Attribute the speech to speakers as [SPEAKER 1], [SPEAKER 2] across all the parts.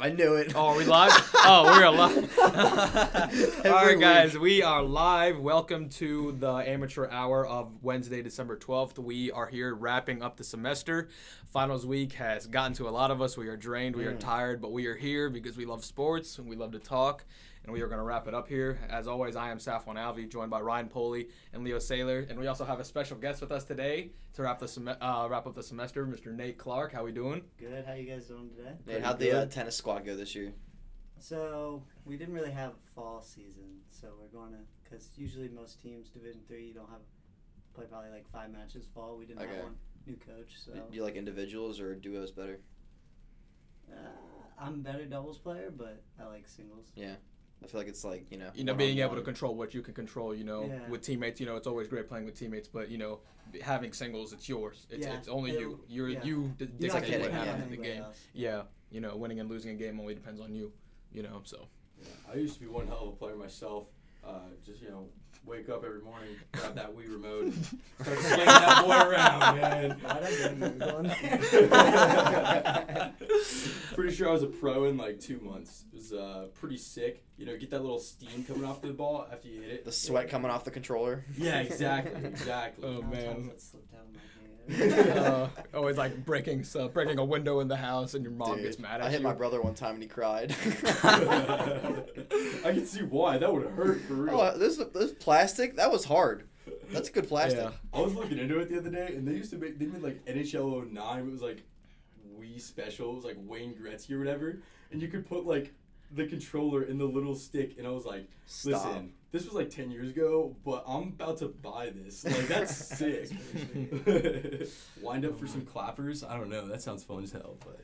[SPEAKER 1] I knew it.
[SPEAKER 2] Oh, are we live? oh, we're alive. All right,
[SPEAKER 1] Every
[SPEAKER 2] guys, we are live. Welcome to the amateur hour of Wednesday, December 12th. We are here wrapping up the semester. Finals week has gotten to a lot of us. We are drained, we are tired, but we are here because we love sports and we love to talk. And we are going to wrap it up here. As always, I am Safwan Alvi, joined by Ryan Poley and Leo Saylor. And we also have a special guest with us today to wrap the sem- uh, wrap up the semester, Mr. Nate Clark. How we doing?
[SPEAKER 3] Good. How you guys doing today?
[SPEAKER 1] Man,
[SPEAKER 2] Pretty
[SPEAKER 1] how'd the uh,
[SPEAKER 2] good.
[SPEAKER 1] tennis squad go this year?
[SPEAKER 3] So we didn't really have fall season, so we're going to because usually most teams Division three you don't have play probably like five matches fall. We didn't
[SPEAKER 1] Okay.
[SPEAKER 3] have one. New coach, so
[SPEAKER 1] Do you like individuals or duos better?
[SPEAKER 3] uh, I'm a better doubles player, but I like singles.
[SPEAKER 1] I feel like it's like you know.
[SPEAKER 2] you know, being able to
[SPEAKER 1] one-on-one.
[SPEAKER 2] control what you can control, you know,
[SPEAKER 3] Yeah.
[SPEAKER 2] with teammates, you know, it's always great playing with teammates, but you know, b- having singles, it's yours. It's,
[SPEAKER 3] Yeah.
[SPEAKER 2] it's only you. You're
[SPEAKER 3] Yeah.
[SPEAKER 2] you d-
[SPEAKER 3] You're not
[SPEAKER 2] dictate
[SPEAKER 3] gonna
[SPEAKER 2] what
[SPEAKER 1] getting
[SPEAKER 3] have
[SPEAKER 2] happens in the
[SPEAKER 3] anybody
[SPEAKER 2] game.
[SPEAKER 3] else.
[SPEAKER 2] Yeah, you know, winning and losing a game only depends on you. You know, so
[SPEAKER 4] I used to be one hell of a player myself. Uh, just you know, wake up every morning, grab that Wii remote, and start slinging that boy around, man.
[SPEAKER 3] Why'd I get him
[SPEAKER 4] pretty sure I was a pro in like two months. It was uh, pretty sick. You know, get that little steam coming off the ball after you hit it.
[SPEAKER 1] The sweat coming off the controller.
[SPEAKER 4] Yeah, exactly, exactly.
[SPEAKER 2] Oh,
[SPEAKER 3] Sometimes
[SPEAKER 2] man.
[SPEAKER 3] it slipped out of my hand.
[SPEAKER 2] uh, always like breaking so breaking a window in the house, and your mom
[SPEAKER 1] Dude,
[SPEAKER 2] gets mad at
[SPEAKER 1] I hit
[SPEAKER 2] you.
[SPEAKER 1] my brother one time and he cried.
[SPEAKER 4] I can see why that would have hurt for real.
[SPEAKER 1] oh, this this plastic that was hard. That's good plastic.
[SPEAKER 2] Yeah.
[SPEAKER 4] I was looking into it the other day, and they used to make they made like NHL 09. It was like Wii special. It was like Wayne Gretzky or whatever, and you could put like the controller in the little stick. And I was like,
[SPEAKER 1] Stop.
[SPEAKER 4] listen, this was like 10 years ago, but I'm about to buy this. Like that's sick. Wind up for some clappers. I don't know. That sounds fun as hell, but.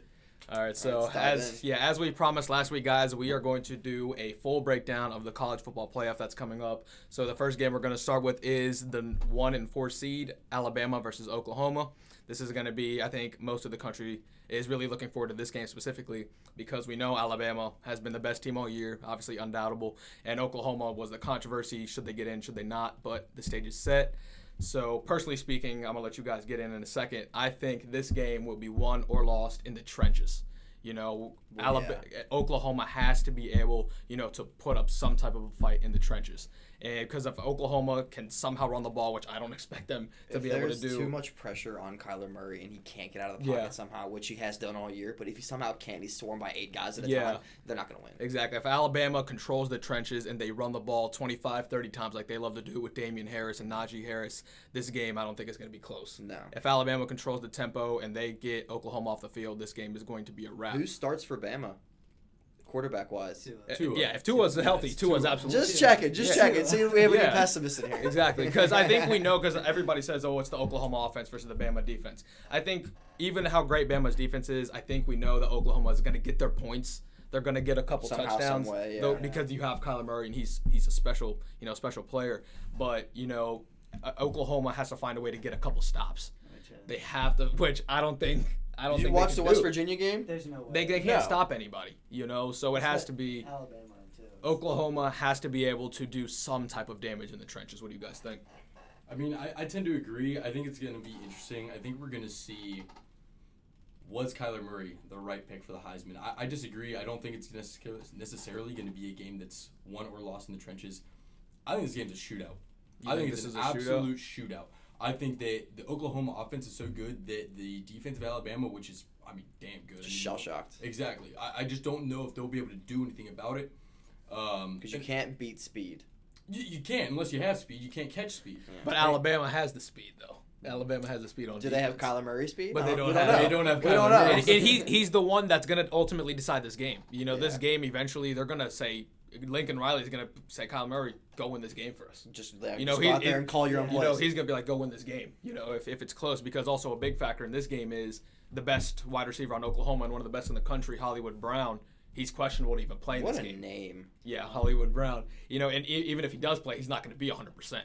[SPEAKER 2] All right,
[SPEAKER 1] All
[SPEAKER 2] so
[SPEAKER 1] right, let's dive
[SPEAKER 2] as yeah, as we promised last week, guys, we are going to do a full breakdown of the college football playoff that's coming up. So the first game we're going to start with is the one and four seed Alabama versus Oklahoma. This is going to be, I think, most of the country is really looking forward to this game specifically because we know Alabama has been the best team all year, obviously undoubtable, and Oklahoma was the controversy: should they get in, should they not? But the stage is set. So, personally speaking, I'm gonna let you guys get in in a second. I think this game will be won or lost in the trenches. You know, Alabama, Oklahoma has to be able, you know, to put up some type of a fight in the trenches. Because if Oklahoma can somehow run the ball, which I don't expect them to
[SPEAKER 1] if
[SPEAKER 2] be able to
[SPEAKER 1] there's
[SPEAKER 2] do,
[SPEAKER 1] too much pressure on Kyler Murray and he can't get out of the
[SPEAKER 2] Yeah.
[SPEAKER 1] pocket somehow, which he has done all year, but if he somehow can't, he's swarmed by eight guys at a
[SPEAKER 2] Yeah.
[SPEAKER 1] time. They're not gonna win.
[SPEAKER 2] Exactly. If Alabama controls the trenches and they run the ball 25, 30 times like they love to do with Damian Harris and Najee Harris, this game I don't think is going to be close.
[SPEAKER 1] No.
[SPEAKER 2] If Alabama controls the tempo and they get Oklahoma off the field, this game is going to be a wrap.
[SPEAKER 1] Who starts for Bama, quarterback wise?
[SPEAKER 3] Too, uh,
[SPEAKER 2] Uh,
[SPEAKER 4] Tua.
[SPEAKER 2] Yeah, if Tua's
[SPEAKER 4] Yes,
[SPEAKER 2] healthy, Tua's
[SPEAKER 4] Tua.
[SPEAKER 2] absolutely.
[SPEAKER 1] Just check it. Just
[SPEAKER 2] Yeah.
[SPEAKER 1] check it. See if we have
[SPEAKER 2] Yeah.
[SPEAKER 1] any pessimists in here.
[SPEAKER 2] Exactly, because I think we know because everybody says, "Oh, it's the Oklahoma offense versus the Bama defense." I think even how great Bama's defense is, I think we know that Oklahoma is going to get their points. They're going to get a couple
[SPEAKER 1] Somehow,
[SPEAKER 2] touchdowns,
[SPEAKER 1] some way,
[SPEAKER 2] though,
[SPEAKER 1] yeah.
[SPEAKER 2] because you have Kyler Murray and he's he's a special you know special player. But you know, uh, Oklahoma has to find a way to get a couple stops.
[SPEAKER 3] which, uh,
[SPEAKER 2] They have to, which I don't think I don't
[SPEAKER 1] Did you
[SPEAKER 2] think
[SPEAKER 1] watch
[SPEAKER 2] they
[SPEAKER 1] the
[SPEAKER 2] can
[SPEAKER 1] West
[SPEAKER 2] do.
[SPEAKER 1] Virginia game?
[SPEAKER 3] there's no way.
[SPEAKER 2] They, they can't
[SPEAKER 1] No.
[SPEAKER 2] stop anybody, you know. So it has
[SPEAKER 3] But
[SPEAKER 2] to be
[SPEAKER 3] Alabama too.
[SPEAKER 2] Oklahoma has to be able to do some type of damage in the trenches. What do you guys think?
[SPEAKER 4] I mean, I, I tend to agree. I think it's going to be interesting. I think we're going to see was Kyler Murray the right pick for the Heisman. I, I disagree. I don't think it's necessarily, necessarily going to be a game that's won or lost in the trenches. I think this game's a shootout.
[SPEAKER 2] You
[SPEAKER 4] I
[SPEAKER 2] think
[SPEAKER 4] think,
[SPEAKER 2] this
[SPEAKER 4] it's
[SPEAKER 2] is
[SPEAKER 4] an
[SPEAKER 2] a shootout?
[SPEAKER 4] absolute shootout? I think that the Oklahoma offense is so good that the defense of Alabama, which is, I mean, damn good. I mean,
[SPEAKER 1] Just shell shocked.
[SPEAKER 4] Exactly. I, I just don't know if they'll be able to do anything about it. Um,
[SPEAKER 1] Because you
[SPEAKER 4] and
[SPEAKER 1] can't beat speed.
[SPEAKER 4] you, you can't unless you have speed. You can't catch speed.
[SPEAKER 2] But Alabama has the speed, though. Alabama has the speed on.
[SPEAKER 1] Do they have
[SPEAKER 2] defense.
[SPEAKER 1] Kyler Murray speed?
[SPEAKER 2] But they
[SPEAKER 1] No,
[SPEAKER 2] don't
[SPEAKER 1] we
[SPEAKER 2] have-
[SPEAKER 1] know.
[SPEAKER 2] they
[SPEAKER 4] don't have
[SPEAKER 1] We don't
[SPEAKER 4] Kyler
[SPEAKER 1] know.
[SPEAKER 4] Murray.
[SPEAKER 2] And, and he he's the one that's gonna ultimately decide this game. You know, this
[SPEAKER 1] Yeah.
[SPEAKER 2] game eventually they're gonna say Lincoln Riley's gonna say Kyle Murray go win this game for us.
[SPEAKER 1] just like,
[SPEAKER 2] You know,
[SPEAKER 1] just
[SPEAKER 2] he-
[SPEAKER 1] go out there
[SPEAKER 2] it-
[SPEAKER 1] and call your own
[SPEAKER 2] You know,
[SPEAKER 1] plays.
[SPEAKER 2] he's gonna be like go win this game. You know, if if it's close, because also a big factor in this game is the best wide receiver on Oklahoma and one of the best in the country, Hollywood Brown. He's questionable to even play in
[SPEAKER 1] what
[SPEAKER 2] this
[SPEAKER 1] a
[SPEAKER 2] game.
[SPEAKER 1] name.
[SPEAKER 2] Yeah, Hollywood Brown. You know, and e- even if he does play, he's not going to be 100%.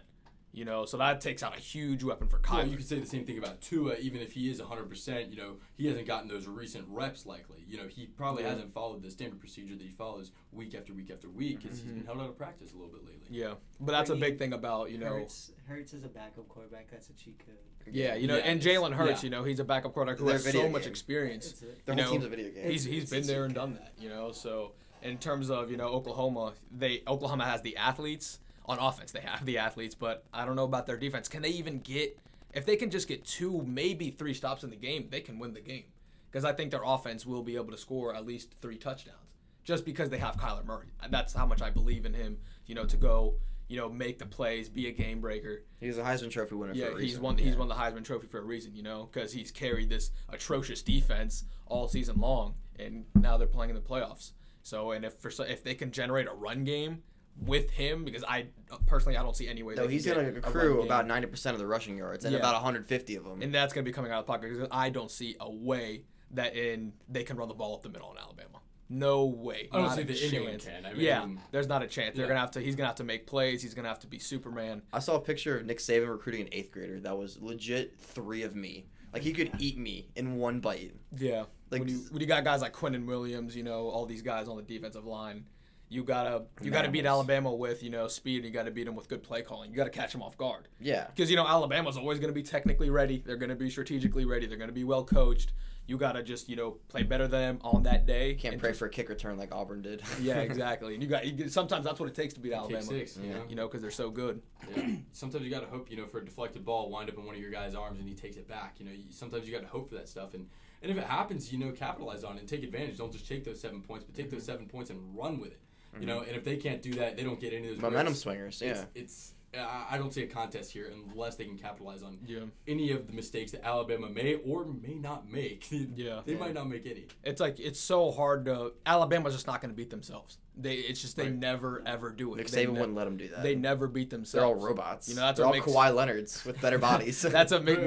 [SPEAKER 2] You know, so that takes out a huge weapon for
[SPEAKER 4] Well,
[SPEAKER 2] Kyler.
[SPEAKER 4] you could say the same thing about Tua, even if he is 100%, you know, he hasn't gotten those recent reps likely. You know, he probably
[SPEAKER 2] Yeah.
[SPEAKER 4] hasn't followed the standard procedure that he follows week after week after week because
[SPEAKER 1] Mm-hmm.
[SPEAKER 4] he's been held out of practice a little bit lately.
[SPEAKER 2] yeah, but that's a
[SPEAKER 3] Bringing
[SPEAKER 2] big thing about, you know,
[SPEAKER 3] Hurts, Hurts is a backup quarterback. That's a cheat code.
[SPEAKER 2] Yeah, you know,
[SPEAKER 4] Yeah,
[SPEAKER 2] and
[SPEAKER 4] it's-
[SPEAKER 2] Jalen Hurts, you
[SPEAKER 4] yeah.
[SPEAKER 2] know, he's a backup quarterback who
[SPEAKER 1] They're
[SPEAKER 2] has so
[SPEAKER 1] video
[SPEAKER 2] much
[SPEAKER 1] game.
[SPEAKER 2] experience.
[SPEAKER 1] Their
[SPEAKER 2] You
[SPEAKER 1] whole
[SPEAKER 2] know,
[SPEAKER 1] team's a video game.
[SPEAKER 2] He's he's been there and done that, you know. So in terms of you know Oklahoma, they Oklahoma has the athletes on offense. They have the athletes, but I don't know about their defense. Can they even get? If they can just get two, maybe three stops in the game, they can win the game. Because I think their offense will be able to score at least three touchdowns, just because they have Kyler Murray. That's how much I believe in him. You know, to go, you know, make the plays, be a game breaker.
[SPEAKER 1] He's a Heisman Trophy winner
[SPEAKER 2] Yeah,
[SPEAKER 1] for a reason.
[SPEAKER 2] he's won. He's won the Heisman Trophy for a reason, you know, because he's carried this atrocious defense all season long, and now they're playing in the playoffs. So, and if for so- if they can generate a run game with him, because I personally I don't see any way.
[SPEAKER 1] No,
[SPEAKER 2] they can
[SPEAKER 1] he's
[SPEAKER 2] get
[SPEAKER 1] going
[SPEAKER 2] a
[SPEAKER 1] to
[SPEAKER 2] run
[SPEAKER 1] accrue
[SPEAKER 2] game.
[SPEAKER 1] about 90% of the rushing yards and
[SPEAKER 2] Yeah.
[SPEAKER 1] about 150 of them.
[SPEAKER 2] and that's gonna be coming out of the pocket because I don't see a way that in they can run the ball up the middle in Alabama. No way.
[SPEAKER 4] I don't
[SPEAKER 2] Not
[SPEAKER 4] see
[SPEAKER 2] a
[SPEAKER 4] that anyone
[SPEAKER 2] chance.
[SPEAKER 4] can. I
[SPEAKER 2] yeah,
[SPEAKER 4] mean-
[SPEAKER 2] there's not a chance. They're
[SPEAKER 4] Yeah.
[SPEAKER 2] gonna have to. He's gonna have to make plays. He's gonna have to be Superman.
[SPEAKER 1] I saw a picture of Nick Saban recruiting an eighth grader that was legit three of me. Like, he could eat me in one bite.
[SPEAKER 2] Yeah.
[SPEAKER 1] Like,
[SPEAKER 2] when you when you got guys like Quentin Williams, you know, all these guys on the defensive line, you gotta you gotta beat
[SPEAKER 1] Mammals.
[SPEAKER 2] Alabama with you know speed, and you gotta beat them with good play calling. You gotta catch them off guard
[SPEAKER 1] Yeah.
[SPEAKER 2] because you know Alabama's always gonna be technically ready. They're gonna be strategically ready. They're gonna be well coached. You gotta just you know play better than them on that day.
[SPEAKER 1] Can't
[SPEAKER 2] and
[SPEAKER 1] pray
[SPEAKER 2] just-
[SPEAKER 1] for a kick return like Auburn did.
[SPEAKER 2] yeah, exactly. And you got you, get- sometimes that's what it takes to beat Alabama.
[SPEAKER 4] Kick six, you
[SPEAKER 1] Yeah.
[SPEAKER 4] know?
[SPEAKER 2] You know, because they're so good.
[SPEAKER 4] Yeah. Sometimes you gotta hope, you know, for a deflected ball, wind up in one of your guys' arms and he takes it back. You know, you, sometimes you gotta hope for that stuff, and and if it happens, you know, capitalize on it and take advantage. Don't just take those seven points, but take
[SPEAKER 1] Mm-hmm.
[SPEAKER 4] those seven points and run with it. You know, and if they can't do that, they don't get any of those
[SPEAKER 1] Momentum
[SPEAKER 4] breaks.
[SPEAKER 1] swingers, yeah.
[SPEAKER 4] It's, it's I I don't see a contest here unless they can capitalize on
[SPEAKER 2] Yeah.
[SPEAKER 4] any of the mistakes that Alabama may or may not make.
[SPEAKER 2] Yeah.
[SPEAKER 4] they might not make any.
[SPEAKER 2] It's like it's so hard to Alabama's just not gonna beat themselves. They it's just they
[SPEAKER 4] Right.
[SPEAKER 2] never ever do it.
[SPEAKER 1] Nick
[SPEAKER 2] They
[SPEAKER 1] Saban
[SPEAKER 2] ne-
[SPEAKER 1] wouldn't let him do that.
[SPEAKER 2] They never beat
[SPEAKER 1] They're
[SPEAKER 2] themselves.
[SPEAKER 1] all robots.
[SPEAKER 2] You know, that's
[SPEAKER 1] They're all
[SPEAKER 2] what makes-
[SPEAKER 1] Kawhi Leonards with better bodies.
[SPEAKER 2] That's a big.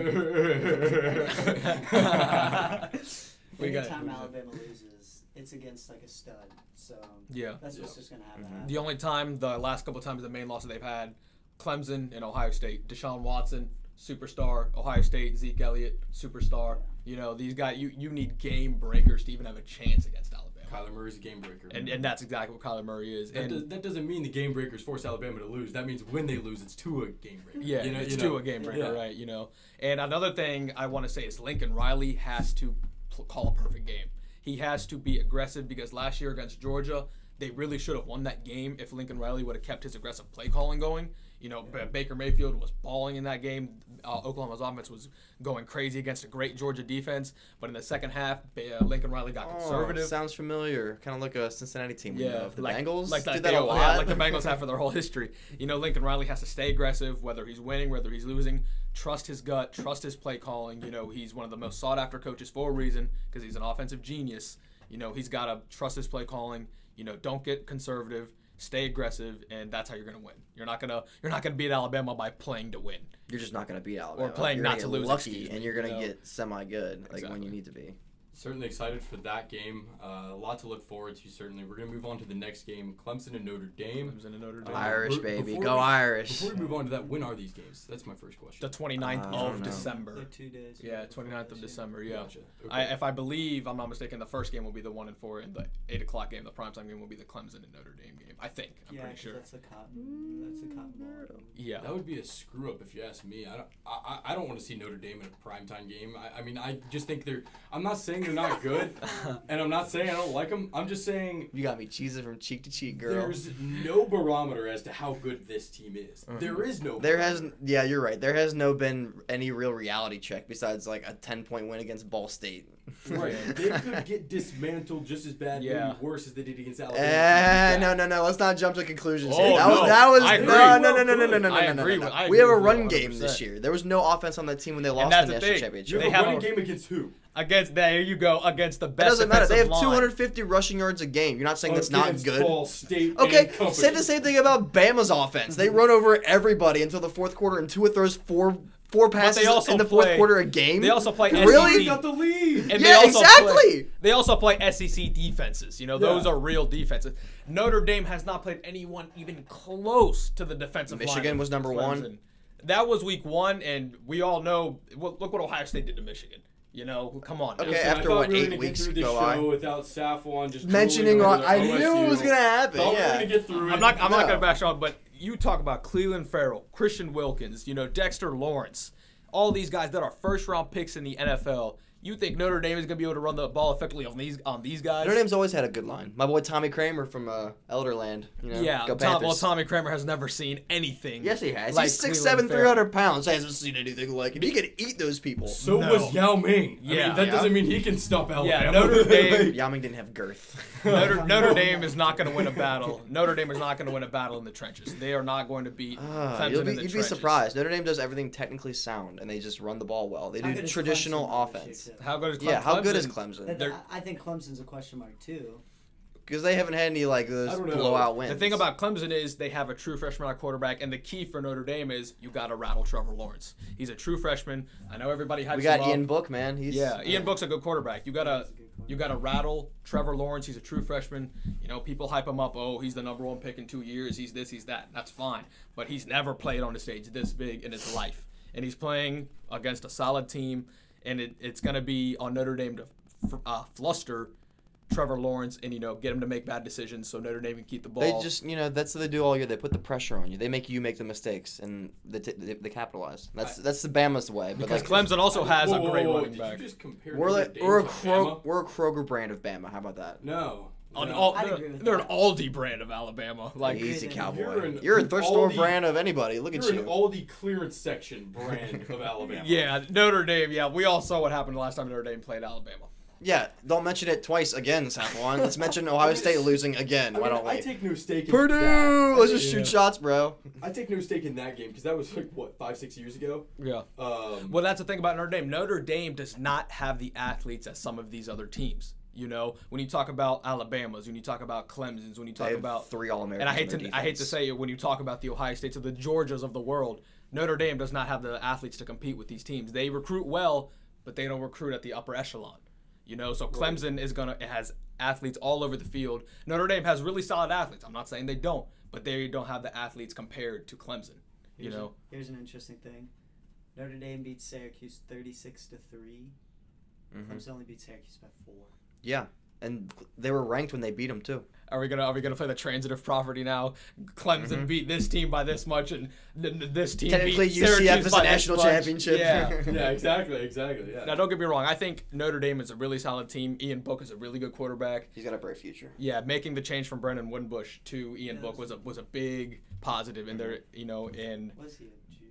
[SPEAKER 2] We got-
[SPEAKER 3] Anytime Alabama loses, it's against like a stud. So
[SPEAKER 2] yeah. Mm-hmm.
[SPEAKER 3] that's what's
[SPEAKER 4] Yeah.
[SPEAKER 3] just gonna happen.
[SPEAKER 1] Mhm.
[SPEAKER 2] The only time, the last couple times, the main losses they've had, Clemson and Ohio State. Deshaun Watson, superstar. Ohio State, Zeke Elliott, superstar. You know, these guys. You you need game breakers to even have a chance against Alabama.
[SPEAKER 4] Kyler Murray's a game breaker.
[SPEAKER 2] And and that's exactly what Kyler Murray is.
[SPEAKER 4] That, does,
[SPEAKER 2] And
[SPEAKER 4] that doesn't mean the game breakers force Alabama to lose. That means when they lose, it's to a game breaker.
[SPEAKER 2] yeah,
[SPEAKER 4] you know,
[SPEAKER 2] it's
[SPEAKER 4] you
[SPEAKER 2] to
[SPEAKER 4] know.
[SPEAKER 2] a game breaker,
[SPEAKER 4] Yeah.
[SPEAKER 2] right? You know. And another thing I want to say is Lincoln Riley has to pl- call a perfect game. He has to be aggressive because last year against Georgia, they really should have won that game if Lincoln Riley would have kept his aggressive play calling going. You know, B- Baker Mayfield was balling in that game. Uh, Oklahoma's offense was going crazy against a great Georgia defense. But in the second half, ba- uh, Lincoln Riley got
[SPEAKER 1] Oh,
[SPEAKER 2] conservative.
[SPEAKER 1] sounds familiar. Kind of like a Cincinnati team. Yeah,
[SPEAKER 2] Yeah,
[SPEAKER 1] know. the Bengals
[SPEAKER 2] like
[SPEAKER 1] do that
[SPEAKER 2] that they-
[SPEAKER 1] a
[SPEAKER 2] yeah,
[SPEAKER 1] lot.
[SPEAKER 2] like the Bengals have for their whole history. You know, Lincoln Riley has to stay aggressive, whether he's winning, whether he's losing. Trust his gut, trust his play calling. You know, he's one of the most sought after coaches for a reason because he's an offensive genius. You know, he's got to trust his play calling. You know, don't get conservative, stay aggressive, and that's how you're gonna win. You're not gonna you're not gonna beat Alabama by playing to win.
[SPEAKER 1] You're just not going to beat Alabama.
[SPEAKER 2] playing
[SPEAKER 1] You're
[SPEAKER 2] not
[SPEAKER 1] gonna
[SPEAKER 2] to
[SPEAKER 1] get
[SPEAKER 2] lose,
[SPEAKER 1] Lucky,
[SPEAKER 2] excuse me,
[SPEAKER 1] and you're going
[SPEAKER 2] you
[SPEAKER 1] to
[SPEAKER 2] know?
[SPEAKER 1] get semi good, like when
[SPEAKER 2] Exactly.
[SPEAKER 1] you need to be.
[SPEAKER 4] Certainly excited for that game. Uh, a lot to look forward to. Certainly, we're gonna move on to the next game, Clemson and Notre Dame.
[SPEAKER 2] Clemson and Notre Dame.
[SPEAKER 4] Uh,
[SPEAKER 1] Irish
[SPEAKER 4] we're-
[SPEAKER 1] baby,
[SPEAKER 4] before
[SPEAKER 1] go
[SPEAKER 4] we-
[SPEAKER 1] Irish.
[SPEAKER 4] Before we move on to that, when are these games? That's my first
[SPEAKER 2] The
[SPEAKER 4] question.
[SPEAKER 2] 29th
[SPEAKER 1] I don't know.
[SPEAKER 2] of
[SPEAKER 3] They're
[SPEAKER 2] December.
[SPEAKER 3] two days.
[SPEAKER 2] Yeah,
[SPEAKER 3] before
[SPEAKER 2] 29th of
[SPEAKER 3] this year.
[SPEAKER 2] December. Yeah.
[SPEAKER 4] Gotcha.
[SPEAKER 2] I,
[SPEAKER 4] Okay.
[SPEAKER 2] if I believe I'm not mistaken, the first game will be the one and four, and the eight o'clock game, the primetime game, will be the Clemson and Notre Dame game. I think. I'm
[SPEAKER 3] yeah,
[SPEAKER 2] pretty
[SPEAKER 3] 'cause
[SPEAKER 2] sure.
[SPEAKER 3] that's the cotton. That's the cotton ball.
[SPEAKER 2] Yeah.
[SPEAKER 4] that would be a screw up if you ask me. I don't. I, I I don't want to see Notre Dame in a primetime game. I, I mean, I just think they're. I'm not saying they're not good, and I'm not saying I don't like them. I'm just saying
[SPEAKER 1] You got me cheesing from cheek to cheek, girl.
[SPEAKER 4] There's no barometer as to how good this team is. There is no.
[SPEAKER 1] There
[SPEAKER 4] barometer.
[SPEAKER 1] hasn't, yeah, you're right. There has no been any real reality check besides like a 10 point win against Ball State.
[SPEAKER 4] Right. they could get dismantled just as bad,
[SPEAKER 2] Yeah.
[SPEAKER 4] maybe worse, as they did against Alabama.
[SPEAKER 1] Eh, no, no, no. Let's not jump to conclusions. here.
[SPEAKER 2] Oh,
[SPEAKER 1] that was
[SPEAKER 2] no.
[SPEAKER 1] that was
[SPEAKER 2] I
[SPEAKER 1] no,
[SPEAKER 2] agree.
[SPEAKER 1] no, no, no, no, no, no, no,
[SPEAKER 2] I
[SPEAKER 1] no, no,
[SPEAKER 2] agree
[SPEAKER 1] no.
[SPEAKER 2] with- I
[SPEAKER 1] we have
[SPEAKER 2] agree
[SPEAKER 1] a
[SPEAKER 2] with you
[SPEAKER 1] run game this
[SPEAKER 2] 100%.
[SPEAKER 1] year. There was no offense on that team when they lost
[SPEAKER 2] that's
[SPEAKER 1] the
[SPEAKER 2] the
[SPEAKER 1] national
[SPEAKER 2] thing.
[SPEAKER 1] championship.
[SPEAKER 4] You
[SPEAKER 2] They
[SPEAKER 4] have a
[SPEAKER 2] have
[SPEAKER 4] running
[SPEAKER 2] a-
[SPEAKER 4] game against who?
[SPEAKER 2] Against there you go against the
[SPEAKER 1] It
[SPEAKER 2] best.
[SPEAKER 1] doesn't matter. They have
[SPEAKER 2] defensive line.
[SPEAKER 1] 250 rushing yards a game. You're not saying that's not
[SPEAKER 4] Against
[SPEAKER 1] good.
[SPEAKER 4] Ball State.
[SPEAKER 1] Okay,
[SPEAKER 4] and company.
[SPEAKER 1] say the same thing about Bama's offense. They run over everybody until the fourth quarter, and Tua throws four four passes
[SPEAKER 2] also
[SPEAKER 1] in the fourth
[SPEAKER 2] play-
[SPEAKER 1] quarter a game.
[SPEAKER 2] they also play
[SPEAKER 1] really.
[SPEAKER 4] They got the lead.
[SPEAKER 2] And
[SPEAKER 1] Yeah, exactly.
[SPEAKER 2] Play, they also play SEC defenses. You know, those
[SPEAKER 4] Yeah.
[SPEAKER 2] are real defenses. Notre Dame has not played anyone even close to the defensive line.
[SPEAKER 1] Michigan
[SPEAKER 2] of
[SPEAKER 1] was number one.
[SPEAKER 2] Clemson. That was week one, and we all know. Well, look what Ohio State did to Michigan. You know, come on. now.
[SPEAKER 1] Okay,
[SPEAKER 4] And I
[SPEAKER 1] after
[SPEAKER 4] thought
[SPEAKER 1] what
[SPEAKER 4] we were
[SPEAKER 1] eight
[SPEAKER 4] gonna
[SPEAKER 1] weeks
[SPEAKER 4] get through this
[SPEAKER 1] go
[SPEAKER 4] show
[SPEAKER 1] by,
[SPEAKER 4] without Safwan just
[SPEAKER 1] mentioning on,
[SPEAKER 4] drooling over
[SPEAKER 1] I
[SPEAKER 4] OSU.
[SPEAKER 1] knew it was gonna happen.
[SPEAKER 4] Thought we were
[SPEAKER 1] yeah.
[SPEAKER 4] gonna get through it.
[SPEAKER 2] I'm not. I'm not
[SPEAKER 1] No.
[SPEAKER 2] gonna bash on, but you talk about Cleveland Farrell, Christian Wilkins, you know Dexter Lawrence, all these guys that are first round picks in the NFL. You think Notre Dame is going to be able to run the ball effectively on these on these guys?
[SPEAKER 1] Notre Dame's always had a good line. My boy Tommy Kramer from uh, Elderland. You know,
[SPEAKER 2] yeah,
[SPEAKER 1] go
[SPEAKER 2] Tom, well,
[SPEAKER 1] Panthers.
[SPEAKER 2] Tommy Kramer has never seen anything.
[SPEAKER 1] Yes, he has.
[SPEAKER 2] like
[SPEAKER 1] He's six
[SPEAKER 2] Cleveland
[SPEAKER 1] seven,
[SPEAKER 2] Farrell.
[SPEAKER 1] three hundred pounds. Hasn't seen anything like it. He could eat those people.
[SPEAKER 4] So
[SPEAKER 2] No.
[SPEAKER 4] was Yao Ming. I
[SPEAKER 2] Yeah.
[SPEAKER 4] mean, that
[SPEAKER 1] Yeah.
[SPEAKER 4] doesn't mean he can stop Alabama.
[SPEAKER 2] Yeah, Notre Dame.
[SPEAKER 1] Yao Ming didn't have girth.
[SPEAKER 2] Notre, Notre Dame is not going to win a battle. Notre Dame is not going to win a battle in the trenches. They are not going to beat
[SPEAKER 1] Ah,
[SPEAKER 2] Clemson
[SPEAKER 1] you'll be,
[SPEAKER 2] in the
[SPEAKER 1] you'd be
[SPEAKER 2] trenches.
[SPEAKER 1] surprised. Notre Dame does everything technically sound, and they just run the ball well. They
[SPEAKER 3] How
[SPEAKER 1] do
[SPEAKER 3] good is
[SPEAKER 1] traditional
[SPEAKER 3] Clemson this year,
[SPEAKER 1] offense.
[SPEAKER 3] too?
[SPEAKER 2] How good is Clemson?
[SPEAKER 1] Yeah, how good is
[SPEAKER 3] That-
[SPEAKER 1] Clemson?
[SPEAKER 2] They're-
[SPEAKER 3] I I think Clemson's a question mark too.
[SPEAKER 1] Because they haven't had any like those
[SPEAKER 4] I don't know.
[SPEAKER 1] blowout wins.
[SPEAKER 2] The thing about Clemson is they have a true freshman at quarterback, and the key for Notre Dame is you got to rattle Trevor Lawrence. He's a true freshman. I know everybody hypes
[SPEAKER 1] we got
[SPEAKER 2] him
[SPEAKER 1] Ian
[SPEAKER 2] up.
[SPEAKER 1] Book, man. He's
[SPEAKER 2] Yeah, Ian Book's a good quarterback. You gotta,
[SPEAKER 3] He's a good quarterback.
[SPEAKER 2] you gotta rattle Trevor Lawrence. He's a true freshman. You know, people hype him up. Oh, he's the number one pick in two years. He's this. He's that. That's fine. But he's never played on a stage this big in his life, and he's playing against a solid team, and it, it's gonna be on Notre Dame to f- uh, fluster Trevor Lawrence and you know get him to make bad decisions so Notre Dame can keep the ball.
[SPEAKER 1] They just, you know, that's what they do all year. They put the pressure on you. They make you make the mistakes, and they, t- they, they capitalize. That's that's the Bama's way. But
[SPEAKER 2] because
[SPEAKER 1] like,
[SPEAKER 2] Clemson also has
[SPEAKER 4] whoa,
[SPEAKER 2] a
[SPEAKER 4] whoa,
[SPEAKER 2] great
[SPEAKER 4] whoa, whoa,
[SPEAKER 2] running
[SPEAKER 4] did
[SPEAKER 2] back.
[SPEAKER 4] You just compare
[SPEAKER 1] we're
[SPEAKER 4] Notre
[SPEAKER 1] like
[SPEAKER 4] Dame
[SPEAKER 1] we're a
[SPEAKER 4] to
[SPEAKER 1] Kro-
[SPEAKER 4] Alabama?
[SPEAKER 1] we're a Kroger brand of Bama. How about that?
[SPEAKER 4] No.
[SPEAKER 2] On
[SPEAKER 4] no.
[SPEAKER 2] all,
[SPEAKER 3] I'd
[SPEAKER 2] they're,
[SPEAKER 3] agree with
[SPEAKER 2] they're an
[SPEAKER 3] that.
[SPEAKER 2] Aldi brand of Alabama. Like
[SPEAKER 1] Easy,
[SPEAKER 3] You're
[SPEAKER 1] cowboy. You're,
[SPEAKER 4] an-
[SPEAKER 1] a thrift
[SPEAKER 4] all
[SPEAKER 1] store
[SPEAKER 4] the-
[SPEAKER 1] brand of anybody. Look at
[SPEAKER 4] You're
[SPEAKER 1] you.
[SPEAKER 4] an Aldi clearance section brand of Alabama.
[SPEAKER 2] Yeah, Notre Dame. Yeah, we all saw what happened last time Notre Dame played Alabama.
[SPEAKER 1] yeah, don't mention it twice again, Saquon. Let's mention Ohio State losing again.
[SPEAKER 4] I,
[SPEAKER 1] Why
[SPEAKER 4] mean,
[SPEAKER 1] don't
[SPEAKER 4] I
[SPEAKER 1] we?
[SPEAKER 4] take no stake in
[SPEAKER 1] Purdue.
[SPEAKER 4] that.
[SPEAKER 1] Let's just
[SPEAKER 2] Yeah.
[SPEAKER 1] shoot shots, bro.
[SPEAKER 4] I take no stake in that game because that was like what five six years ago.
[SPEAKER 2] Yeah.
[SPEAKER 4] Um,
[SPEAKER 2] Well, that's the thing about Notre Dame. Notre Dame does not have the athletes as some of these other teams. You know, when you talk about Alabama's, when you talk about Clemson's, when you talk
[SPEAKER 1] They have
[SPEAKER 2] about
[SPEAKER 1] three All Americans.
[SPEAKER 2] and I hate to I hate to say it when you talk about the Ohio States or the Georgias of the world, Notre Dame does not have the athletes to compete with these teams. They recruit well, but they don't recruit at the upper echelon. You know, so Clemson is gonna it has athletes all over the field. Notre Dame has really solid athletes. I'm not saying they don't, but they don't have the athletes compared to Clemson. You
[SPEAKER 3] Here's a-
[SPEAKER 2] know,
[SPEAKER 3] here's an interesting thing: Notre Dame beats Syracuse thirty-six to three.
[SPEAKER 1] Mhm.
[SPEAKER 3] Clemson only beat Syracuse by four.
[SPEAKER 1] Yeah, and they were ranked when they beat them too.
[SPEAKER 2] are we gonna are we gonna play the transitive property now? Clemson beat this team by this much, and th- th- this team
[SPEAKER 1] Mm-hmm. Technically,
[SPEAKER 2] beat
[SPEAKER 1] UCF
[SPEAKER 2] Syracuse
[SPEAKER 1] is
[SPEAKER 2] by
[SPEAKER 1] a
[SPEAKER 2] this
[SPEAKER 1] national
[SPEAKER 2] much.
[SPEAKER 1] championship.
[SPEAKER 2] Yeah.
[SPEAKER 4] yeah, exactly, exactly. Yeah.
[SPEAKER 2] Now, don't get me wrong. I think Notre Dame is a really solid team. Ian Book is a really good quarterback.
[SPEAKER 1] He's got a bright future.
[SPEAKER 2] Yeah, making the change from Brendan Winbush to Ian
[SPEAKER 3] Yeah,
[SPEAKER 2] Book was
[SPEAKER 3] that's-
[SPEAKER 2] a was a big positive in there. You know, in
[SPEAKER 3] Was he a Jew?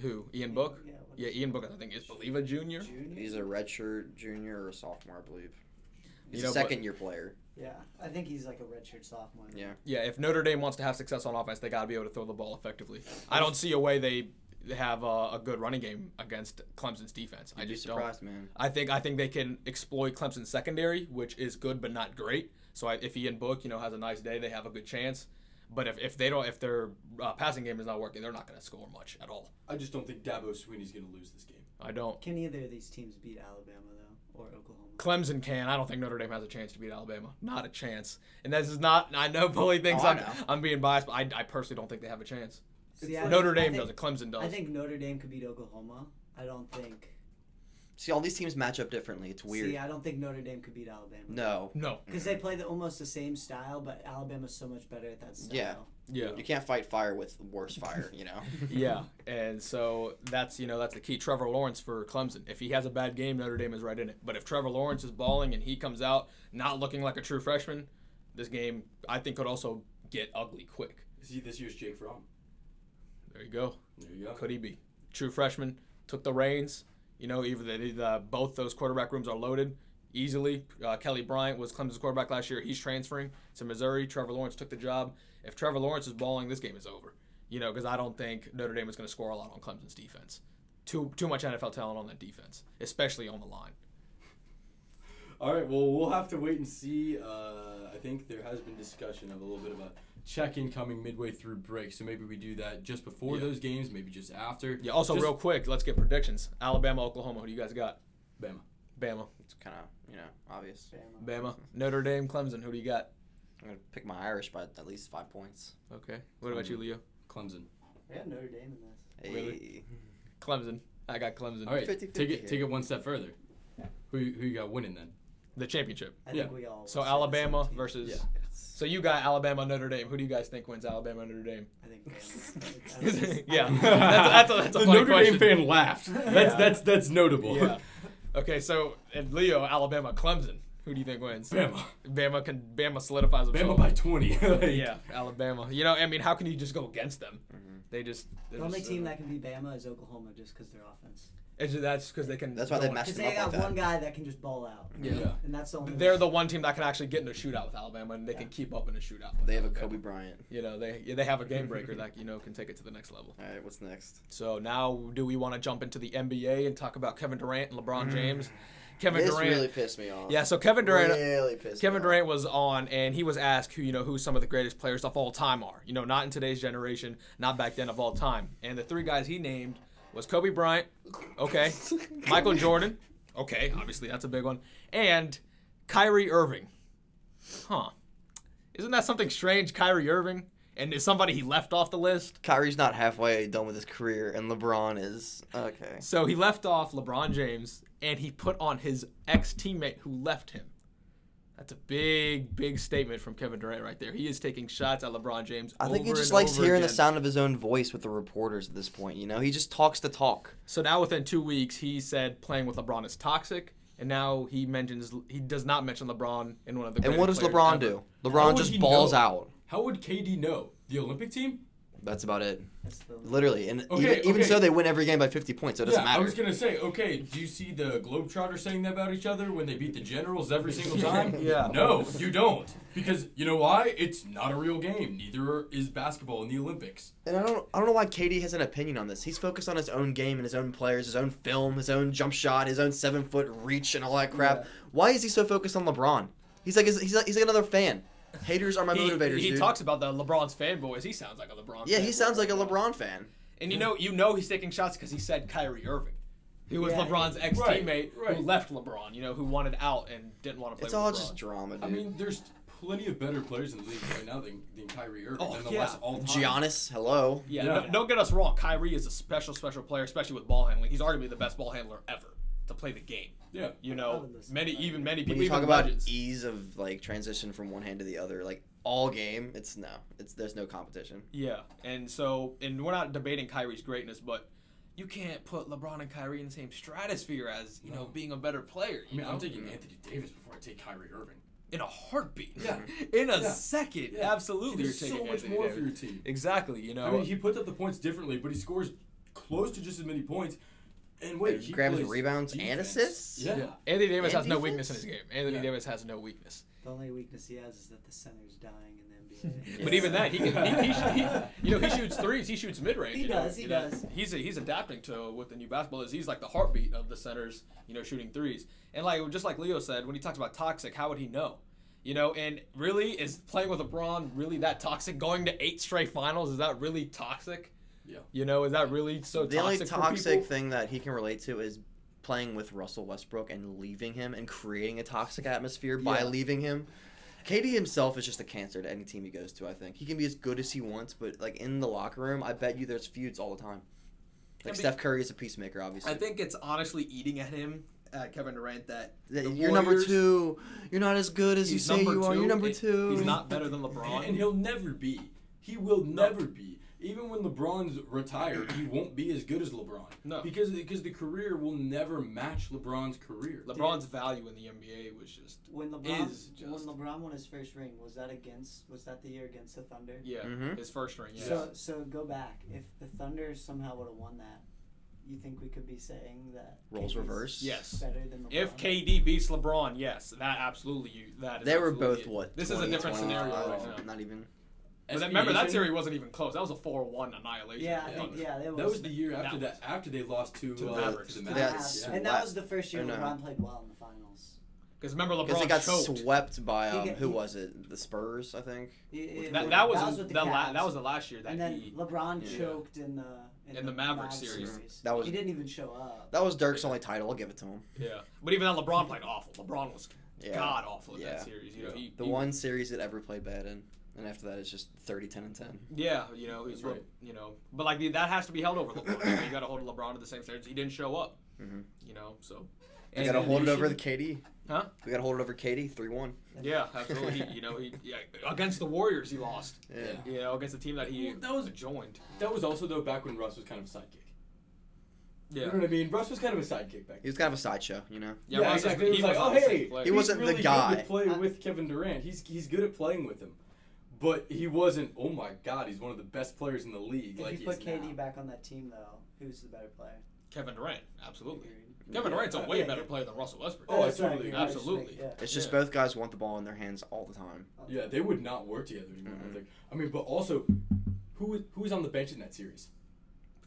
[SPEAKER 2] who Ian Book?
[SPEAKER 3] Yeah. what
[SPEAKER 2] Yeah,
[SPEAKER 3] is
[SPEAKER 2] Ian Book. I think is believe a
[SPEAKER 3] he,
[SPEAKER 2] junior.
[SPEAKER 3] Junior?
[SPEAKER 1] He's a redshirt junior or sophomore, I believe. He's
[SPEAKER 2] You know,
[SPEAKER 1] a
[SPEAKER 2] but-
[SPEAKER 1] second year player.
[SPEAKER 3] Yeah, I think he's like a redshirt sophomore.
[SPEAKER 1] Yeah.
[SPEAKER 2] Yeah, if Notre Dame wants to have success on offense, they got to be able to throw the ball effectively. I don't see a way they have a, a good running game against Clemson's defense. I
[SPEAKER 1] You'd be
[SPEAKER 2] just don't.
[SPEAKER 1] surprised, man.
[SPEAKER 2] I think I think they can exploit Clemson's secondary, which is good but not great. So I, if Ian Book, you know, has a nice day, they have a good chance. But if, if they don't, if their uh, passing game is not working, they're not going to score much at all.
[SPEAKER 4] I just don't think Dabo Sweeney's gonna lose this game.
[SPEAKER 2] I don't.
[SPEAKER 3] Can either of these teams beat Alabama though, or Oklahoma?
[SPEAKER 2] Clemson can. I don't think Notre Dame has a chance to beat Alabama. Not a chance. And this is not. I know Bully thinks
[SPEAKER 1] Oh, I
[SPEAKER 2] I'm,
[SPEAKER 1] know.
[SPEAKER 2] I'm being biased, but I, I personally don't think they have a chance.
[SPEAKER 3] See,
[SPEAKER 4] I
[SPEAKER 2] Notre
[SPEAKER 3] think-
[SPEAKER 2] Dame
[SPEAKER 3] I
[SPEAKER 2] does
[SPEAKER 3] think,
[SPEAKER 2] it. Clemson does.
[SPEAKER 3] I think Notre Dame could beat Oklahoma. I don't think.
[SPEAKER 1] See, all these teams match up differently. It's weird.
[SPEAKER 3] See, I don't think Notre Dame could beat Alabama.
[SPEAKER 1] no.
[SPEAKER 2] no.
[SPEAKER 3] Because they play the, almost the same style, but Alabama's so much better at that style.
[SPEAKER 1] Yeah.
[SPEAKER 2] Yeah.
[SPEAKER 1] You can't fight fire with worse fire, you know?
[SPEAKER 2] yeah, and so that's you know that's the key. Trevor Lawrence for Clemson. If he has a bad game, Notre Dame is right in it. But if Trevor Lawrence is balling and he comes out not looking like a true freshman, this game I think could also get ugly quick.
[SPEAKER 4] See, this year's Jake Fromm.
[SPEAKER 2] There you go.
[SPEAKER 4] There you go.
[SPEAKER 2] Could he be true freshman? Took the reins. You know, either they, the, both those quarterback rooms are loaded easily. Uh, Kelly Bryant was Clemson's quarterback last year. He's transferring to Missouri. Trevor Lawrence took the job. If Trevor Lawrence is balling, this game is over. You know, because I don't think Notre Dame is going to score a lot on Clemson's defense. Too too much NFL talent on that defense, especially on the line.
[SPEAKER 4] All right. Well, we'll have to wait and see. Uh, I think there has been discussion of a little bit of a check-in coming midway through break, so maybe we do that just before
[SPEAKER 2] Yeah.
[SPEAKER 4] those games, maybe just after.
[SPEAKER 2] Yeah. Also,
[SPEAKER 4] Just-
[SPEAKER 2] real quick, let's get predictions. Alabama, Oklahoma. Who do you guys got?
[SPEAKER 4] Bama.
[SPEAKER 2] Bama,
[SPEAKER 1] It's kind of, you know, obvious.
[SPEAKER 3] Bama.
[SPEAKER 2] Bama, Notre Dame, Clemson. Who do you got?
[SPEAKER 1] I'm going to pick my Irish by at least five points.
[SPEAKER 2] Okay. What about you, Leo?
[SPEAKER 4] Clemson.
[SPEAKER 3] I got Notre Dame in this.
[SPEAKER 1] Hey.
[SPEAKER 2] Really? Clemson. I got Clemson.
[SPEAKER 4] All right.
[SPEAKER 1] 50-50
[SPEAKER 4] take it.
[SPEAKER 1] here.
[SPEAKER 4] Take it one step further. Who you- who you got winning then?
[SPEAKER 2] The championship.
[SPEAKER 3] I
[SPEAKER 4] Yeah.
[SPEAKER 3] think we all.
[SPEAKER 2] So
[SPEAKER 3] would say the same
[SPEAKER 2] Alabama
[SPEAKER 3] team.
[SPEAKER 2] versus
[SPEAKER 4] Yeah.
[SPEAKER 2] So you got Alabama Notre Dame. Who do you guys think wins Alabama Notre Dame?
[SPEAKER 3] I think Bama's- I think it's-
[SPEAKER 2] yeah, that's, that's a, that's a
[SPEAKER 4] the
[SPEAKER 2] funny
[SPEAKER 4] Notre
[SPEAKER 2] question.
[SPEAKER 4] Dame fan laughed. That's
[SPEAKER 2] Yeah.
[SPEAKER 4] that's that's notable.
[SPEAKER 2] Yeah. Okay, so and Leo, Alabama, Clemson. Who do you think wins?
[SPEAKER 4] Bama,
[SPEAKER 2] Bama can Bama solidifies
[SPEAKER 4] Bama
[SPEAKER 2] himself.
[SPEAKER 4] by twenty. Like,
[SPEAKER 2] yeah, Alabama. You know, I mean, how can you just go against them?
[SPEAKER 1] Mm-hmm.
[SPEAKER 2] They just they're
[SPEAKER 3] The only
[SPEAKER 2] just-
[SPEAKER 3] team that can beat Bama is Oklahoma just because their offense.
[SPEAKER 2] It's just- that's because they can.
[SPEAKER 1] That's why they
[SPEAKER 2] go-
[SPEAKER 1] match
[SPEAKER 3] Because
[SPEAKER 1] them
[SPEAKER 3] they
[SPEAKER 1] up like
[SPEAKER 3] got one
[SPEAKER 1] that.
[SPEAKER 3] guy that can just ball out.
[SPEAKER 4] yeah.
[SPEAKER 2] Yeah.
[SPEAKER 3] And that's the only
[SPEAKER 2] They're the one team that can actually get in a shootout with Alabama, and they can keep up in a shootout. with
[SPEAKER 1] They have a
[SPEAKER 2] Alabama.
[SPEAKER 1] Kobe Bryant.
[SPEAKER 2] You know, they yeah, they have a game breaker that you know can take it to the next level.
[SPEAKER 1] All right, what's next?
[SPEAKER 2] So now, do we want to jump into the NBA and talk about Kevin Durant and LeBron James? Kevin
[SPEAKER 1] Mm. this
[SPEAKER 2] Durant.
[SPEAKER 1] really pissed me off.
[SPEAKER 2] yeah, so Kevin Durant.
[SPEAKER 1] really pissed. me
[SPEAKER 2] Kevin
[SPEAKER 1] off.
[SPEAKER 2] Durant was on, and he was asked who you know who some of the greatest players of all time are. You know, not in today's generation, not back then of all time. And the three guys he named was Kobe Bryant, okay, Michael Jordan, okay, obviously that's a big one, and Kyrie Irving. Huh? Isn't that something strange, Kyrie Irving? And is somebody he left off the list?
[SPEAKER 1] Kyrie's not halfway done with his career, and LeBron is okay.
[SPEAKER 2] So he left off LeBron James, and he put on his ex teammate who left him. That's a big, big statement from Kevin Durant right there. He is taking shots at LeBron James.
[SPEAKER 1] I think he
[SPEAKER 2] over
[SPEAKER 1] just
[SPEAKER 2] and
[SPEAKER 1] likes
[SPEAKER 2] over
[SPEAKER 1] hearing the
[SPEAKER 2] again.
[SPEAKER 1] sound of his own voice with the reporters at this point. You know, he just talks to talk.
[SPEAKER 2] So now, within two weeks, he said playing with LeBron is toxic, and now he mentions he does not mention LeBron in one of the.
[SPEAKER 1] And
[SPEAKER 2] greatest
[SPEAKER 1] what does
[SPEAKER 2] players
[SPEAKER 1] LeBron
[SPEAKER 2] ever.
[SPEAKER 1] do?
[SPEAKER 4] How
[SPEAKER 1] LeBron
[SPEAKER 4] would
[SPEAKER 1] just
[SPEAKER 4] he
[SPEAKER 1] balls
[SPEAKER 4] know?
[SPEAKER 1] out.
[SPEAKER 4] How would KD know the Olympic team?
[SPEAKER 1] That's about it.
[SPEAKER 3] That's the
[SPEAKER 1] Literally, and
[SPEAKER 4] Okay,
[SPEAKER 1] even, even
[SPEAKER 4] okay.
[SPEAKER 1] so, they win every game by 50 points. So it doesn't
[SPEAKER 4] yeah, I
[SPEAKER 1] matter.
[SPEAKER 4] was gonna say. Okay, do you see the Globetrotters saying that about each other when they beat the Generals every single time?
[SPEAKER 2] Yeah.
[SPEAKER 4] No, you don't, because you know why? It's not a real game. Neither is basketball in the Olympics.
[SPEAKER 1] And I don't, I don't know why Katie has an opinion on this. He's focused on his own game and his own players, his own film, his own jump shot, his own seven foot reach, and all that crap. Why is he so focused on LeBron? He's like, he's like, he's like another fan. Haters are my
[SPEAKER 2] He,
[SPEAKER 1] motivators,
[SPEAKER 2] he
[SPEAKER 1] dude.
[SPEAKER 2] talks about the LeBron's fanboys. He sounds like a LeBron.
[SPEAKER 1] yeah, he
[SPEAKER 2] fanboy.
[SPEAKER 1] sounds like a LeBron fan.
[SPEAKER 2] And you know, you know, he's taking shots because he said Kyrie Irving. He was
[SPEAKER 3] Yeah.
[SPEAKER 2] LeBron's ex-teammate
[SPEAKER 4] Right, right.
[SPEAKER 2] who left LeBron. You know, who wanted out and didn't want to play.
[SPEAKER 1] It's
[SPEAKER 2] with
[SPEAKER 1] all
[SPEAKER 2] LeBron.
[SPEAKER 1] just drama, dude.
[SPEAKER 4] I mean, there's plenty of better players in the league right now than, than Kyrie Irving.
[SPEAKER 2] Oh,
[SPEAKER 4] nonetheless,
[SPEAKER 2] yeah.
[SPEAKER 4] all time.
[SPEAKER 1] Giannis, hello.
[SPEAKER 2] Yeah,
[SPEAKER 4] Yeah.
[SPEAKER 2] no- don't get us wrong. Kyrie is a special, special player, especially with ball handling. He's arguably the best ball handler ever to play the game.
[SPEAKER 4] Yeah.
[SPEAKER 2] You
[SPEAKER 3] I
[SPEAKER 2] know,
[SPEAKER 3] would listen
[SPEAKER 2] many
[SPEAKER 3] to that.
[SPEAKER 2] even many
[SPEAKER 1] When
[SPEAKER 2] people
[SPEAKER 1] you
[SPEAKER 2] even
[SPEAKER 1] talk about E
[SPEAKER 2] legends.
[SPEAKER 1] ease of like transition from one hand to the other, like all game, it's no, it's there's no competition.
[SPEAKER 2] yeah, and so and we're not debating Kyrie's greatness, but you can't put LeBron and Kyrie in the same stratosphere as you know
[SPEAKER 4] No.
[SPEAKER 2] being a better player.
[SPEAKER 4] I
[SPEAKER 2] You
[SPEAKER 4] mean, I'm
[SPEAKER 2] know,
[SPEAKER 4] taking Anthony Davis before I take Kyrie Irving.
[SPEAKER 2] in a heartbeat.
[SPEAKER 4] Yeah.
[SPEAKER 2] in a
[SPEAKER 4] Yeah.
[SPEAKER 2] second,
[SPEAKER 4] Yeah.
[SPEAKER 2] absolutely.
[SPEAKER 4] There's
[SPEAKER 2] you're
[SPEAKER 4] so
[SPEAKER 2] taking
[SPEAKER 4] much
[SPEAKER 2] Anthony
[SPEAKER 4] more
[SPEAKER 2] Davis.
[SPEAKER 4] for your team.
[SPEAKER 2] Exactly. You know,
[SPEAKER 4] I mean, he puts up the points differently, but he scores close to just as many points. And wait,
[SPEAKER 1] And
[SPEAKER 4] he
[SPEAKER 1] grabs
[SPEAKER 4] plays
[SPEAKER 1] rebounds and
[SPEAKER 4] defense.
[SPEAKER 1] assists?
[SPEAKER 4] Yeah.
[SPEAKER 2] Yeah. Anthony Davis
[SPEAKER 1] And
[SPEAKER 2] has no weakness in his
[SPEAKER 1] defense?
[SPEAKER 2] game. Anthony
[SPEAKER 4] Yeah.
[SPEAKER 2] Davis has no weakness.
[SPEAKER 3] the only weakness he has is that the center's dying in the NBA.
[SPEAKER 2] But even that, he can. He, he, sh- he, you know, he shoots threes. He shoots mid range.
[SPEAKER 3] He
[SPEAKER 2] you know,
[SPEAKER 3] does, he
[SPEAKER 2] you know.
[SPEAKER 3] does.
[SPEAKER 2] He's he's adapting to what the new basketball is. He's like the heartbeat of the centers. You know, shooting threes. And like just like Leo said, when he talks about toxic, how would he know? You know, and really, is playing with LeBron really that toxic? Going to eight straight finals is that really toxic?
[SPEAKER 4] Yeah.
[SPEAKER 2] You know, is that really so
[SPEAKER 1] the only
[SPEAKER 2] toxic? for
[SPEAKER 1] toxic
[SPEAKER 2] people?
[SPEAKER 1] thing that he can relate to is playing with Russell Westbrook and leaving him and creating a toxic atmosphere by
[SPEAKER 2] Yeah.
[SPEAKER 1] leaving him. KD himself is just a cancer to any team he goes to. I think he can be as good as he wants, but like in the locker room, I bet you there's feuds all the time. Like
[SPEAKER 2] I mean-
[SPEAKER 1] Steph Curry is a peacemaker, obviously.
[SPEAKER 2] I think it's honestly eating at him, uh, Kevin Durant. That
[SPEAKER 1] That
[SPEAKER 2] the
[SPEAKER 1] you're number
[SPEAKER 2] Warriors-
[SPEAKER 1] two. You're not as good as you
[SPEAKER 2] He's
[SPEAKER 1] say
[SPEAKER 2] number
[SPEAKER 1] you are. You're
[SPEAKER 2] two.
[SPEAKER 1] number
[SPEAKER 2] He-
[SPEAKER 1] two.
[SPEAKER 2] He's not better than LeBron.
[SPEAKER 4] And, and he'll never be. He will never be. Even when LeBron's retired, he won't be as good as LeBron.
[SPEAKER 2] No.
[SPEAKER 4] Because because the career will never match LeBron's career.
[SPEAKER 2] LeBron's value in the NBA was just
[SPEAKER 3] When LeBron
[SPEAKER 2] Is
[SPEAKER 3] when
[SPEAKER 2] just-
[SPEAKER 3] LeBron won his first ring, was that against was that the year against the Thunder?
[SPEAKER 2] yeah,
[SPEAKER 1] Mhm.
[SPEAKER 2] his first ring. Yeah.
[SPEAKER 3] So so go back. If the Thunder somehow would have won that, you think we could be saying that
[SPEAKER 1] Roles
[SPEAKER 3] KD's
[SPEAKER 1] reverse.
[SPEAKER 2] yes.
[SPEAKER 3] better than LeBron?
[SPEAKER 2] If KD beats LeBron, yes, that absolutely you that is
[SPEAKER 1] They were
[SPEAKER 2] absolutely
[SPEAKER 1] both
[SPEAKER 2] it.
[SPEAKER 1] what?
[SPEAKER 2] This is a
[SPEAKER 1] 20,
[SPEAKER 2] different
[SPEAKER 1] 20,
[SPEAKER 2] scenario
[SPEAKER 1] uh,
[SPEAKER 2] right now.
[SPEAKER 1] Not even.
[SPEAKER 2] But that- remember that
[SPEAKER 4] SB
[SPEAKER 2] series wasn't even close. That was a four-one annihilation.
[SPEAKER 3] yeah, I
[SPEAKER 4] Yeah.
[SPEAKER 3] think yeah, that was,
[SPEAKER 4] That was the year after
[SPEAKER 2] That
[SPEAKER 4] that, after they lost to,
[SPEAKER 2] To the
[SPEAKER 4] uh,
[SPEAKER 2] Mavericks.
[SPEAKER 4] To the
[SPEAKER 1] To the
[SPEAKER 4] Mavericks.
[SPEAKER 1] Mavs.
[SPEAKER 4] yeah.
[SPEAKER 3] and that was the first year
[SPEAKER 1] Or no.
[SPEAKER 3] LeBron played well in the finals.
[SPEAKER 2] because remember
[SPEAKER 1] Because
[SPEAKER 2] LeBron
[SPEAKER 1] they got
[SPEAKER 2] choked.
[SPEAKER 1] swept by
[SPEAKER 3] He
[SPEAKER 1] um,
[SPEAKER 3] got-
[SPEAKER 1] who
[SPEAKER 3] he-
[SPEAKER 1] was it? The Spurs, I think.
[SPEAKER 3] It- it-
[SPEAKER 2] that, that was,
[SPEAKER 3] with the
[SPEAKER 2] the la-
[SPEAKER 3] Cavs.
[SPEAKER 2] that was the last year that
[SPEAKER 3] and then
[SPEAKER 2] he.
[SPEAKER 3] LeBron
[SPEAKER 1] Yeah.
[SPEAKER 3] choked in the
[SPEAKER 2] In the Mavericks series.
[SPEAKER 1] That was-
[SPEAKER 3] he didn't even show up.
[SPEAKER 1] That was Dirk's only title. I'll give it to him.
[SPEAKER 2] Yeah, but even that LeBron played awful. LeBron was
[SPEAKER 1] Yeah.
[SPEAKER 2] god awful in
[SPEAKER 1] Yeah.
[SPEAKER 2] that series. You know,
[SPEAKER 4] Yeah.
[SPEAKER 2] he,
[SPEAKER 1] The
[SPEAKER 2] he-
[SPEAKER 1] one series that ever played bad in, and after that it's just 30, 10, and 10.
[SPEAKER 2] Yeah, you know, he's
[SPEAKER 4] That's right.
[SPEAKER 2] you know, but like that has to be held over LeBron. you, know, you got to hold LeBron to the same standards. He didn't show up.
[SPEAKER 1] Mhm.
[SPEAKER 2] You know, so
[SPEAKER 1] We
[SPEAKER 2] And
[SPEAKER 1] gotta
[SPEAKER 4] then
[SPEAKER 1] hold it
[SPEAKER 4] you
[SPEAKER 1] over the
[SPEAKER 4] should-
[SPEAKER 1] KD.
[SPEAKER 2] Huh?
[SPEAKER 1] We gotta hold it over KD three one.
[SPEAKER 2] Yeah, absolutely. He- you know, he, yeah, against the Warriors, he lost.
[SPEAKER 1] Yeah.
[SPEAKER 2] You know, against the team that he
[SPEAKER 4] Well, that was-
[SPEAKER 2] joined.
[SPEAKER 4] That was also though back when Russ was kind of a sidekick.
[SPEAKER 2] Yeah.
[SPEAKER 4] You know what I mean? Russ was kind of a sidekick back.
[SPEAKER 1] He was kind of a sideshow, you know.
[SPEAKER 2] Yeah,
[SPEAKER 4] Yeah,
[SPEAKER 2] Russ
[SPEAKER 4] exactly.
[SPEAKER 2] was,
[SPEAKER 4] It
[SPEAKER 2] he
[SPEAKER 4] was
[SPEAKER 2] was
[SPEAKER 4] like,
[SPEAKER 2] not the
[SPEAKER 4] oh,
[SPEAKER 2] same
[SPEAKER 4] hey,
[SPEAKER 2] player.
[SPEAKER 1] He wasn't the
[SPEAKER 4] really
[SPEAKER 1] guy.
[SPEAKER 4] Good to play
[SPEAKER 3] I-
[SPEAKER 4] with Kevin Durant. He's he's good at playing with him, but he wasn't. Oh my God, he's one of the best players in the league.
[SPEAKER 3] If
[SPEAKER 4] like
[SPEAKER 3] you
[SPEAKER 4] he
[SPEAKER 3] put
[SPEAKER 4] is
[SPEAKER 3] KD
[SPEAKER 4] now.
[SPEAKER 3] back on that team, though, who's the better player?
[SPEAKER 2] Kevin Durant, absolutely.
[SPEAKER 3] Agreed.
[SPEAKER 2] Kevin Durant's a way
[SPEAKER 3] Yeah,
[SPEAKER 2] better
[SPEAKER 3] yeah.
[SPEAKER 2] player than Russell Westbrook.
[SPEAKER 4] Oh, I
[SPEAKER 3] That's right,
[SPEAKER 4] totally
[SPEAKER 3] yeah, I was
[SPEAKER 2] Absolutely.
[SPEAKER 3] thinking,
[SPEAKER 1] It's just
[SPEAKER 2] Yeah.
[SPEAKER 1] both guys want the ball in their hands all the time.
[SPEAKER 4] Yeah, they would not work together anymore. I
[SPEAKER 1] Mhm.
[SPEAKER 4] think. I mean, but also, who who was on the bench in that series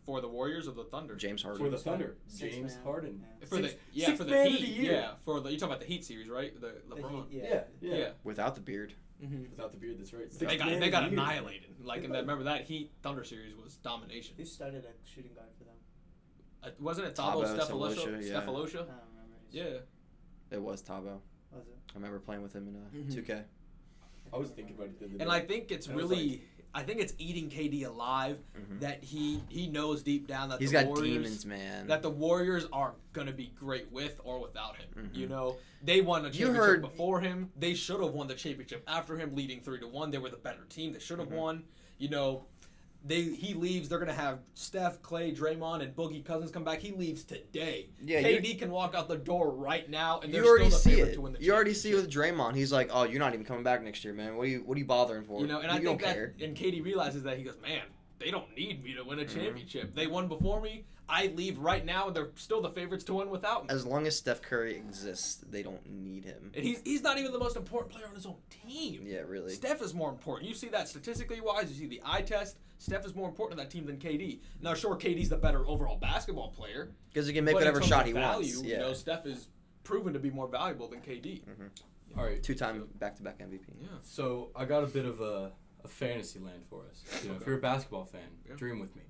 [SPEAKER 2] For the Warriors or the Thunder?
[SPEAKER 1] James Harden.
[SPEAKER 4] for the Thunder?
[SPEAKER 3] Six
[SPEAKER 4] James
[SPEAKER 3] man.
[SPEAKER 4] Harden.
[SPEAKER 3] Yeah.
[SPEAKER 2] For
[SPEAKER 4] Sixth-
[SPEAKER 2] the yeah,
[SPEAKER 4] sixth
[SPEAKER 2] for the
[SPEAKER 4] man of
[SPEAKER 2] Heat.
[SPEAKER 4] the year.
[SPEAKER 2] Yeah, for the you talking about the Heat series, right? The
[SPEAKER 3] The
[SPEAKER 2] LeBron.
[SPEAKER 3] Heat,
[SPEAKER 4] Yeah, yeah.
[SPEAKER 2] yeah.
[SPEAKER 1] Without the beard.
[SPEAKER 4] Without the beard, that's right.
[SPEAKER 2] So they
[SPEAKER 4] Sixth
[SPEAKER 2] got
[SPEAKER 4] man
[SPEAKER 2] they
[SPEAKER 4] of
[SPEAKER 2] got
[SPEAKER 4] the year.
[SPEAKER 2] annihilated. Like in that, remember that Heat Thunder series was domination.
[SPEAKER 3] Who started a shooting guard for them?
[SPEAKER 2] Uh, wasn't it
[SPEAKER 1] Thabo
[SPEAKER 2] Tabo Stefalosha?
[SPEAKER 1] Cephalosha, yeah.
[SPEAKER 3] I
[SPEAKER 2] Stefalosha?
[SPEAKER 3] don't remember. who's-
[SPEAKER 2] Yeah.
[SPEAKER 1] It was Tabo.
[SPEAKER 3] Was it?
[SPEAKER 1] I remember playing with him in uh,
[SPEAKER 2] Mhm.
[SPEAKER 1] 2K.
[SPEAKER 4] I was thinking about it the other day.
[SPEAKER 2] And I think it's
[SPEAKER 4] I was Mm-hmm.
[SPEAKER 2] really I think it's eating KD alive
[SPEAKER 1] Mhm.
[SPEAKER 2] that he he knows deep down that
[SPEAKER 1] He's
[SPEAKER 2] the
[SPEAKER 1] got
[SPEAKER 2] Warriors,
[SPEAKER 1] demons, man.
[SPEAKER 2] that the Warriors are gonna be great with or without him.
[SPEAKER 1] Mhm.
[SPEAKER 2] You know, they won the
[SPEAKER 1] You
[SPEAKER 2] championship
[SPEAKER 1] heard-
[SPEAKER 2] before him. They should have won the championship after him, leading three to one. They were the better team. They should have
[SPEAKER 1] Mm-hmm.
[SPEAKER 2] won. You know, they he leaves. They're gonna have Steph, Clay, Draymond, and Boogie Cousins come back. He leaves today.
[SPEAKER 1] Yeah, you-
[SPEAKER 2] KD can walk out the door right now, and they're
[SPEAKER 1] you already
[SPEAKER 2] still the
[SPEAKER 1] see
[SPEAKER 2] favorite
[SPEAKER 1] it.
[SPEAKER 2] to win the
[SPEAKER 1] You already see it
[SPEAKER 2] championship.
[SPEAKER 1] with Draymond. He's like, oh, you're not even coming back next year, man. What are you What are you bothering for?
[SPEAKER 2] You know, and I
[SPEAKER 1] you
[SPEAKER 2] think
[SPEAKER 1] don't
[SPEAKER 2] that,
[SPEAKER 1] care. Mm-hmm.
[SPEAKER 2] and Katie realizes that he goes, man, they don't need me to win a championship. They won before me. I leave right now, and they're still the favorites to win without me.
[SPEAKER 1] As long as Steph Curry exists, they don't need him.
[SPEAKER 2] And he's he's not even the most important player on his own team.
[SPEAKER 1] Yeah, really.
[SPEAKER 2] Steph is more important. You see that statistically wise. You see the eye test. Steph is more important to that team than KD. Now, sure, KD's the better overall basketball player.
[SPEAKER 1] Because he can make
[SPEAKER 2] but in
[SPEAKER 1] whatever
[SPEAKER 2] terms
[SPEAKER 1] shot
[SPEAKER 2] of
[SPEAKER 1] he
[SPEAKER 2] value,
[SPEAKER 1] wants.
[SPEAKER 2] You
[SPEAKER 1] Yeah.
[SPEAKER 2] know, Steph is proven to be more valuable than KD.
[SPEAKER 4] All right.
[SPEAKER 1] Two time back to back MVP.
[SPEAKER 2] Yeah.
[SPEAKER 4] So I got a bit of a, a fantasy land for us. You know, If
[SPEAKER 2] Okay.
[SPEAKER 4] you're a basketball fan,
[SPEAKER 2] Yeah.
[SPEAKER 4] dream with me.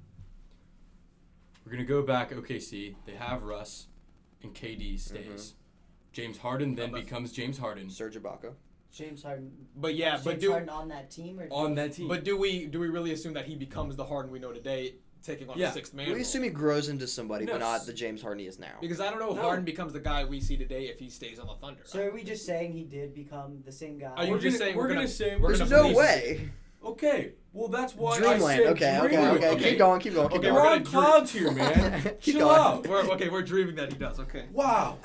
[SPEAKER 4] We're gonna go back OKC. They have Russ, and KD stays. James Harden then
[SPEAKER 2] Mm-hmm. How about-
[SPEAKER 4] becomes James Harden
[SPEAKER 1] Serge Ibaka.
[SPEAKER 3] James Harden.
[SPEAKER 2] But yeah,
[SPEAKER 3] James
[SPEAKER 2] but do
[SPEAKER 3] Harden on that team or
[SPEAKER 4] on that team.
[SPEAKER 2] but do we do we really assume that he becomes the Harden we know today, taking on
[SPEAKER 4] Yeah.
[SPEAKER 2] the sixth man?
[SPEAKER 1] We
[SPEAKER 2] role?
[SPEAKER 1] assume he grows into somebody,
[SPEAKER 4] No,
[SPEAKER 1] but not
[SPEAKER 4] s-
[SPEAKER 1] the James Harden he is now.
[SPEAKER 2] Because I don't know if
[SPEAKER 4] No.
[SPEAKER 2] Harden becomes the guy we see today if he stays on the Thunder.
[SPEAKER 3] So are we just saying he did become the same guy?
[SPEAKER 2] Are you
[SPEAKER 4] we're
[SPEAKER 2] just
[SPEAKER 4] gonna,
[SPEAKER 2] saying
[SPEAKER 4] we're,
[SPEAKER 2] we're
[SPEAKER 4] gonna,
[SPEAKER 2] gonna-
[SPEAKER 4] say
[SPEAKER 2] we're
[SPEAKER 4] we're
[SPEAKER 1] There's
[SPEAKER 2] gonna
[SPEAKER 1] no
[SPEAKER 4] gonna
[SPEAKER 2] believe-
[SPEAKER 1] way.
[SPEAKER 4] Okay, well that's why I
[SPEAKER 1] Dreamland.
[SPEAKER 4] said
[SPEAKER 1] Okay,
[SPEAKER 4] dream
[SPEAKER 1] okay,
[SPEAKER 4] with
[SPEAKER 1] okay.
[SPEAKER 4] me.
[SPEAKER 1] Keep going, keep going, keep
[SPEAKER 2] Okay,
[SPEAKER 1] going.
[SPEAKER 4] We're
[SPEAKER 2] we're
[SPEAKER 4] on
[SPEAKER 2] gonna dream-
[SPEAKER 4] clouds here, man.
[SPEAKER 1] Keep
[SPEAKER 4] Chill
[SPEAKER 1] going.
[SPEAKER 4] out.
[SPEAKER 2] we're, okay, we're dreaming that he does. Okay,
[SPEAKER 4] Wow.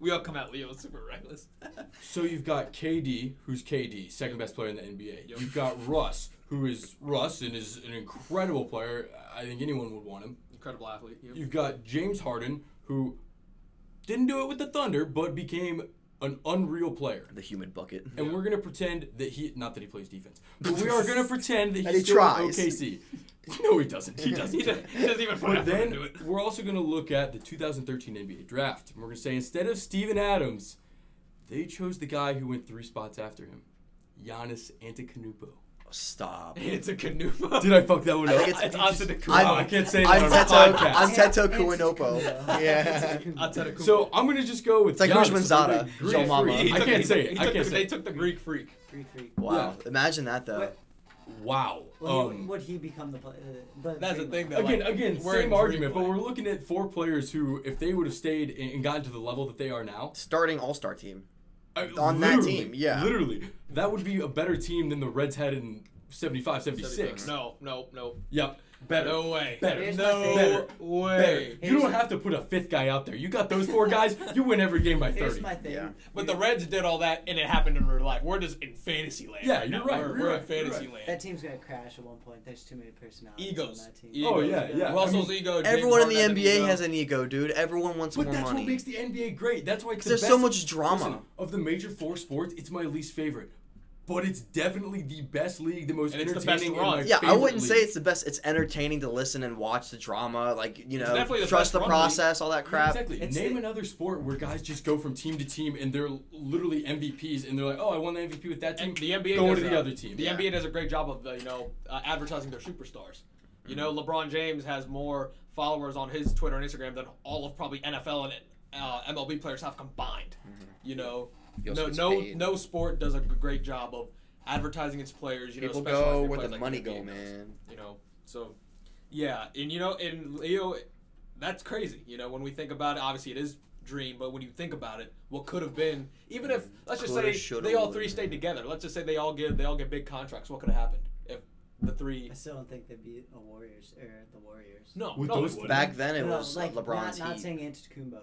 [SPEAKER 2] we all come out Leo and super reckless.
[SPEAKER 4] So you've got KD, who's KD, second best player in the NBA.
[SPEAKER 2] Yep.
[SPEAKER 4] You've got Russ, who is Russ and is an incredible player. I think anyone would want him.
[SPEAKER 2] Incredible athlete. you know.
[SPEAKER 4] You've got James Harden, who didn't do it with the Thunder, but became an unreal player.
[SPEAKER 1] The humid bucket.
[SPEAKER 4] And we're gonna pretend that he not that he plays defense, but we are gonna pretend that he's
[SPEAKER 1] That he
[SPEAKER 4] still at
[SPEAKER 1] tries.
[SPEAKER 4] OKC. No, he doesn't. He doesn't.
[SPEAKER 2] He, does, he doesn't even put
[SPEAKER 4] But
[SPEAKER 2] effort into
[SPEAKER 4] then
[SPEAKER 2] it.
[SPEAKER 4] we're also going to look at the 2013 NBA draft. And we're going to say instead of Steven Adams, they chose the guy who went three spots after him Giannis Antetokounmpo.
[SPEAKER 1] Stop.
[SPEAKER 2] It's a Canupa.
[SPEAKER 4] Did I fuck that one
[SPEAKER 1] I
[SPEAKER 4] up?
[SPEAKER 1] think
[SPEAKER 2] it's
[SPEAKER 4] just-
[SPEAKER 2] Antetokounmpo.
[SPEAKER 4] Wow, I can't say that on a
[SPEAKER 1] Anteto,
[SPEAKER 4] podcast.
[SPEAKER 1] Anteto
[SPEAKER 3] Yeah.
[SPEAKER 1] Kuinopo.
[SPEAKER 3] Antetokounmpo.
[SPEAKER 1] Yeah.
[SPEAKER 2] Antetokounmpo.
[SPEAKER 4] so I'm going to just go with
[SPEAKER 1] It's like
[SPEAKER 4] Giannis.
[SPEAKER 1] Usman Zada,
[SPEAKER 4] I'm gonna
[SPEAKER 1] Joe
[SPEAKER 4] agree.
[SPEAKER 1] Mama.
[SPEAKER 2] He
[SPEAKER 4] I
[SPEAKER 2] took-
[SPEAKER 4] can't
[SPEAKER 2] he-
[SPEAKER 4] say
[SPEAKER 2] he
[SPEAKER 4] it.
[SPEAKER 2] took
[SPEAKER 4] I can't
[SPEAKER 2] the-
[SPEAKER 4] say
[SPEAKER 2] They
[SPEAKER 4] it.
[SPEAKER 2] took the Greek freak.
[SPEAKER 3] Three, three.
[SPEAKER 1] Wow. Imagine that though.
[SPEAKER 3] What-
[SPEAKER 4] Wow.
[SPEAKER 3] Well, he,
[SPEAKER 4] Um,
[SPEAKER 3] would he become the? pla- Uh, but
[SPEAKER 2] That's the thing, though.
[SPEAKER 4] Again,
[SPEAKER 2] like,
[SPEAKER 4] again,
[SPEAKER 2] we're in
[SPEAKER 4] same argument, but
[SPEAKER 2] dreamland.
[SPEAKER 4] we're looking at four players who, if they would have stayed and and gotten to the level that they are now,
[SPEAKER 1] Starting All Star team.
[SPEAKER 4] I-
[SPEAKER 1] On that
[SPEAKER 4] literally,
[SPEAKER 1] team, yeah.
[SPEAKER 4] Literally. That would be a better team than the Reds had in 75, 76.
[SPEAKER 2] No, no, no.
[SPEAKER 4] Yep. Better.
[SPEAKER 2] No way.
[SPEAKER 4] Better.
[SPEAKER 3] Here's my
[SPEAKER 2] No
[SPEAKER 3] thing.
[SPEAKER 4] Better.
[SPEAKER 2] way.
[SPEAKER 4] Better. You
[SPEAKER 3] Here's
[SPEAKER 4] don't
[SPEAKER 3] my-
[SPEAKER 4] have to put a fifth guy out there. You got those four guys, you win every game by 30.
[SPEAKER 3] Here's my thing.
[SPEAKER 1] Yeah.
[SPEAKER 2] But the Reds did all that, and it happened in real life. We're just in fantasy land.
[SPEAKER 4] Yeah,
[SPEAKER 2] right
[SPEAKER 4] you're
[SPEAKER 2] now.
[SPEAKER 4] right,
[SPEAKER 2] We're,
[SPEAKER 4] you're
[SPEAKER 2] we're in
[SPEAKER 4] right, you're
[SPEAKER 2] fantasy
[SPEAKER 4] right.
[SPEAKER 2] land.
[SPEAKER 3] That team's gonna crash at one point. There's too many personalities
[SPEAKER 2] Egos.
[SPEAKER 3] on that team.
[SPEAKER 2] Egos.
[SPEAKER 4] Oh, yeah, yeah.
[SPEAKER 2] Russell's
[SPEAKER 4] I mean,
[SPEAKER 2] ego. James
[SPEAKER 1] Everyone in the
[SPEAKER 2] Harden's
[SPEAKER 1] NBA
[SPEAKER 2] ego.
[SPEAKER 1] has an ego, dude. Everyone wants
[SPEAKER 4] But
[SPEAKER 1] more
[SPEAKER 4] that's
[SPEAKER 1] money.
[SPEAKER 4] what makes the NBA great. That's why 'cause the
[SPEAKER 1] There's so
[SPEAKER 4] best-
[SPEAKER 1] much drama.
[SPEAKER 4] Listen, of the major four sports, it's my least favorite. But it's definitely the best league, the most
[SPEAKER 2] And it's the best
[SPEAKER 4] entertaining. and
[SPEAKER 2] run.
[SPEAKER 4] my
[SPEAKER 1] yeah, I
[SPEAKER 4] favorite
[SPEAKER 1] wouldn't say
[SPEAKER 4] league.
[SPEAKER 1] it's the best. It's entertaining to listen and watch the drama, like you know,
[SPEAKER 2] definitely the best
[SPEAKER 1] trust the
[SPEAKER 2] run
[SPEAKER 1] process, all that
[SPEAKER 4] Yeah,
[SPEAKER 1] crap.
[SPEAKER 4] Exactly.
[SPEAKER 3] It's
[SPEAKER 4] Name
[SPEAKER 3] the-
[SPEAKER 4] another sport where guys just go from team to team and they're literally MVPs and they're like, oh, I won the MVP with that team.
[SPEAKER 2] And the NBA
[SPEAKER 4] going
[SPEAKER 2] does
[SPEAKER 4] to the
[SPEAKER 2] that.
[SPEAKER 4] other team.
[SPEAKER 2] The
[SPEAKER 1] Yeah.
[SPEAKER 2] NBA does a great job of uh, you know uh, advertising their superstars. You know,
[SPEAKER 1] Mm-hmm.
[SPEAKER 2] LeBron James has more followers on his Twitter and Instagram than all of probably NFL and uh, MLB players have combined. You know,
[SPEAKER 1] Mm-hmm. He also
[SPEAKER 2] no
[SPEAKER 1] gets
[SPEAKER 2] no
[SPEAKER 1] paid.
[SPEAKER 2] no sport does a g- great job of advertising its players. You
[SPEAKER 1] People
[SPEAKER 2] know,
[SPEAKER 1] go
[SPEAKER 2] specializing in
[SPEAKER 1] where the
[SPEAKER 2] players like
[SPEAKER 1] money
[SPEAKER 2] NBA
[SPEAKER 1] go,
[SPEAKER 2] does,
[SPEAKER 1] man.
[SPEAKER 2] You know, so yeah, and you know, and Leo, that's crazy. You know, when we think about it, obviously it is dream, but when you think about it, what could have been, even if let's just
[SPEAKER 1] Coulda,
[SPEAKER 2] say
[SPEAKER 1] shoulda,
[SPEAKER 2] they all
[SPEAKER 1] woulda.
[SPEAKER 2] three stayed together. Let's just say they all give they all get big contracts. What could have happened if the three?
[SPEAKER 3] I still don't think they'd be a Warriors or the Warriors.
[SPEAKER 2] No,
[SPEAKER 4] With
[SPEAKER 2] no, they
[SPEAKER 4] those
[SPEAKER 2] wouldn't.
[SPEAKER 1] Back then, it
[SPEAKER 3] No,
[SPEAKER 1] was
[SPEAKER 4] uh,
[SPEAKER 3] like
[SPEAKER 1] LeBron's
[SPEAKER 3] not, not
[SPEAKER 1] Heat.
[SPEAKER 3] saying Antetokounmpo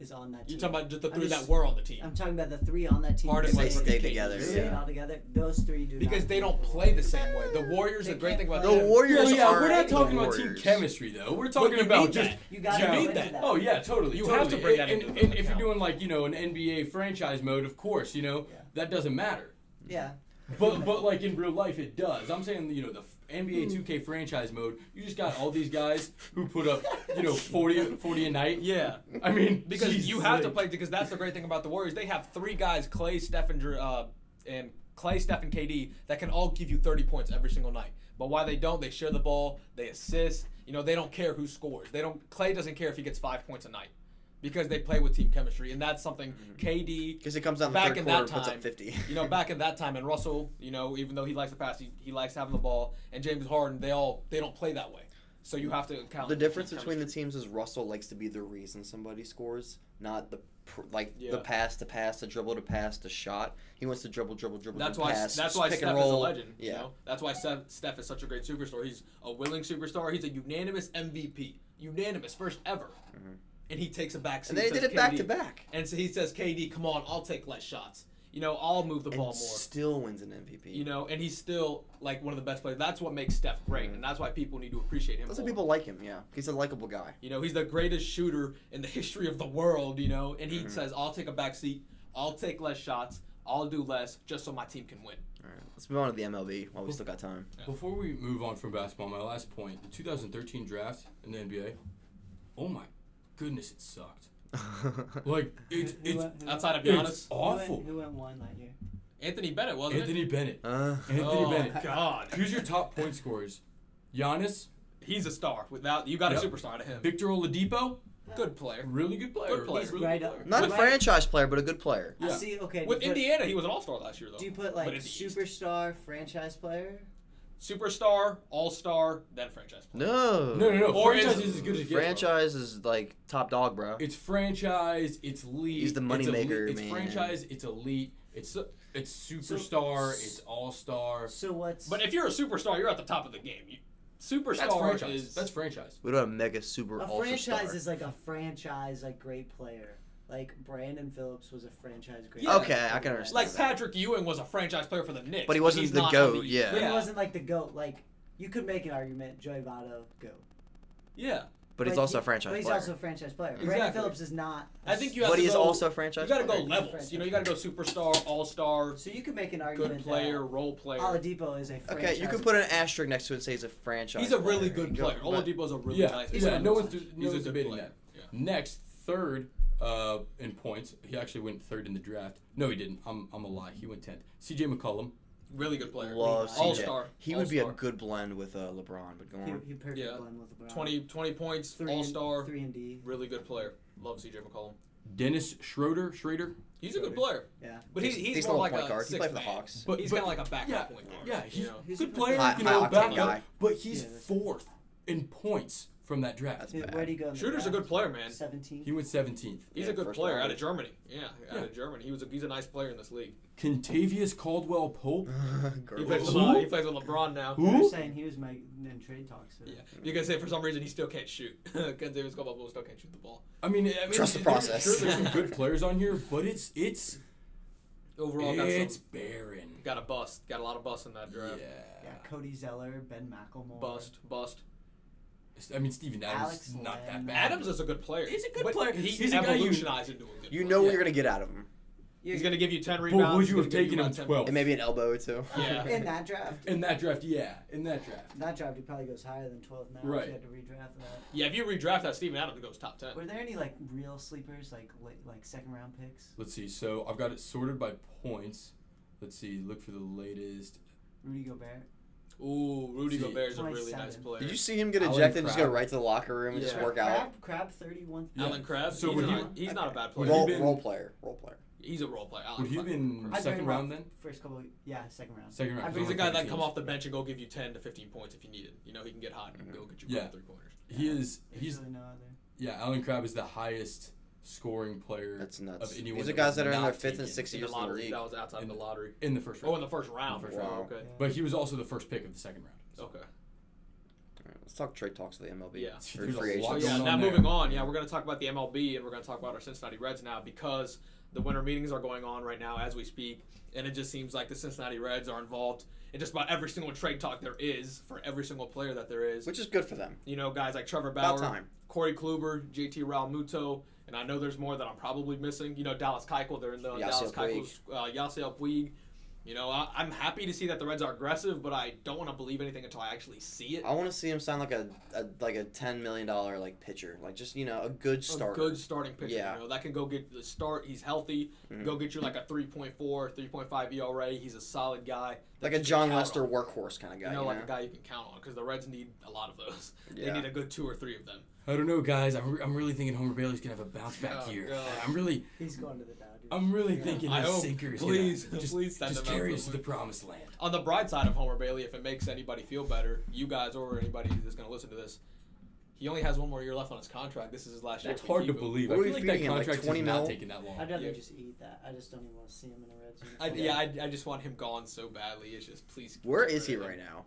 [SPEAKER 3] is on that
[SPEAKER 2] You're
[SPEAKER 3] team.
[SPEAKER 2] talking about just the
[SPEAKER 3] I'm
[SPEAKER 2] three
[SPEAKER 3] just-
[SPEAKER 2] that were on the team.
[SPEAKER 3] I'm talking about the three on that team.
[SPEAKER 2] Harden,
[SPEAKER 1] If they
[SPEAKER 2] Westbrook,
[SPEAKER 1] stay
[SPEAKER 2] and KD.
[SPEAKER 1] together,
[SPEAKER 3] Really?
[SPEAKER 1] yeah.
[SPEAKER 3] All together, those three do
[SPEAKER 2] Because
[SPEAKER 3] not
[SPEAKER 2] they don't play the same way. The Warriors,
[SPEAKER 3] They
[SPEAKER 2] the great
[SPEAKER 3] can't
[SPEAKER 2] thing about
[SPEAKER 3] play.
[SPEAKER 1] the
[SPEAKER 2] them-
[SPEAKER 1] Warriors
[SPEAKER 4] yeah,
[SPEAKER 1] are
[SPEAKER 4] we're not talking
[SPEAKER 1] Warriors.
[SPEAKER 4] about team chemistry though. We're talking
[SPEAKER 2] you
[SPEAKER 4] about
[SPEAKER 2] need
[SPEAKER 4] just
[SPEAKER 2] that.
[SPEAKER 3] You gotta
[SPEAKER 4] Yeah.
[SPEAKER 3] go
[SPEAKER 2] need
[SPEAKER 3] into
[SPEAKER 2] that.
[SPEAKER 3] that.
[SPEAKER 4] Oh yeah, totally.
[SPEAKER 2] You
[SPEAKER 4] totally.
[SPEAKER 2] have to bring that
[SPEAKER 4] and,
[SPEAKER 2] into
[SPEAKER 4] and,
[SPEAKER 2] the
[SPEAKER 4] and if you're
[SPEAKER 2] account.
[SPEAKER 4] doing like you know an NBA franchise mode, of course, you know
[SPEAKER 3] Yeah.
[SPEAKER 4] that doesn't matter.
[SPEAKER 3] Yeah.
[SPEAKER 4] But but like in real life, it does. I'm saying you know the f- NBA 2K franchise mode. You just got all these guys who put up you know 40, 40 a night.
[SPEAKER 2] Yeah.
[SPEAKER 4] I mean
[SPEAKER 2] Because you have to
[SPEAKER 4] play.
[SPEAKER 2] play because that's the great thing about the Warriors. They have three guys, Clay, Steph, and Dr- uh, and Clay, Steph, and KD, that can all give you 30 points every single night. But why they don't? They share the ball. They assist. You know, they don't care who scores. They don't. Clay doesn't care if he gets five points a night because they play with team chemistry, and that's something KD.
[SPEAKER 1] Because it comes out in the
[SPEAKER 2] back
[SPEAKER 1] third
[SPEAKER 2] in
[SPEAKER 1] quarter,
[SPEAKER 2] that
[SPEAKER 1] puts
[SPEAKER 2] time,
[SPEAKER 1] up 50.
[SPEAKER 2] you know, back at that time, and Russell, you know, even though he likes to pass, he, he likes having the ball. And James Harden, they all they don't play that way. So you have to count
[SPEAKER 1] the difference between the teams is Russell likes to be the reason somebody scores, not the pr- like
[SPEAKER 2] Yeah.
[SPEAKER 1] the pass to pass, the dribble to pass, the shot. He wants to dribble, dribble, dribble.
[SPEAKER 2] That's
[SPEAKER 1] to
[SPEAKER 2] why
[SPEAKER 1] pass,
[SPEAKER 2] that's why
[SPEAKER 1] pick
[SPEAKER 2] Steph
[SPEAKER 1] and
[SPEAKER 2] is a
[SPEAKER 1] roll.
[SPEAKER 2] legend.
[SPEAKER 1] Yeah,
[SPEAKER 2] You know? That's why Steph, Steph is such a great superstar. He's a willing superstar. He's a unanimous MVP, unanimous first ever, and he takes a back.
[SPEAKER 1] Mm-hmm. and they did it back to back,
[SPEAKER 2] And so he says, "KD, come on, I'll take less shots. You know, I'll move the
[SPEAKER 1] and
[SPEAKER 2] ball more."
[SPEAKER 1] still wins an MVP.
[SPEAKER 2] you know, and he's still like one of the best players. That's what makes Steph great, and that's why people need to appreciate him.
[SPEAKER 1] Mm-hmm. that's why
[SPEAKER 2] more.
[SPEAKER 1] people like him. Yeah, he's a likable guy.
[SPEAKER 2] You know, he's the greatest shooter in the history of the world, you know, and he
[SPEAKER 1] Mm-hmm.
[SPEAKER 2] says, I'll take a back seat, I'll take less shots, I'll do less just so my team can win.
[SPEAKER 1] All right, let's move on to the MLB while we still got time.
[SPEAKER 4] Before we move on from basketball, my last point: the 2013 draft in the NBA. Oh my goodness, it sucked.
[SPEAKER 1] Uh,
[SPEAKER 4] Like it's
[SPEAKER 3] Who- who
[SPEAKER 4] it's
[SPEAKER 3] went- who
[SPEAKER 2] Outside of
[SPEAKER 4] It's
[SPEAKER 2] Giannis,
[SPEAKER 3] who went-
[SPEAKER 4] awful.
[SPEAKER 3] Who went one that year?
[SPEAKER 2] Anthony Bennett, wasn't it?
[SPEAKER 4] Anthony Bennett.
[SPEAKER 1] uh,
[SPEAKER 4] Anthony
[SPEAKER 2] oh,
[SPEAKER 4] Bennett.
[SPEAKER 2] God.
[SPEAKER 4] Here's your top point scorers: Giannis,
[SPEAKER 2] He's a star. Without You got
[SPEAKER 4] Yep.
[SPEAKER 2] a superstar to him.
[SPEAKER 4] Victor Oladipo,
[SPEAKER 2] Good player.
[SPEAKER 4] really good player.
[SPEAKER 2] Good player.
[SPEAKER 4] He's really
[SPEAKER 3] Right
[SPEAKER 4] good
[SPEAKER 3] up-
[SPEAKER 4] player.
[SPEAKER 1] not a
[SPEAKER 3] Right.
[SPEAKER 1] franchise player, but a good player.
[SPEAKER 4] Yeah.
[SPEAKER 3] See, okay.
[SPEAKER 2] With
[SPEAKER 3] do you put-
[SPEAKER 2] Indiana, he was an all star last year, though.
[SPEAKER 3] Do you put
[SPEAKER 2] But
[SPEAKER 3] like
[SPEAKER 2] in the East.
[SPEAKER 3] superstar franchise player?
[SPEAKER 2] Superstar, all star, then franchise player.
[SPEAKER 1] No,
[SPEAKER 4] No, no, no.
[SPEAKER 2] Or
[SPEAKER 4] franchise
[SPEAKER 2] is-
[SPEAKER 4] is as good as it gets, bro.
[SPEAKER 1] Franchise is like top dog, bro.
[SPEAKER 4] It's franchise. It's league.
[SPEAKER 1] He's the money
[SPEAKER 4] it's
[SPEAKER 1] maker,
[SPEAKER 4] elite, It's
[SPEAKER 1] man.
[SPEAKER 4] franchise. It's elite. It's it's superstar. it's all star.
[SPEAKER 3] So what's
[SPEAKER 2] But if you're a superstar, you're at the top of the game. You, superstar
[SPEAKER 4] That's franchise.
[SPEAKER 2] is.
[SPEAKER 4] That's franchise.
[SPEAKER 1] we don't have mega super
[SPEAKER 3] a
[SPEAKER 1] ultra
[SPEAKER 3] franchise
[SPEAKER 1] star.
[SPEAKER 3] is like a franchise like great player. Like Brandon Phillips was a franchise great.
[SPEAKER 2] Yeah.
[SPEAKER 1] Okay, I can
[SPEAKER 3] player.
[SPEAKER 1] understand.
[SPEAKER 2] like Patrick Ewing was a franchise player for the Knicks,
[SPEAKER 1] But he wasn't
[SPEAKER 2] he's
[SPEAKER 1] the
[SPEAKER 2] not
[SPEAKER 1] GOAT,
[SPEAKER 2] on the-
[SPEAKER 1] yeah.
[SPEAKER 3] But he wasn't like the goat. Like you could make an argument, Joey Votto go.
[SPEAKER 2] yeah.
[SPEAKER 1] but he's
[SPEAKER 3] But
[SPEAKER 1] also a
[SPEAKER 3] he-
[SPEAKER 1] franchise
[SPEAKER 3] But he's
[SPEAKER 1] player.
[SPEAKER 3] also a franchise player. Brandon
[SPEAKER 2] Exactly.
[SPEAKER 3] Phillips is not. a
[SPEAKER 2] I think you
[SPEAKER 3] s-
[SPEAKER 2] have
[SPEAKER 1] but
[SPEAKER 2] to
[SPEAKER 1] he is
[SPEAKER 2] go-
[SPEAKER 1] also a franchise.
[SPEAKER 2] You gotta go
[SPEAKER 1] player.
[SPEAKER 2] levels. You know, you gotta go superstar, all star,
[SPEAKER 3] So you could make an argument.
[SPEAKER 2] good player, role
[SPEAKER 3] That
[SPEAKER 2] player.
[SPEAKER 3] Oladipo is a franchise.
[SPEAKER 1] Okay, you could put an asterisk next to it and say he's a franchise.
[SPEAKER 2] He's a really
[SPEAKER 1] player.
[SPEAKER 2] good
[SPEAKER 1] Go-
[SPEAKER 2] player.
[SPEAKER 1] but-
[SPEAKER 2] Oladipo's a really
[SPEAKER 4] Yeah,
[SPEAKER 2] nice
[SPEAKER 4] yeah.
[SPEAKER 2] player.
[SPEAKER 4] No one's,
[SPEAKER 2] He's
[SPEAKER 4] no
[SPEAKER 2] a
[SPEAKER 4] one's
[SPEAKER 2] good
[SPEAKER 4] debating
[SPEAKER 2] player.
[SPEAKER 4] that. Next, third uh, in points. He actually went third in the draft. No, he didn't. I'm, I'm a lie. He went tenth. C.J. McCollum.
[SPEAKER 2] Really good player.
[SPEAKER 1] Love
[SPEAKER 3] All
[SPEAKER 1] CJ.
[SPEAKER 2] star.
[SPEAKER 1] He would be a
[SPEAKER 2] All-star.
[SPEAKER 1] good blend with uh, LeBron, but go
[SPEAKER 3] He,
[SPEAKER 1] on.
[SPEAKER 3] he perfect
[SPEAKER 2] Yeah.
[SPEAKER 3] blend with LeBron.
[SPEAKER 2] 20, 20 points,
[SPEAKER 3] Three and-
[SPEAKER 2] all star.
[SPEAKER 3] Three and D.
[SPEAKER 2] Really good player. Love CJ McCollum.
[SPEAKER 4] Dennis Schroeder. Schroeder.
[SPEAKER 2] He's a good player,
[SPEAKER 3] Yeah.
[SPEAKER 2] but he's
[SPEAKER 1] Decent-
[SPEAKER 2] he's
[SPEAKER 1] decent little
[SPEAKER 2] more like
[SPEAKER 1] point
[SPEAKER 2] a
[SPEAKER 1] guard. He
[SPEAKER 2] sixth
[SPEAKER 1] played for the
[SPEAKER 2] man.
[SPEAKER 1] Hawks.
[SPEAKER 4] But
[SPEAKER 2] he's
[SPEAKER 4] but-
[SPEAKER 2] kind of like a backup
[SPEAKER 4] yeah,
[SPEAKER 2] point guard.
[SPEAKER 4] Yeah, he's
[SPEAKER 2] you know?
[SPEAKER 3] He's a
[SPEAKER 4] good
[SPEAKER 3] good
[SPEAKER 4] player.
[SPEAKER 1] player.
[SPEAKER 4] you
[SPEAKER 1] High-
[SPEAKER 4] know,
[SPEAKER 1] high octane
[SPEAKER 4] backup.
[SPEAKER 1] guy.
[SPEAKER 4] But he's
[SPEAKER 3] Yeah, that's-
[SPEAKER 4] fourth in points from that draft.
[SPEAKER 1] That's
[SPEAKER 3] Dude,
[SPEAKER 1] bad.
[SPEAKER 3] Where'd he go? in the
[SPEAKER 2] Shooter's a
[SPEAKER 3] draft?
[SPEAKER 2] good player, man.
[SPEAKER 3] Seventeen.
[SPEAKER 4] he went 17th.
[SPEAKER 2] He's
[SPEAKER 1] Yeah,
[SPEAKER 2] a good
[SPEAKER 1] first
[SPEAKER 2] player
[SPEAKER 1] round.
[SPEAKER 2] out of Germany. Yeah, out
[SPEAKER 4] Yeah.
[SPEAKER 2] of Germany. He was a, he's a nice player in this league.
[SPEAKER 4] Contavious Caldwell Pope.
[SPEAKER 2] He
[SPEAKER 1] Garbage.
[SPEAKER 2] plays, with,
[SPEAKER 4] Who?
[SPEAKER 2] Le- he plays with LeBron now.
[SPEAKER 4] Who?
[SPEAKER 3] You were saying he was my in trade talks. So.
[SPEAKER 2] Yeah, you can say for some reason he still can't shoot. Contavious Caldwell still can't shoot the ball.
[SPEAKER 4] I mean, I mean
[SPEAKER 1] Trust the
[SPEAKER 4] there-
[SPEAKER 1] process.
[SPEAKER 4] Sure, there's some good players on here, but it's it's
[SPEAKER 2] Overall, got,
[SPEAKER 4] it's
[SPEAKER 2] some,
[SPEAKER 4] barren.
[SPEAKER 2] got a bust. Got a lot of busts in that draft.
[SPEAKER 3] Yeah,
[SPEAKER 4] Yeah.
[SPEAKER 3] Cody Zeller, Ben McElmore.
[SPEAKER 2] Bust, bust.
[SPEAKER 4] I mean, Steven Adams
[SPEAKER 3] Alex
[SPEAKER 4] is not that
[SPEAKER 3] Lamb.
[SPEAKER 4] bad.
[SPEAKER 2] Adams is a good player.
[SPEAKER 4] He's a good
[SPEAKER 2] but
[SPEAKER 4] player.
[SPEAKER 2] He
[SPEAKER 4] He's a guy you-
[SPEAKER 2] evolutionized into a good
[SPEAKER 1] You
[SPEAKER 2] player.
[SPEAKER 1] know what
[SPEAKER 4] Yeah.
[SPEAKER 1] you're gonna get out of him,
[SPEAKER 2] He's going to give you 10 rebounds.
[SPEAKER 4] But would you
[SPEAKER 2] he's
[SPEAKER 4] have
[SPEAKER 2] gonna give
[SPEAKER 4] taken him
[SPEAKER 2] about 10 points.
[SPEAKER 4] 12?
[SPEAKER 1] and maybe an elbow or two.
[SPEAKER 2] Yeah.
[SPEAKER 3] in that draft.
[SPEAKER 4] In that draft, yeah. In that draft.
[SPEAKER 3] That draft, he probably goes higher than 12 now. If
[SPEAKER 4] Right.
[SPEAKER 3] you had to redraft that.
[SPEAKER 2] Yeah, if you redraft that, Steven Adams goes top 10.
[SPEAKER 3] Were there any like real sleepers, like late, like second round picks?
[SPEAKER 4] Let's see. So I've got it sorted by points. Let's see. Look for the latest.
[SPEAKER 3] Rudy Gobert.
[SPEAKER 2] Ooh, Rudy
[SPEAKER 4] See,
[SPEAKER 2] Gobert is a really nice
[SPEAKER 3] 27.
[SPEAKER 2] player.
[SPEAKER 1] Did you see him get
[SPEAKER 4] Allen
[SPEAKER 1] ejected and just go
[SPEAKER 4] Crabbe.
[SPEAKER 1] right to the locker room and just
[SPEAKER 2] Yeah.
[SPEAKER 1] work out?
[SPEAKER 3] Crab, Crab 31.
[SPEAKER 4] Yeah.
[SPEAKER 2] Alan Crabbe?
[SPEAKER 4] So
[SPEAKER 2] he's,
[SPEAKER 4] would
[SPEAKER 2] not,
[SPEAKER 4] you-
[SPEAKER 2] he's not a bad player.
[SPEAKER 1] Role,
[SPEAKER 4] been-
[SPEAKER 1] role player, role player.
[SPEAKER 2] he's a role player. Alan
[SPEAKER 4] Would he have
[SPEAKER 2] Crabbe.
[SPEAKER 4] been
[SPEAKER 3] I'd
[SPEAKER 4] second
[SPEAKER 3] bring
[SPEAKER 4] round
[SPEAKER 3] him
[SPEAKER 4] then?
[SPEAKER 3] up First couple, yeah, second round.
[SPEAKER 4] Second round.
[SPEAKER 3] I'd bring
[SPEAKER 2] He's a
[SPEAKER 3] him
[SPEAKER 2] guy
[SPEAKER 3] up
[SPEAKER 2] that come
[SPEAKER 4] teams.
[SPEAKER 2] off the bench and go give you 10 to 15 points if you need it. You know, he can get hot and go get you
[SPEAKER 4] Yeah.
[SPEAKER 2] three pointers.
[SPEAKER 4] He is.
[SPEAKER 3] There's
[SPEAKER 4] He's
[SPEAKER 3] really no other.
[SPEAKER 4] yeah. Alan Crabb is the highest scoring player
[SPEAKER 1] That's nuts.
[SPEAKER 4] of anyone
[SPEAKER 1] These are
[SPEAKER 4] that
[SPEAKER 1] guys
[SPEAKER 4] was
[SPEAKER 1] that are in
[SPEAKER 4] not
[SPEAKER 1] their fifth and
[SPEAKER 4] taken
[SPEAKER 1] sixth
[SPEAKER 2] in
[SPEAKER 1] years
[SPEAKER 2] the
[SPEAKER 1] in the
[SPEAKER 2] lottery.
[SPEAKER 1] league.
[SPEAKER 2] That was outside
[SPEAKER 4] In-
[SPEAKER 2] the lottery.
[SPEAKER 4] in the first round.
[SPEAKER 2] Oh, in the first round.
[SPEAKER 4] first
[SPEAKER 2] wow,
[SPEAKER 1] round.
[SPEAKER 2] Okay.
[SPEAKER 4] but he was also the first pick of the second round. So.
[SPEAKER 2] Okay.
[SPEAKER 1] Alright, let's talk trade talks for the MLB.
[SPEAKER 2] Yeah.
[SPEAKER 1] Free,
[SPEAKER 4] There's
[SPEAKER 1] free
[SPEAKER 4] a lot
[SPEAKER 2] So
[SPEAKER 1] agents.
[SPEAKER 4] What's
[SPEAKER 2] yeah,
[SPEAKER 4] going
[SPEAKER 2] now
[SPEAKER 4] on
[SPEAKER 2] moving
[SPEAKER 4] there?
[SPEAKER 2] on. Yeah, we're going to talk about the MLB and we're going to talk about our Cincinnati Reds now because the winter meetings are going on right now as we speak, and it just seems like the Cincinnati Reds are involved in just about every single trade talk there is for every single player that there is.
[SPEAKER 1] Which is good for them.
[SPEAKER 2] You know, guys like Trevor
[SPEAKER 1] About
[SPEAKER 2] Bauer,
[SPEAKER 1] time.
[SPEAKER 2] Corey Kluber, JT Realmuto, and I know there's more that I'm probably missing. You know, Dallas Keuchel, they're in the
[SPEAKER 1] Yasiel
[SPEAKER 2] Dallas Keuchel's uh, Yasiel Puig. You know, I, I'm happy to see that the Reds are aggressive, but I don't want to believe anything until I actually see it.
[SPEAKER 1] I want to see him sign like a, a like a ten million dollar like pitcher, like just you know a good starter.
[SPEAKER 2] A good starting pitcher.
[SPEAKER 1] Yeah.
[SPEAKER 2] You know, that can go get the start. He's healthy.
[SPEAKER 1] Mhm.
[SPEAKER 2] Go get you like a 3.4, 3.5 ERA. He's E a solid guy. that
[SPEAKER 1] like
[SPEAKER 2] you
[SPEAKER 1] a
[SPEAKER 2] can
[SPEAKER 1] John
[SPEAKER 2] count
[SPEAKER 1] Lester
[SPEAKER 2] on.
[SPEAKER 1] workhorse kind of
[SPEAKER 2] You
[SPEAKER 1] guy.
[SPEAKER 2] know,
[SPEAKER 1] you
[SPEAKER 2] like
[SPEAKER 1] know?
[SPEAKER 2] a guy you can count on because the Reds need a lot of those.
[SPEAKER 1] Yeah.
[SPEAKER 2] They need a good two or three of them.
[SPEAKER 4] I don't know, guys. I'm, re- I'm really thinking Homer Bailey's gonna have a bounce back
[SPEAKER 2] Oh,
[SPEAKER 4] here.
[SPEAKER 2] God.
[SPEAKER 4] I'm really
[SPEAKER 3] He's going to the Dodgers.
[SPEAKER 4] I'm really
[SPEAKER 3] Yeah.
[SPEAKER 4] thinking
[SPEAKER 2] I
[SPEAKER 4] his
[SPEAKER 2] hope-
[SPEAKER 4] sinkers.
[SPEAKER 2] please,
[SPEAKER 4] you know, just,
[SPEAKER 2] please send
[SPEAKER 4] just
[SPEAKER 2] them out
[SPEAKER 4] carry
[SPEAKER 2] for
[SPEAKER 4] us to the promised land.
[SPEAKER 2] On the bright side of Homer Bailey, if it makes anybody feel better, you guys or anybody that's going to listen to this, he only has one more year left on his contract. This is his last year.
[SPEAKER 4] That's
[SPEAKER 2] if we
[SPEAKER 4] hard to
[SPEAKER 2] keep him.
[SPEAKER 4] believe.
[SPEAKER 1] What
[SPEAKER 4] I
[SPEAKER 1] are
[SPEAKER 4] feel
[SPEAKER 1] we
[SPEAKER 4] like that
[SPEAKER 1] feeding him, like
[SPEAKER 4] contract is
[SPEAKER 1] 20 mil?
[SPEAKER 4] not taking that long.
[SPEAKER 3] I'd rather
[SPEAKER 2] Yeah.
[SPEAKER 3] just eat that. I just don't even want to see him in a Reds
[SPEAKER 2] I,
[SPEAKER 3] uniform.
[SPEAKER 2] yeah, I, I just want him gone so badly. It's just please.
[SPEAKER 1] Where
[SPEAKER 2] get
[SPEAKER 1] is he
[SPEAKER 2] rid of him.
[SPEAKER 1] right now?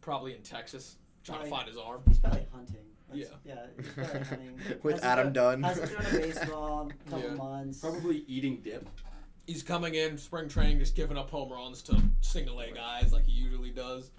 [SPEAKER 2] Probably in Texas, trying to
[SPEAKER 3] Probably-
[SPEAKER 2] find his arm.
[SPEAKER 3] He's probably hunting. That's,
[SPEAKER 2] Yeah.
[SPEAKER 3] yeah. He's probably hunting.
[SPEAKER 1] With
[SPEAKER 3] Hasn't
[SPEAKER 1] Adam
[SPEAKER 3] done-
[SPEAKER 1] Dunn.
[SPEAKER 3] Hasn't thrown a baseball in a couple
[SPEAKER 2] Yeah.
[SPEAKER 3] months.
[SPEAKER 4] Probably eating dip.
[SPEAKER 2] He's coming in spring training, just giving up home runs to single A guys like he usually does.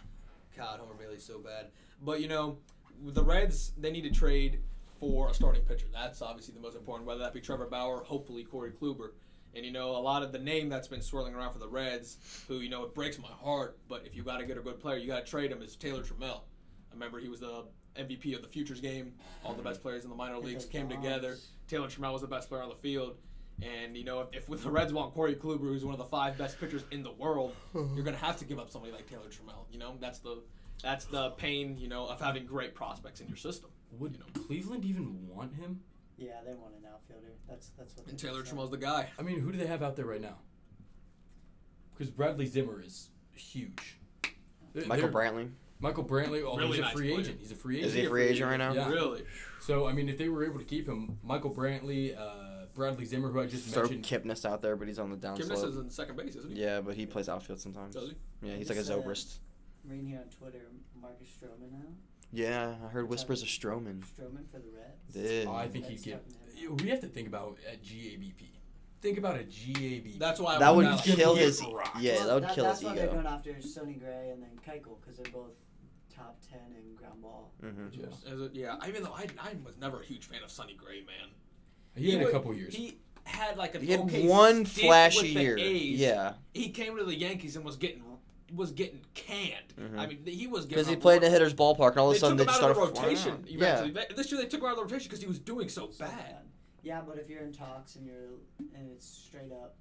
[SPEAKER 2] God, Homer Bailey's so bad. But you know, the Reds they need to trade for a starting pitcher. That's obviously the most important. Whether that be Trevor Bauer, hopefully Corey Kluber. And you know, a lot of the name that's been swirling around for the Reds, who you know it breaks my heart. But if you got to get a good player, you got to trade him. Is Taylor Trammell. I remember he was the MVP of the Futures game. All the best players in the minor
[SPEAKER 3] Hit
[SPEAKER 2] leagues
[SPEAKER 3] those
[SPEAKER 2] came
[SPEAKER 3] bombs.
[SPEAKER 2] together. Taylor Trammell was the best player on the field. And you know, if, if the Reds want Corey Kluber, who's one of the five best pitchers in the world, you're gonna have to give up somebody like Taylor Trammell. You know, that's the that's the pain you know of having great prospects in your system.
[SPEAKER 4] Would
[SPEAKER 2] You know.
[SPEAKER 4] Cleveland even want him?
[SPEAKER 3] Yeah, they want an outfielder. That's that's what.
[SPEAKER 2] And
[SPEAKER 3] they
[SPEAKER 2] Taylor
[SPEAKER 3] decide.
[SPEAKER 2] Trammell's the guy.
[SPEAKER 4] I mean, who do they have out there right now? Because Bradley Zimmer is huge. They're-
[SPEAKER 1] Michael
[SPEAKER 4] they're-
[SPEAKER 1] Brantley
[SPEAKER 4] Michael Brantley. Oh,
[SPEAKER 2] Really
[SPEAKER 4] he's a
[SPEAKER 2] nice
[SPEAKER 4] free
[SPEAKER 2] player.
[SPEAKER 4] agent. He's a free agent.
[SPEAKER 1] is he a free agent right now?
[SPEAKER 4] Yeah.
[SPEAKER 2] Really,
[SPEAKER 4] So I mean, if they were able to keep him, Michael Brantley, uh, Bradley Zimmer, who I just
[SPEAKER 1] Throw
[SPEAKER 4] mentioned,
[SPEAKER 1] Kipnis out there, but he's on the down
[SPEAKER 2] Kimness
[SPEAKER 1] slope.
[SPEAKER 2] is in second base, isn't he?
[SPEAKER 1] Yeah, but he plays outfield sometimes.
[SPEAKER 2] Does he?
[SPEAKER 1] Yeah, he's
[SPEAKER 3] He
[SPEAKER 1] like a
[SPEAKER 3] said-
[SPEAKER 1] Zobrist.
[SPEAKER 3] Reading here on Twitter, Marcus Stroman now.
[SPEAKER 1] Yeah, I heard whispers of Stroman.
[SPEAKER 3] Stroman for the Reds.
[SPEAKER 1] Dude.
[SPEAKER 4] Oh, I think
[SPEAKER 3] That's
[SPEAKER 4] he'd get.
[SPEAKER 3] definitely
[SPEAKER 4] We have to think about a GABP. Think about a GABP.
[SPEAKER 2] That's why I
[SPEAKER 1] That
[SPEAKER 2] want
[SPEAKER 1] would
[SPEAKER 2] that, like,
[SPEAKER 1] kill
[SPEAKER 2] get
[SPEAKER 1] his. e-,
[SPEAKER 2] rocked.
[SPEAKER 1] Yeah,
[SPEAKER 3] Well,
[SPEAKER 1] that would kill
[SPEAKER 3] that's
[SPEAKER 1] his
[SPEAKER 3] why they're
[SPEAKER 1] ego.
[SPEAKER 3] going after Sonny Gray and then Keuchel because they're both top ten in ground ball.
[SPEAKER 1] hmm
[SPEAKER 4] Yeah.
[SPEAKER 2] Is it- yeah, even though I, I was never a huge fan of Sonny Gray, man.
[SPEAKER 4] He had a
[SPEAKER 2] would-
[SPEAKER 4] couple years.
[SPEAKER 2] He had like an
[SPEAKER 1] He had
[SPEAKER 2] okay
[SPEAKER 1] one
[SPEAKER 2] stint
[SPEAKER 1] flashy
[SPEAKER 2] with the
[SPEAKER 1] year.
[SPEAKER 2] A's.
[SPEAKER 1] Yeah,
[SPEAKER 2] he came to the Yankees and was getting was getting canned. I mean, he was
[SPEAKER 1] Mm-hmm. because
[SPEAKER 2] getting
[SPEAKER 1] he played in a hitter's ballpark, and all of
[SPEAKER 2] They
[SPEAKER 1] a sudden
[SPEAKER 2] took
[SPEAKER 1] they
[SPEAKER 2] him
[SPEAKER 1] just
[SPEAKER 2] out of
[SPEAKER 1] started
[SPEAKER 2] the
[SPEAKER 1] flying
[SPEAKER 2] rotation.
[SPEAKER 1] out. Yeah,
[SPEAKER 2] Eventually, They- this year they took him out of the rotation because he was doing so
[SPEAKER 3] So
[SPEAKER 2] bad.
[SPEAKER 3] Yeah, but if you're in talks and you're and it's straight up,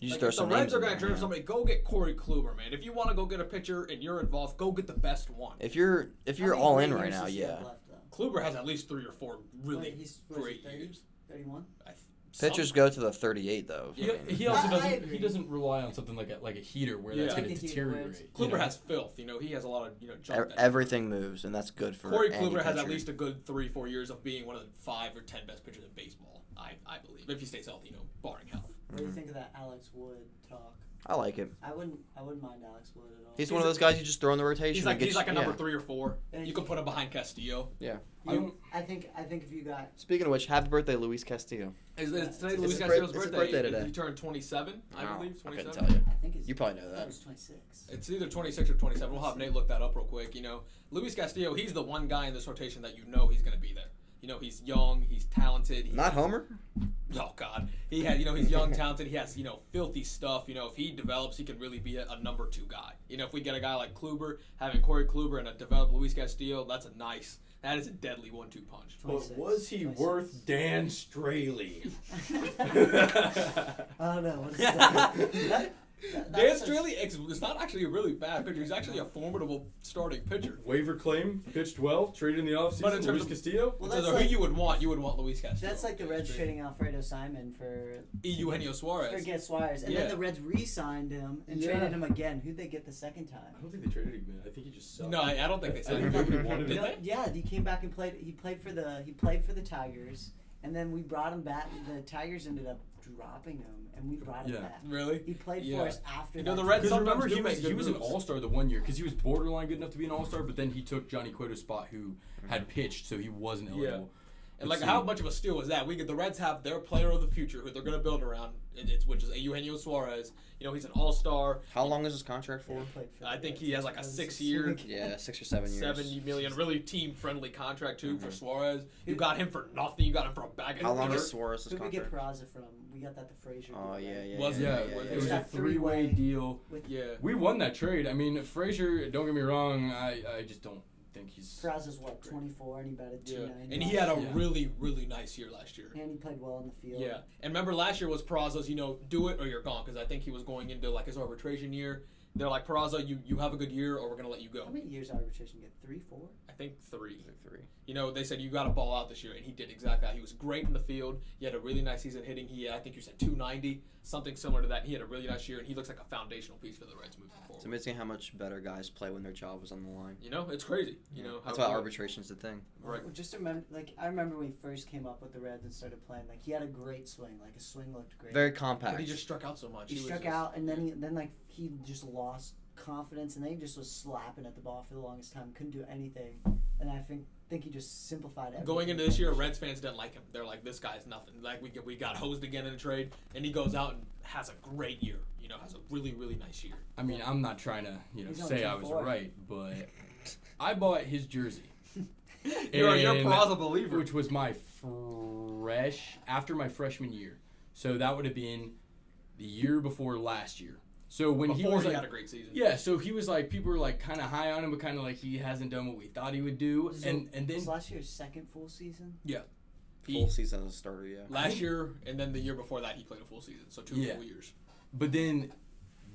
[SPEAKER 1] you just
[SPEAKER 2] Like,
[SPEAKER 1] throw
[SPEAKER 2] if the
[SPEAKER 1] some
[SPEAKER 2] Reds
[SPEAKER 1] names
[SPEAKER 2] are
[SPEAKER 1] in
[SPEAKER 2] going
[SPEAKER 1] there,
[SPEAKER 2] to trade
[SPEAKER 1] yeah.
[SPEAKER 2] somebody. Go get Corey Kluber, man. If you want to go get a pitcher and you're involved, go get the best one.
[SPEAKER 1] If you're if
[SPEAKER 3] How
[SPEAKER 1] you're
[SPEAKER 3] many
[SPEAKER 1] all
[SPEAKER 3] great
[SPEAKER 1] in right
[SPEAKER 3] years
[SPEAKER 1] now,
[SPEAKER 3] does he have
[SPEAKER 1] yeah.
[SPEAKER 3] left, though?
[SPEAKER 2] Kluber has at least three or four really
[SPEAKER 3] Wait, he's- what is he,
[SPEAKER 2] great
[SPEAKER 3] 30?
[SPEAKER 2] years.
[SPEAKER 3] 31?
[SPEAKER 2] I th- some-
[SPEAKER 1] Pitchers go to the 38 though. E-, I
[SPEAKER 4] He,
[SPEAKER 1] mean,
[SPEAKER 4] he also
[SPEAKER 3] I- I
[SPEAKER 4] doesn't.
[SPEAKER 3] agree.
[SPEAKER 4] he doesn't rely on something like a like a heater where that's
[SPEAKER 2] Yeah.
[SPEAKER 4] going to
[SPEAKER 3] Like a heater where it's-
[SPEAKER 4] deteriorate. you
[SPEAKER 2] Kluber
[SPEAKER 4] know?
[SPEAKER 2] has filth. You know, he has a lot of you know
[SPEAKER 1] e-
[SPEAKER 2] junk. that-
[SPEAKER 1] everything moves, and that's good for
[SPEAKER 2] Corey
[SPEAKER 1] any
[SPEAKER 2] Kluber has at
[SPEAKER 1] pitcher.
[SPEAKER 2] least a good three, four years of being one of the five or ten best pitchers in baseball. I, I believe if he stays healthy, you know, barring health.
[SPEAKER 3] What do
[SPEAKER 1] Mm-hmm.
[SPEAKER 3] you think of that Alex Wood talk?
[SPEAKER 1] I like it.
[SPEAKER 3] I wouldn't I wouldn't mind Alex Wood at all.
[SPEAKER 1] He's, one of those guys you just throw in the rotation.
[SPEAKER 2] He's
[SPEAKER 1] and
[SPEAKER 2] like
[SPEAKER 1] get
[SPEAKER 2] he's like a
[SPEAKER 1] you-
[SPEAKER 2] number
[SPEAKER 1] yeah.
[SPEAKER 2] three or four.
[SPEAKER 3] And
[SPEAKER 2] You
[SPEAKER 3] he-
[SPEAKER 2] can put him behind Castillo.
[SPEAKER 4] I
[SPEAKER 3] You-
[SPEAKER 4] don't-
[SPEAKER 3] I think I think if you got
[SPEAKER 1] Speaking of which, happy birthday, Luis Castillo.
[SPEAKER 2] Is,
[SPEAKER 3] Yeah,
[SPEAKER 2] is today
[SPEAKER 3] it's-
[SPEAKER 2] Luis
[SPEAKER 1] it's his
[SPEAKER 2] Castillo's
[SPEAKER 1] birth- it's his
[SPEAKER 2] birthday?
[SPEAKER 1] birthday
[SPEAKER 2] He-
[SPEAKER 1] today.
[SPEAKER 2] He turned 27, I
[SPEAKER 1] Oh,
[SPEAKER 2] believe.
[SPEAKER 1] I
[SPEAKER 2] 27.
[SPEAKER 1] couldn't tell you.
[SPEAKER 3] I think it's
[SPEAKER 1] You probably know
[SPEAKER 3] I thought it
[SPEAKER 1] that.
[SPEAKER 3] was 26.
[SPEAKER 2] It's either 26 or 27. We'll have Nate look that up real quick. You know, Luis Castillo, he's the one guy in this rotation that you know he's going to be there. You know, he's young, he's talented. He
[SPEAKER 1] Not Homer.
[SPEAKER 2] Oh God, he had you know he's young, talented. He has you know filthy stuff. You know if he develops, he can really be a, a number two guy. You know if we get a guy like Kluber, having Corey Kluber and a developed Luis Castillo, that's a nice. That is a deadly one-two punch.
[SPEAKER 3] 26, 26.
[SPEAKER 4] Dan Straley?
[SPEAKER 3] I don't know. What is that? that, that
[SPEAKER 2] Dan
[SPEAKER 3] was a-
[SPEAKER 2] Straley is is not actually a really bad pitcher. He's actually a formidable starting pitcher.
[SPEAKER 4] Waiver claim, pitched well, traded in the offseason.
[SPEAKER 2] But in terms of-
[SPEAKER 4] Castillo?
[SPEAKER 3] Well,
[SPEAKER 2] so
[SPEAKER 3] that's
[SPEAKER 2] who
[SPEAKER 3] like-
[SPEAKER 2] you would want, you would want Luis Castillo.
[SPEAKER 3] That's like the
[SPEAKER 2] Dan
[SPEAKER 3] Reds
[SPEAKER 2] Straley.
[SPEAKER 3] trading Alfredo Simon for
[SPEAKER 2] Eugenio
[SPEAKER 3] for
[SPEAKER 2] Suarez.
[SPEAKER 3] Get Suarez, and
[SPEAKER 2] Yeah.
[SPEAKER 3] then the Reds re-signed him and
[SPEAKER 4] Yeah.
[SPEAKER 3] traded him again. Who'd they get the second time?
[SPEAKER 4] I don't think they traded him, man. I think he just sucked.
[SPEAKER 2] No, I I don't think they
[SPEAKER 4] I
[SPEAKER 2] said
[SPEAKER 4] think
[SPEAKER 2] that.
[SPEAKER 4] nobody wanted
[SPEAKER 2] Did
[SPEAKER 4] him.
[SPEAKER 2] they?
[SPEAKER 3] Yeah, he came back and played. He played for the he played for the Tigers, and then we brought him back. The Tigers ended up dropping him, and we brought him
[SPEAKER 4] Yeah.
[SPEAKER 3] back.
[SPEAKER 2] Really?
[SPEAKER 3] He played
[SPEAKER 2] Yeah.
[SPEAKER 3] for us after.
[SPEAKER 2] You know,
[SPEAKER 3] that
[SPEAKER 2] the Reds
[SPEAKER 4] Because
[SPEAKER 3] trade.
[SPEAKER 2] sometimes
[SPEAKER 4] remember,
[SPEAKER 2] do
[SPEAKER 4] he
[SPEAKER 2] make
[SPEAKER 4] was
[SPEAKER 2] good
[SPEAKER 4] he was an
[SPEAKER 2] moves.
[SPEAKER 4] all star the one year because he was borderline good enough to be an all star, but then he took Johnny Cueto's spot, who had pitched, so he wasn't eligible.
[SPEAKER 2] And
[SPEAKER 4] Let's
[SPEAKER 2] like,
[SPEAKER 4] see.
[SPEAKER 2] how much of a steal was that? We get the Reds have their player of the future, who they're going to build around, and it's, which is E. Eugenio Suarez. You know, he's an All Star.
[SPEAKER 1] How long is his contract for?
[SPEAKER 3] He played for
[SPEAKER 2] I
[SPEAKER 3] the
[SPEAKER 2] think
[SPEAKER 3] Reds
[SPEAKER 2] he has, like, a
[SPEAKER 3] because
[SPEAKER 2] six-year-
[SPEAKER 3] he-
[SPEAKER 1] Yeah, six or seven years. Mm-hmm.
[SPEAKER 2] Seventy million, really team-friendly contract too for Suarez. You got him for nothing. You got him for a bag of
[SPEAKER 1] How long
[SPEAKER 2] dirt.
[SPEAKER 1] is Suarez's
[SPEAKER 3] Who did we get
[SPEAKER 1] contract?
[SPEAKER 3] Peraza from? We got that the Frazier.
[SPEAKER 1] Oh yeah, yeah.
[SPEAKER 2] Was
[SPEAKER 4] Yeah,
[SPEAKER 1] yeah,
[SPEAKER 2] it-
[SPEAKER 1] yeah,
[SPEAKER 2] was-
[SPEAKER 1] yeah,
[SPEAKER 4] it was
[SPEAKER 1] yeah.
[SPEAKER 4] a
[SPEAKER 3] that
[SPEAKER 4] three way
[SPEAKER 3] three-way-
[SPEAKER 4] deal.
[SPEAKER 2] Yeah.
[SPEAKER 4] We won that trade. I mean, Frazier. Don't get me wrong. I, I just don't think he's.
[SPEAKER 3] Peraza's what 24, and he batted
[SPEAKER 2] Yeah.
[SPEAKER 3] 290.
[SPEAKER 2] And he had a
[SPEAKER 4] Yeah.
[SPEAKER 2] really, really nice year last year.
[SPEAKER 3] and he played well in the field.
[SPEAKER 2] Yeah, and remember last year was Peraza's. You know, do it or you're gone. Because I think he was going into like his arbitration year. They're like Peraza, you you have a good year, or we're gonna let you
[SPEAKER 3] How
[SPEAKER 2] go.
[SPEAKER 3] many years arbitration get? Three, four.
[SPEAKER 2] I think three.
[SPEAKER 1] Like three.
[SPEAKER 2] You know, they said you got to ball out this year, and he did exactly that. He was great in the field. He had a really nice season hitting. He, had, I think you said 290, something similar to that. He had a really nice year, and he looks like a foundational piece for the Reds moving
[SPEAKER 1] It's
[SPEAKER 2] forward.
[SPEAKER 1] amazing how much better guys play when their job was on the line.
[SPEAKER 2] You know, it's crazy. You know,
[SPEAKER 1] That's
[SPEAKER 2] how
[SPEAKER 1] why
[SPEAKER 2] good-
[SPEAKER 1] arbitration's the thing.
[SPEAKER 2] Right.
[SPEAKER 3] Well, Just remember, like I remember when he first came up with the Reds and started playing. Like he had a great swing. Like his swing looked great.
[SPEAKER 1] Very
[SPEAKER 2] But
[SPEAKER 1] compact.
[SPEAKER 2] he just struck out so much.
[SPEAKER 3] he
[SPEAKER 2] was
[SPEAKER 3] struck
[SPEAKER 2] just-
[SPEAKER 3] out, and then he then like he just lost confidence, and then he just was slapping at the ball for the longest time. Couldn't do anything, and I think think he just simplified everything.
[SPEAKER 2] Going into this year, Reds fans didn't like him. They're like, this guy's nothing. Like we get, we got hosed again in a trade, and he goes out and has a great year. You know, has a really really nice year.
[SPEAKER 4] I mean, I'm not trying to you know
[SPEAKER 3] He's on
[SPEAKER 4] say
[SPEAKER 3] team
[SPEAKER 4] I was
[SPEAKER 3] four.
[SPEAKER 4] right, but I bought his jersey.
[SPEAKER 2] You're, you're a
[SPEAKER 4] And-
[SPEAKER 2] Peraza believer.
[SPEAKER 4] which was my fresh after my freshman year. So that would have been the year before last year. So when he
[SPEAKER 2] Before
[SPEAKER 4] was
[SPEAKER 2] he
[SPEAKER 4] like,
[SPEAKER 2] had a great season.
[SPEAKER 4] yeah, so he was like people were like kind of high on him, but kind of like he hasn't done what we thought he would do.
[SPEAKER 3] So,
[SPEAKER 4] and and then
[SPEAKER 3] was last year's second full season.
[SPEAKER 2] He-
[SPEAKER 1] Full season as a starter, yeah.
[SPEAKER 2] Last year, and then the year before that, he played a full season, so two
[SPEAKER 4] Yeah.
[SPEAKER 2] full years.
[SPEAKER 4] but then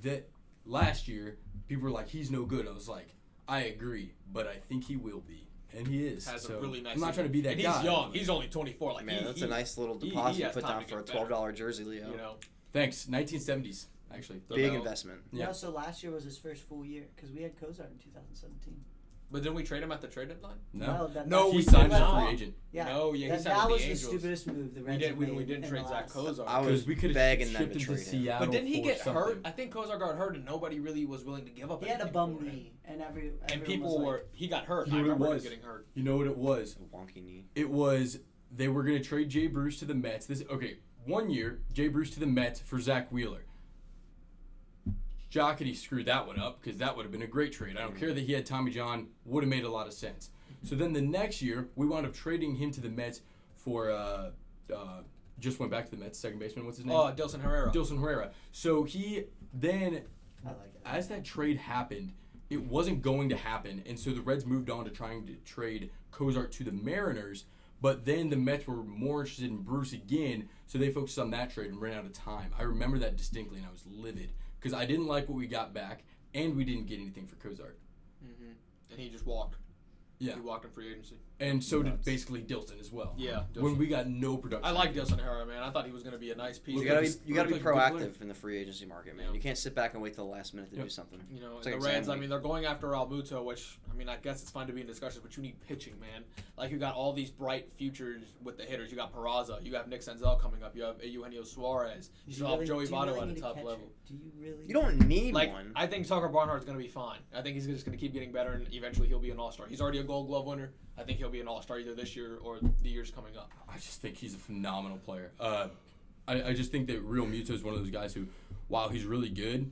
[SPEAKER 4] that last year people were like he's no good. I was like I agree, but I think he will be, and he is.
[SPEAKER 2] Has
[SPEAKER 4] so
[SPEAKER 2] a really nice.
[SPEAKER 4] I'm
[SPEAKER 2] season.
[SPEAKER 4] not trying to be that
[SPEAKER 2] and
[SPEAKER 4] guy.
[SPEAKER 2] He's young. He's only 24. Like
[SPEAKER 1] Man,
[SPEAKER 2] he-
[SPEAKER 1] that's
[SPEAKER 2] he-
[SPEAKER 1] a nice little
[SPEAKER 2] he- he
[SPEAKER 1] deposit
[SPEAKER 2] has
[SPEAKER 1] to put
[SPEAKER 2] time
[SPEAKER 1] down
[SPEAKER 2] to
[SPEAKER 1] for a
[SPEAKER 2] get better.
[SPEAKER 1] twelve dollar jersey, Leo.
[SPEAKER 2] You know,
[SPEAKER 4] Thanks. 1970s actually.
[SPEAKER 2] the
[SPEAKER 1] Big
[SPEAKER 2] bell.
[SPEAKER 1] investment.
[SPEAKER 4] Yeah.
[SPEAKER 3] Yeah. So last year was his first full year because we had Kozar in 2017.
[SPEAKER 2] But then we trade him at the trade deadline.
[SPEAKER 4] No.
[SPEAKER 3] that,
[SPEAKER 2] No,
[SPEAKER 3] that's-
[SPEAKER 4] He
[SPEAKER 2] we
[SPEAKER 4] signed
[SPEAKER 2] did
[SPEAKER 4] as a
[SPEAKER 2] not.
[SPEAKER 4] free agent.
[SPEAKER 3] Yeah.
[SPEAKER 2] No, yeah, he
[SPEAKER 3] that,
[SPEAKER 2] signed
[SPEAKER 3] that
[SPEAKER 2] with
[SPEAKER 3] was
[SPEAKER 2] the
[SPEAKER 3] the
[SPEAKER 2] Angels.
[SPEAKER 3] stupidest move the
[SPEAKER 2] We
[SPEAKER 3] Reds
[SPEAKER 2] didn't. We,
[SPEAKER 3] made
[SPEAKER 2] we didn't
[SPEAKER 3] in
[SPEAKER 2] trade
[SPEAKER 3] the
[SPEAKER 2] Zach
[SPEAKER 3] last-
[SPEAKER 2] Kozar.
[SPEAKER 1] I was
[SPEAKER 4] Because we could have
[SPEAKER 1] begging them
[SPEAKER 4] shipped
[SPEAKER 1] to
[SPEAKER 4] him to
[SPEAKER 1] trade him.
[SPEAKER 4] Seattle.
[SPEAKER 2] but didn't he
[SPEAKER 4] for
[SPEAKER 2] get
[SPEAKER 4] something.
[SPEAKER 2] hurt? I think Kozar got hurt, and nobody really was willing to give up.
[SPEAKER 3] He had a
[SPEAKER 2] anything
[SPEAKER 3] bum
[SPEAKER 2] for him.
[SPEAKER 3] knee, and every
[SPEAKER 2] And
[SPEAKER 3] everyone
[SPEAKER 2] people
[SPEAKER 3] was like,
[SPEAKER 2] were. He got hurt.
[SPEAKER 4] You know
[SPEAKER 2] I
[SPEAKER 4] what it
[SPEAKER 2] remember him
[SPEAKER 4] was?
[SPEAKER 2] getting hurt.
[SPEAKER 4] You know what it was?
[SPEAKER 1] It's a wonky knee.
[SPEAKER 4] It was they were going to trade Jay Bruce to the Mets. This okay, one year Jay Bruce to the Mets for Zach Wheeler. Jockety screwed that one up because that would have been a great trade. I don't care that he had Tommy John; would have made a lot of sense. So then the next year we wound up trading him to the Mets for uh, uh, just went back to the Mets second baseman. What's his name?
[SPEAKER 2] Oh, Dilson Herrera.
[SPEAKER 4] Dilson Herrera. So he then
[SPEAKER 3] I like it.
[SPEAKER 4] as that trade happened, it wasn't going to happen, and so the Reds moved on to trying to trade Cozart to the Mariners. But then the Mets were more interested in Bruce again, so they focused on that trade and ran out of time. I remember that distinctly, and I was livid because I didn't like what we got back, and we didn't get anything for Cozart.
[SPEAKER 2] hmm
[SPEAKER 3] Mm-hmm.
[SPEAKER 2] And he just walked.
[SPEAKER 4] Yeah.
[SPEAKER 2] He walked in free agency.
[SPEAKER 4] And so did
[SPEAKER 1] Nuts.
[SPEAKER 4] basically Dilton as well.
[SPEAKER 2] Yeah.
[SPEAKER 4] When
[SPEAKER 2] Dilson.
[SPEAKER 4] we got no production.
[SPEAKER 2] I like Dilson Herrera, man. I thought he was going to be a nice piece.
[SPEAKER 4] Look
[SPEAKER 1] You
[SPEAKER 4] at
[SPEAKER 1] gotta be
[SPEAKER 4] this-
[SPEAKER 1] you gotta be
[SPEAKER 4] look like a good
[SPEAKER 1] proactive in the free agency market, man.
[SPEAKER 2] Yeah.
[SPEAKER 1] You can't sit back and wait till the last minute to
[SPEAKER 4] Yep.
[SPEAKER 1] do something.
[SPEAKER 2] You know,
[SPEAKER 1] It's
[SPEAKER 2] and
[SPEAKER 1] like
[SPEAKER 2] the Reds, I
[SPEAKER 1] examining.
[SPEAKER 2] mean, they're going after Almuto, which, I mean, I guess it's fine to be in discussions, but you need pitching, man. Like, you got all these bright futures with the hitters. You got Peraza. You have Nick Senzel coming up. You have Eugenio Suarez. You
[SPEAKER 3] Do
[SPEAKER 2] still
[SPEAKER 3] really-
[SPEAKER 2] have Joey
[SPEAKER 3] do you really
[SPEAKER 2] Votto at
[SPEAKER 3] need
[SPEAKER 2] a
[SPEAKER 3] a
[SPEAKER 2] top
[SPEAKER 3] catcher?
[SPEAKER 2] level.
[SPEAKER 3] Do you really?
[SPEAKER 1] You don't need
[SPEAKER 2] Like,
[SPEAKER 1] one.
[SPEAKER 2] I think Tucker Barnhart's going to be fine. I think he's just going to keep getting better, and eventually he'll be an all star. He's already a gold glove winner. I think he'll be an all star either this year or the years coming up.
[SPEAKER 4] I just think he's a phenomenal player. Uh, I, I just think that Real Muto is one of those guys who, while he's really good,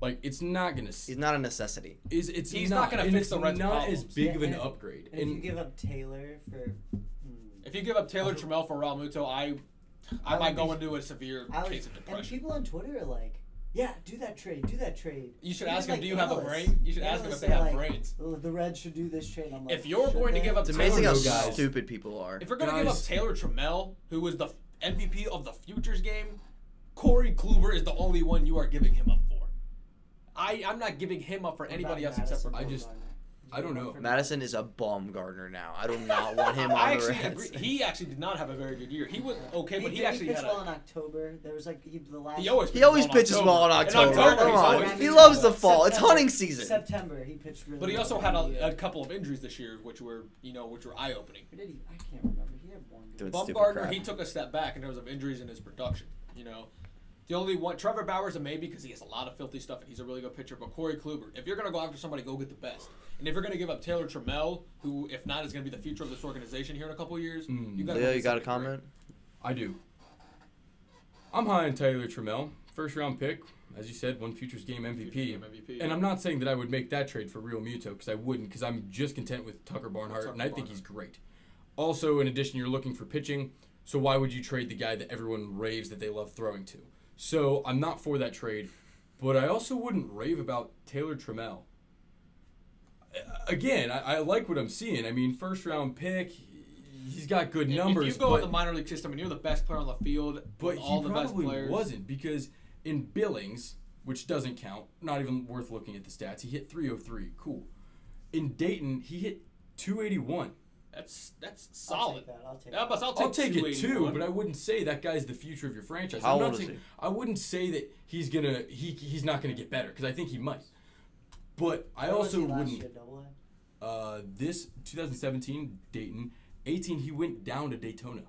[SPEAKER 4] like it's not gonna. s-
[SPEAKER 1] He's not a necessity.
[SPEAKER 4] Is it's
[SPEAKER 2] He's not gonna
[SPEAKER 4] and
[SPEAKER 2] fix
[SPEAKER 4] it's
[SPEAKER 2] the Reds'
[SPEAKER 4] Not
[SPEAKER 2] problems.
[SPEAKER 4] as big
[SPEAKER 3] Yeah,
[SPEAKER 4] of an
[SPEAKER 3] and-
[SPEAKER 4] upgrade.
[SPEAKER 3] And if you give up Taylor for, hmm,
[SPEAKER 2] If you give up Taylor Trammell for Almuto, I, I,
[SPEAKER 3] I
[SPEAKER 2] might
[SPEAKER 3] would
[SPEAKER 2] go
[SPEAKER 3] be-
[SPEAKER 2] into a severe
[SPEAKER 3] I
[SPEAKER 2] case
[SPEAKER 3] was,
[SPEAKER 2] of
[SPEAKER 3] and
[SPEAKER 2] depression.
[SPEAKER 3] people on Twitter are like, "Yeah, do that trade, do that trade."
[SPEAKER 2] You should
[SPEAKER 3] Even
[SPEAKER 2] ask him,
[SPEAKER 3] like
[SPEAKER 2] do you have a
[SPEAKER 3] analysts-
[SPEAKER 2] brain? You should ask him if
[SPEAKER 3] analysts
[SPEAKER 2] they
[SPEAKER 3] are
[SPEAKER 2] have
[SPEAKER 3] like,
[SPEAKER 2] brains.
[SPEAKER 3] "Oh, The Reds should do this trade. I'm like,
[SPEAKER 2] If you're
[SPEAKER 3] "Should
[SPEAKER 2] going to
[SPEAKER 3] they?"
[SPEAKER 2] give up
[SPEAKER 1] It's
[SPEAKER 2] Taylor
[SPEAKER 1] amazing how
[SPEAKER 4] know, guys.
[SPEAKER 1] stupid people are.
[SPEAKER 2] If we're gonna give up
[SPEAKER 4] Guys.
[SPEAKER 2] Taylor Trammell, who was the MVP of the futures game, Corey Kluber is the only one you are giving him up for. I I'm not giving him up for
[SPEAKER 3] What about
[SPEAKER 2] anybody else except for.
[SPEAKER 3] Madison
[SPEAKER 4] I just-
[SPEAKER 3] Bumgarner?
[SPEAKER 4] I don't know.
[SPEAKER 1] Madison is a bomb gardener now. I do not want him on the
[SPEAKER 2] I actually
[SPEAKER 1] Reds.
[SPEAKER 2] agree. He actually did not have a very good year. He was okay,
[SPEAKER 3] He,
[SPEAKER 2] but he,
[SPEAKER 3] did-
[SPEAKER 2] actually
[SPEAKER 3] he
[SPEAKER 2] had
[SPEAKER 3] pitched
[SPEAKER 2] a.
[SPEAKER 3] well in October. There was like he, the last.
[SPEAKER 2] He always
[SPEAKER 1] He always
[SPEAKER 2] well in
[SPEAKER 1] pitches well in October. Come
[SPEAKER 2] he's
[SPEAKER 1] on.
[SPEAKER 2] always
[SPEAKER 1] he
[SPEAKER 2] pitching
[SPEAKER 1] loves
[SPEAKER 2] well.
[SPEAKER 1] the fall. It's
[SPEAKER 3] September-
[SPEAKER 1] hunting season.
[SPEAKER 3] September he pitched really.
[SPEAKER 2] But he
[SPEAKER 3] well
[SPEAKER 2] also
[SPEAKER 3] in
[SPEAKER 2] had
[SPEAKER 3] the,
[SPEAKER 2] a,
[SPEAKER 3] uh,
[SPEAKER 2] a couple of injuries this year, which were you know which were eye opening.
[SPEAKER 3] Or did he? I can't remember. He had one.
[SPEAKER 1] Dude,
[SPEAKER 3] Good.
[SPEAKER 1] It's stupid
[SPEAKER 2] Bumgarner
[SPEAKER 1] crap.
[SPEAKER 2] he took a step back in terms of injuries in his production. You know, the only one Trevor Bowers a maybe because he has a lot of filthy stuff and he's a really good pitcher. But Corey Kluber, if you're gonna go after somebody, go get the best. And if you're gonna give up Taylor Trammell, who if not is gonna be the future of this organization here in a couple years,
[SPEAKER 4] Mm.
[SPEAKER 2] you gotta. go
[SPEAKER 1] Leo,
[SPEAKER 2] get
[SPEAKER 1] you got a
[SPEAKER 2] something
[SPEAKER 1] comment?
[SPEAKER 4] I do. I'm high on Tyler Trammell, first round pick, as you said, one futures game
[SPEAKER 2] great.
[SPEAKER 4] MVP.
[SPEAKER 2] Future MVP.
[SPEAKER 4] And I'm not saying that I would make that trade for real Muto because I wouldn't because I'm just content with Tucker Barnhart
[SPEAKER 2] Tucker
[SPEAKER 4] and I think he's great. Also, in addition, you're looking for pitching, so why would you trade the guy that everyone raves that they love throwing to? So I'm not for that trade, but I also wouldn't rave about Taylor Trammell. Uh, Again, I, I like what I'm seeing. I mean, first round pick, he's got good
[SPEAKER 2] If-
[SPEAKER 4] numbers.
[SPEAKER 2] If you go
[SPEAKER 4] but
[SPEAKER 2] in the minor league system and you're the best player on the field,
[SPEAKER 4] but
[SPEAKER 2] with all
[SPEAKER 4] he
[SPEAKER 2] the best
[SPEAKER 4] probably
[SPEAKER 2] players,
[SPEAKER 4] wasn't because in Billings, which doesn't count, not even worth looking at the stats. He hit 303, cool. In Dayton, he hit 281.
[SPEAKER 2] that's that's
[SPEAKER 3] I'll
[SPEAKER 2] solid.
[SPEAKER 3] take that. I'll take
[SPEAKER 2] Yeah,
[SPEAKER 3] that.
[SPEAKER 2] but I'll take,
[SPEAKER 4] I'll take it too,
[SPEAKER 2] 281.
[SPEAKER 4] but I wouldn't say that guy's the future of your franchise.
[SPEAKER 1] How
[SPEAKER 4] I'm not
[SPEAKER 1] old is
[SPEAKER 4] saying-
[SPEAKER 1] he?
[SPEAKER 4] I wouldn't say that he's gonna he he's not gonna get better because I think he might. But I
[SPEAKER 3] What was
[SPEAKER 4] also
[SPEAKER 3] he last
[SPEAKER 4] wouldn't.
[SPEAKER 3] year, double A?
[SPEAKER 4] Uh, this 2017 Dayton, 18 he went down to Daytona.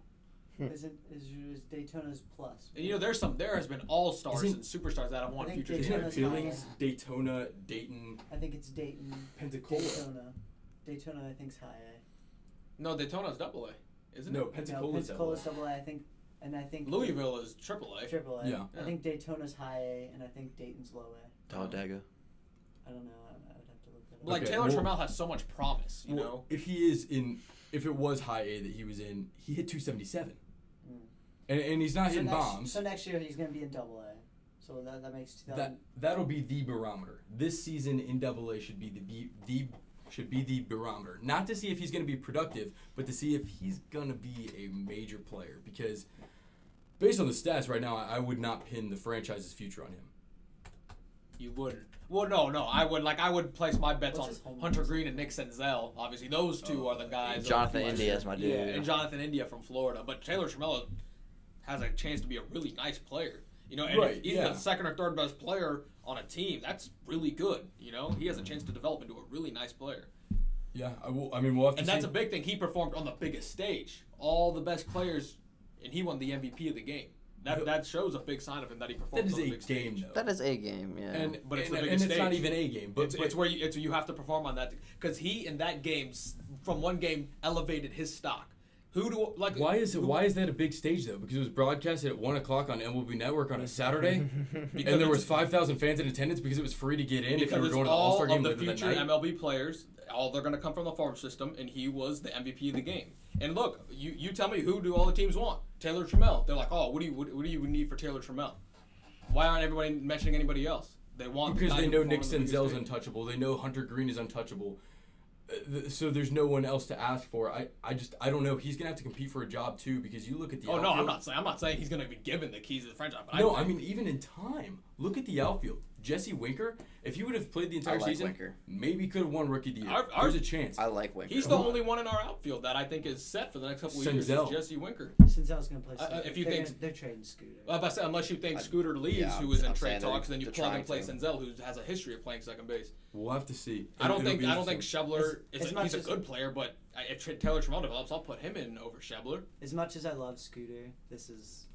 [SPEAKER 4] Hmm.
[SPEAKER 3] Is it is, is Daytona's plus?
[SPEAKER 2] And you know, there's some. There has been all stars
[SPEAKER 4] Isn't-
[SPEAKER 2] and superstars that have won
[SPEAKER 3] I think
[SPEAKER 2] future
[SPEAKER 3] Dayton
[SPEAKER 2] games.
[SPEAKER 4] Isn't
[SPEAKER 3] Daytona's
[SPEAKER 4] it
[SPEAKER 3] higher.
[SPEAKER 4] Billings, Daytona, Dayton,
[SPEAKER 3] I think it's Dayton.
[SPEAKER 4] Pensacola.
[SPEAKER 3] Daytona. Daytona, I think's high A.
[SPEAKER 2] No, Daytona's double A, isn't
[SPEAKER 4] No,
[SPEAKER 2] it?
[SPEAKER 4] Pensacola.
[SPEAKER 3] no, Pensacola's double A. I think, and I think
[SPEAKER 2] Louisville is triple A.
[SPEAKER 3] triple A.
[SPEAKER 4] Yeah.
[SPEAKER 3] I think Daytona's high A, and I think Dayton's low A.
[SPEAKER 1] Talladega.
[SPEAKER 3] I don't know. I, I would have to look that up.
[SPEAKER 2] Like
[SPEAKER 4] Okay,
[SPEAKER 2] Taylor
[SPEAKER 4] well-
[SPEAKER 2] Trammell has so much promise, you
[SPEAKER 4] Well,
[SPEAKER 2] know.
[SPEAKER 4] if he is in, if it was high A that he was in, he hit 277, Hmm.
[SPEAKER 3] Mm.
[SPEAKER 4] and, and he's not
[SPEAKER 3] so
[SPEAKER 4] hitting
[SPEAKER 3] next,
[SPEAKER 4] bombs.
[SPEAKER 3] So next year he's gonna be in double A. So that that makes two
[SPEAKER 4] that
[SPEAKER 3] thousand.
[SPEAKER 4] that'll be the barometer. This season in Double A should be the be- the should be the barometer. Not to see if he's going to be productive, but to see if he's going to be a major player. Because based on the stats right now, I, I would not pin the franchise's future on him.
[SPEAKER 2] You wouldn't. Well, no, no. I would like. I would place my bets
[SPEAKER 3] What's his
[SPEAKER 2] on
[SPEAKER 3] home
[SPEAKER 2] Hunter
[SPEAKER 3] runs?
[SPEAKER 2] Green and Nick Senzel. Obviously, those two
[SPEAKER 4] Oh,
[SPEAKER 2] are the guys. of-
[SPEAKER 1] Jonathan India is my dude.
[SPEAKER 2] Yeah, and Jonathan India from Florida. But Taylor Trammell has a chance to be a really nice player. You know, and
[SPEAKER 4] Right,
[SPEAKER 2] if he's
[SPEAKER 4] yeah.
[SPEAKER 2] the second or third best player on a team. That's really good. You know, he has a chance to develop into a really nice player.
[SPEAKER 4] Yeah, I will. I mean, we'll have to
[SPEAKER 2] And
[SPEAKER 4] see.
[SPEAKER 2] that's a big thing. He performed on the biggest stage. All the best players, and he won the MVP of the game. That that shows a big sign of him that he
[SPEAKER 4] that
[SPEAKER 2] performed
[SPEAKER 4] is
[SPEAKER 2] on the
[SPEAKER 4] a
[SPEAKER 2] big
[SPEAKER 4] game
[SPEAKER 2] stage.
[SPEAKER 4] though.
[SPEAKER 1] That is a game, yeah.
[SPEAKER 4] and
[SPEAKER 2] But it's
[SPEAKER 4] and,
[SPEAKER 2] the
[SPEAKER 4] and
[SPEAKER 2] biggest
[SPEAKER 4] it's not
[SPEAKER 2] stage.
[SPEAKER 4] even a game, but
[SPEAKER 2] It's, it's where you, it's you have to perform on that because he in that game s- from one game elevated his stock. Who do like
[SPEAKER 4] Why is it?
[SPEAKER 2] who-
[SPEAKER 4] Why is that a big stage though? Because it was broadcasted at one o'clock on MLB Network on a Saturday, and there was five thousand fans in attendance because it was free to get in if
[SPEAKER 2] because
[SPEAKER 4] you were
[SPEAKER 2] it's
[SPEAKER 4] going to the All
[SPEAKER 2] all
[SPEAKER 4] Star game
[SPEAKER 2] of
[SPEAKER 4] later
[SPEAKER 2] the
[SPEAKER 4] that
[SPEAKER 2] future
[SPEAKER 4] night.
[SPEAKER 2] MLB players. All they're going to come from the farm system, and he was the MVP of the game. And look, you, you tell me who do all the teams want? Taylor Trammell. They're like, oh, what do you what, what do you need for Taylor Trammell? Why aren't everybody mentioning anybody else? They want the
[SPEAKER 4] because
[SPEAKER 2] guy
[SPEAKER 4] they
[SPEAKER 2] who
[SPEAKER 4] know
[SPEAKER 2] performed
[SPEAKER 4] Nick
[SPEAKER 2] on the biggest
[SPEAKER 4] Senzel's
[SPEAKER 2] stage.
[SPEAKER 4] untouchable. They know Hunter Green is untouchable. Uh, th- So there's no one else to ask for. I, I just I don't know. He's gonna have to compete for a job too because you look at the.
[SPEAKER 2] Oh no,
[SPEAKER 4] outfield-
[SPEAKER 2] I'm not saying I'm not saying he's going to be given the keys to the franchise. But
[SPEAKER 4] No,
[SPEAKER 2] I,
[SPEAKER 4] I mean even in time. Look at the outfield. Jesse Winker, if he would have played the entire
[SPEAKER 1] like
[SPEAKER 4] season,
[SPEAKER 1] Winker.
[SPEAKER 4] maybe could have won Rookie of the Year.
[SPEAKER 2] Our- our-
[SPEAKER 4] There's a chance.
[SPEAKER 1] I like Winker.
[SPEAKER 2] he's the
[SPEAKER 4] Come on.
[SPEAKER 2] only one in our outfield that I think is set for the next couple of years.
[SPEAKER 4] Senzel.
[SPEAKER 2] Is Jesse Winker.
[SPEAKER 3] Since I was gonna play.
[SPEAKER 2] Uh, uh,
[SPEAKER 3] Scooter.
[SPEAKER 2] if you
[SPEAKER 3] they're,
[SPEAKER 2] think- Uh,
[SPEAKER 3] gonna- they're trading Scooter.
[SPEAKER 2] Well, but I said, unless you think
[SPEAKER 1] I-
[SPEAKER 2] Scooter leaves,
[SPEAKER 1] yeah,
[SPEAKER 2] who was in
[SPEAKER 1] I'm
[SPEAKER 2] trade
[SPEAKER 1] saying they're-
[SPEAKER 2] talks, then you
[SPEAKER 1] they're
[SPEAKER 2] plug and play
[SPEAKER 1] trying to.
[SPEAKER 2] Senzel, who has a history of playing second base.
[SPEAKER 4] We'll have to see.
[SPEAKER 2] I don't
[SPEAKER 4] It'll
[SPEAKER 2] think
[SPEAKER 4] be
[SPEAKER 2] I don't think
[SPEAKER 4] interesting.
[SPEAKER 2] Shebler is
[SPEAKER 3] As- as
[SPEAKER 2] a, he's
[SPEAKER 3] much
[SPEAKER 2] a
[SPEAKER 3] as-
[SPEAKER 2] good player, but I- if Tra- Taylor Trammell develops, I'll put him in over Shebler.
[SPEAKER 3] as much as I love Scooter, this is.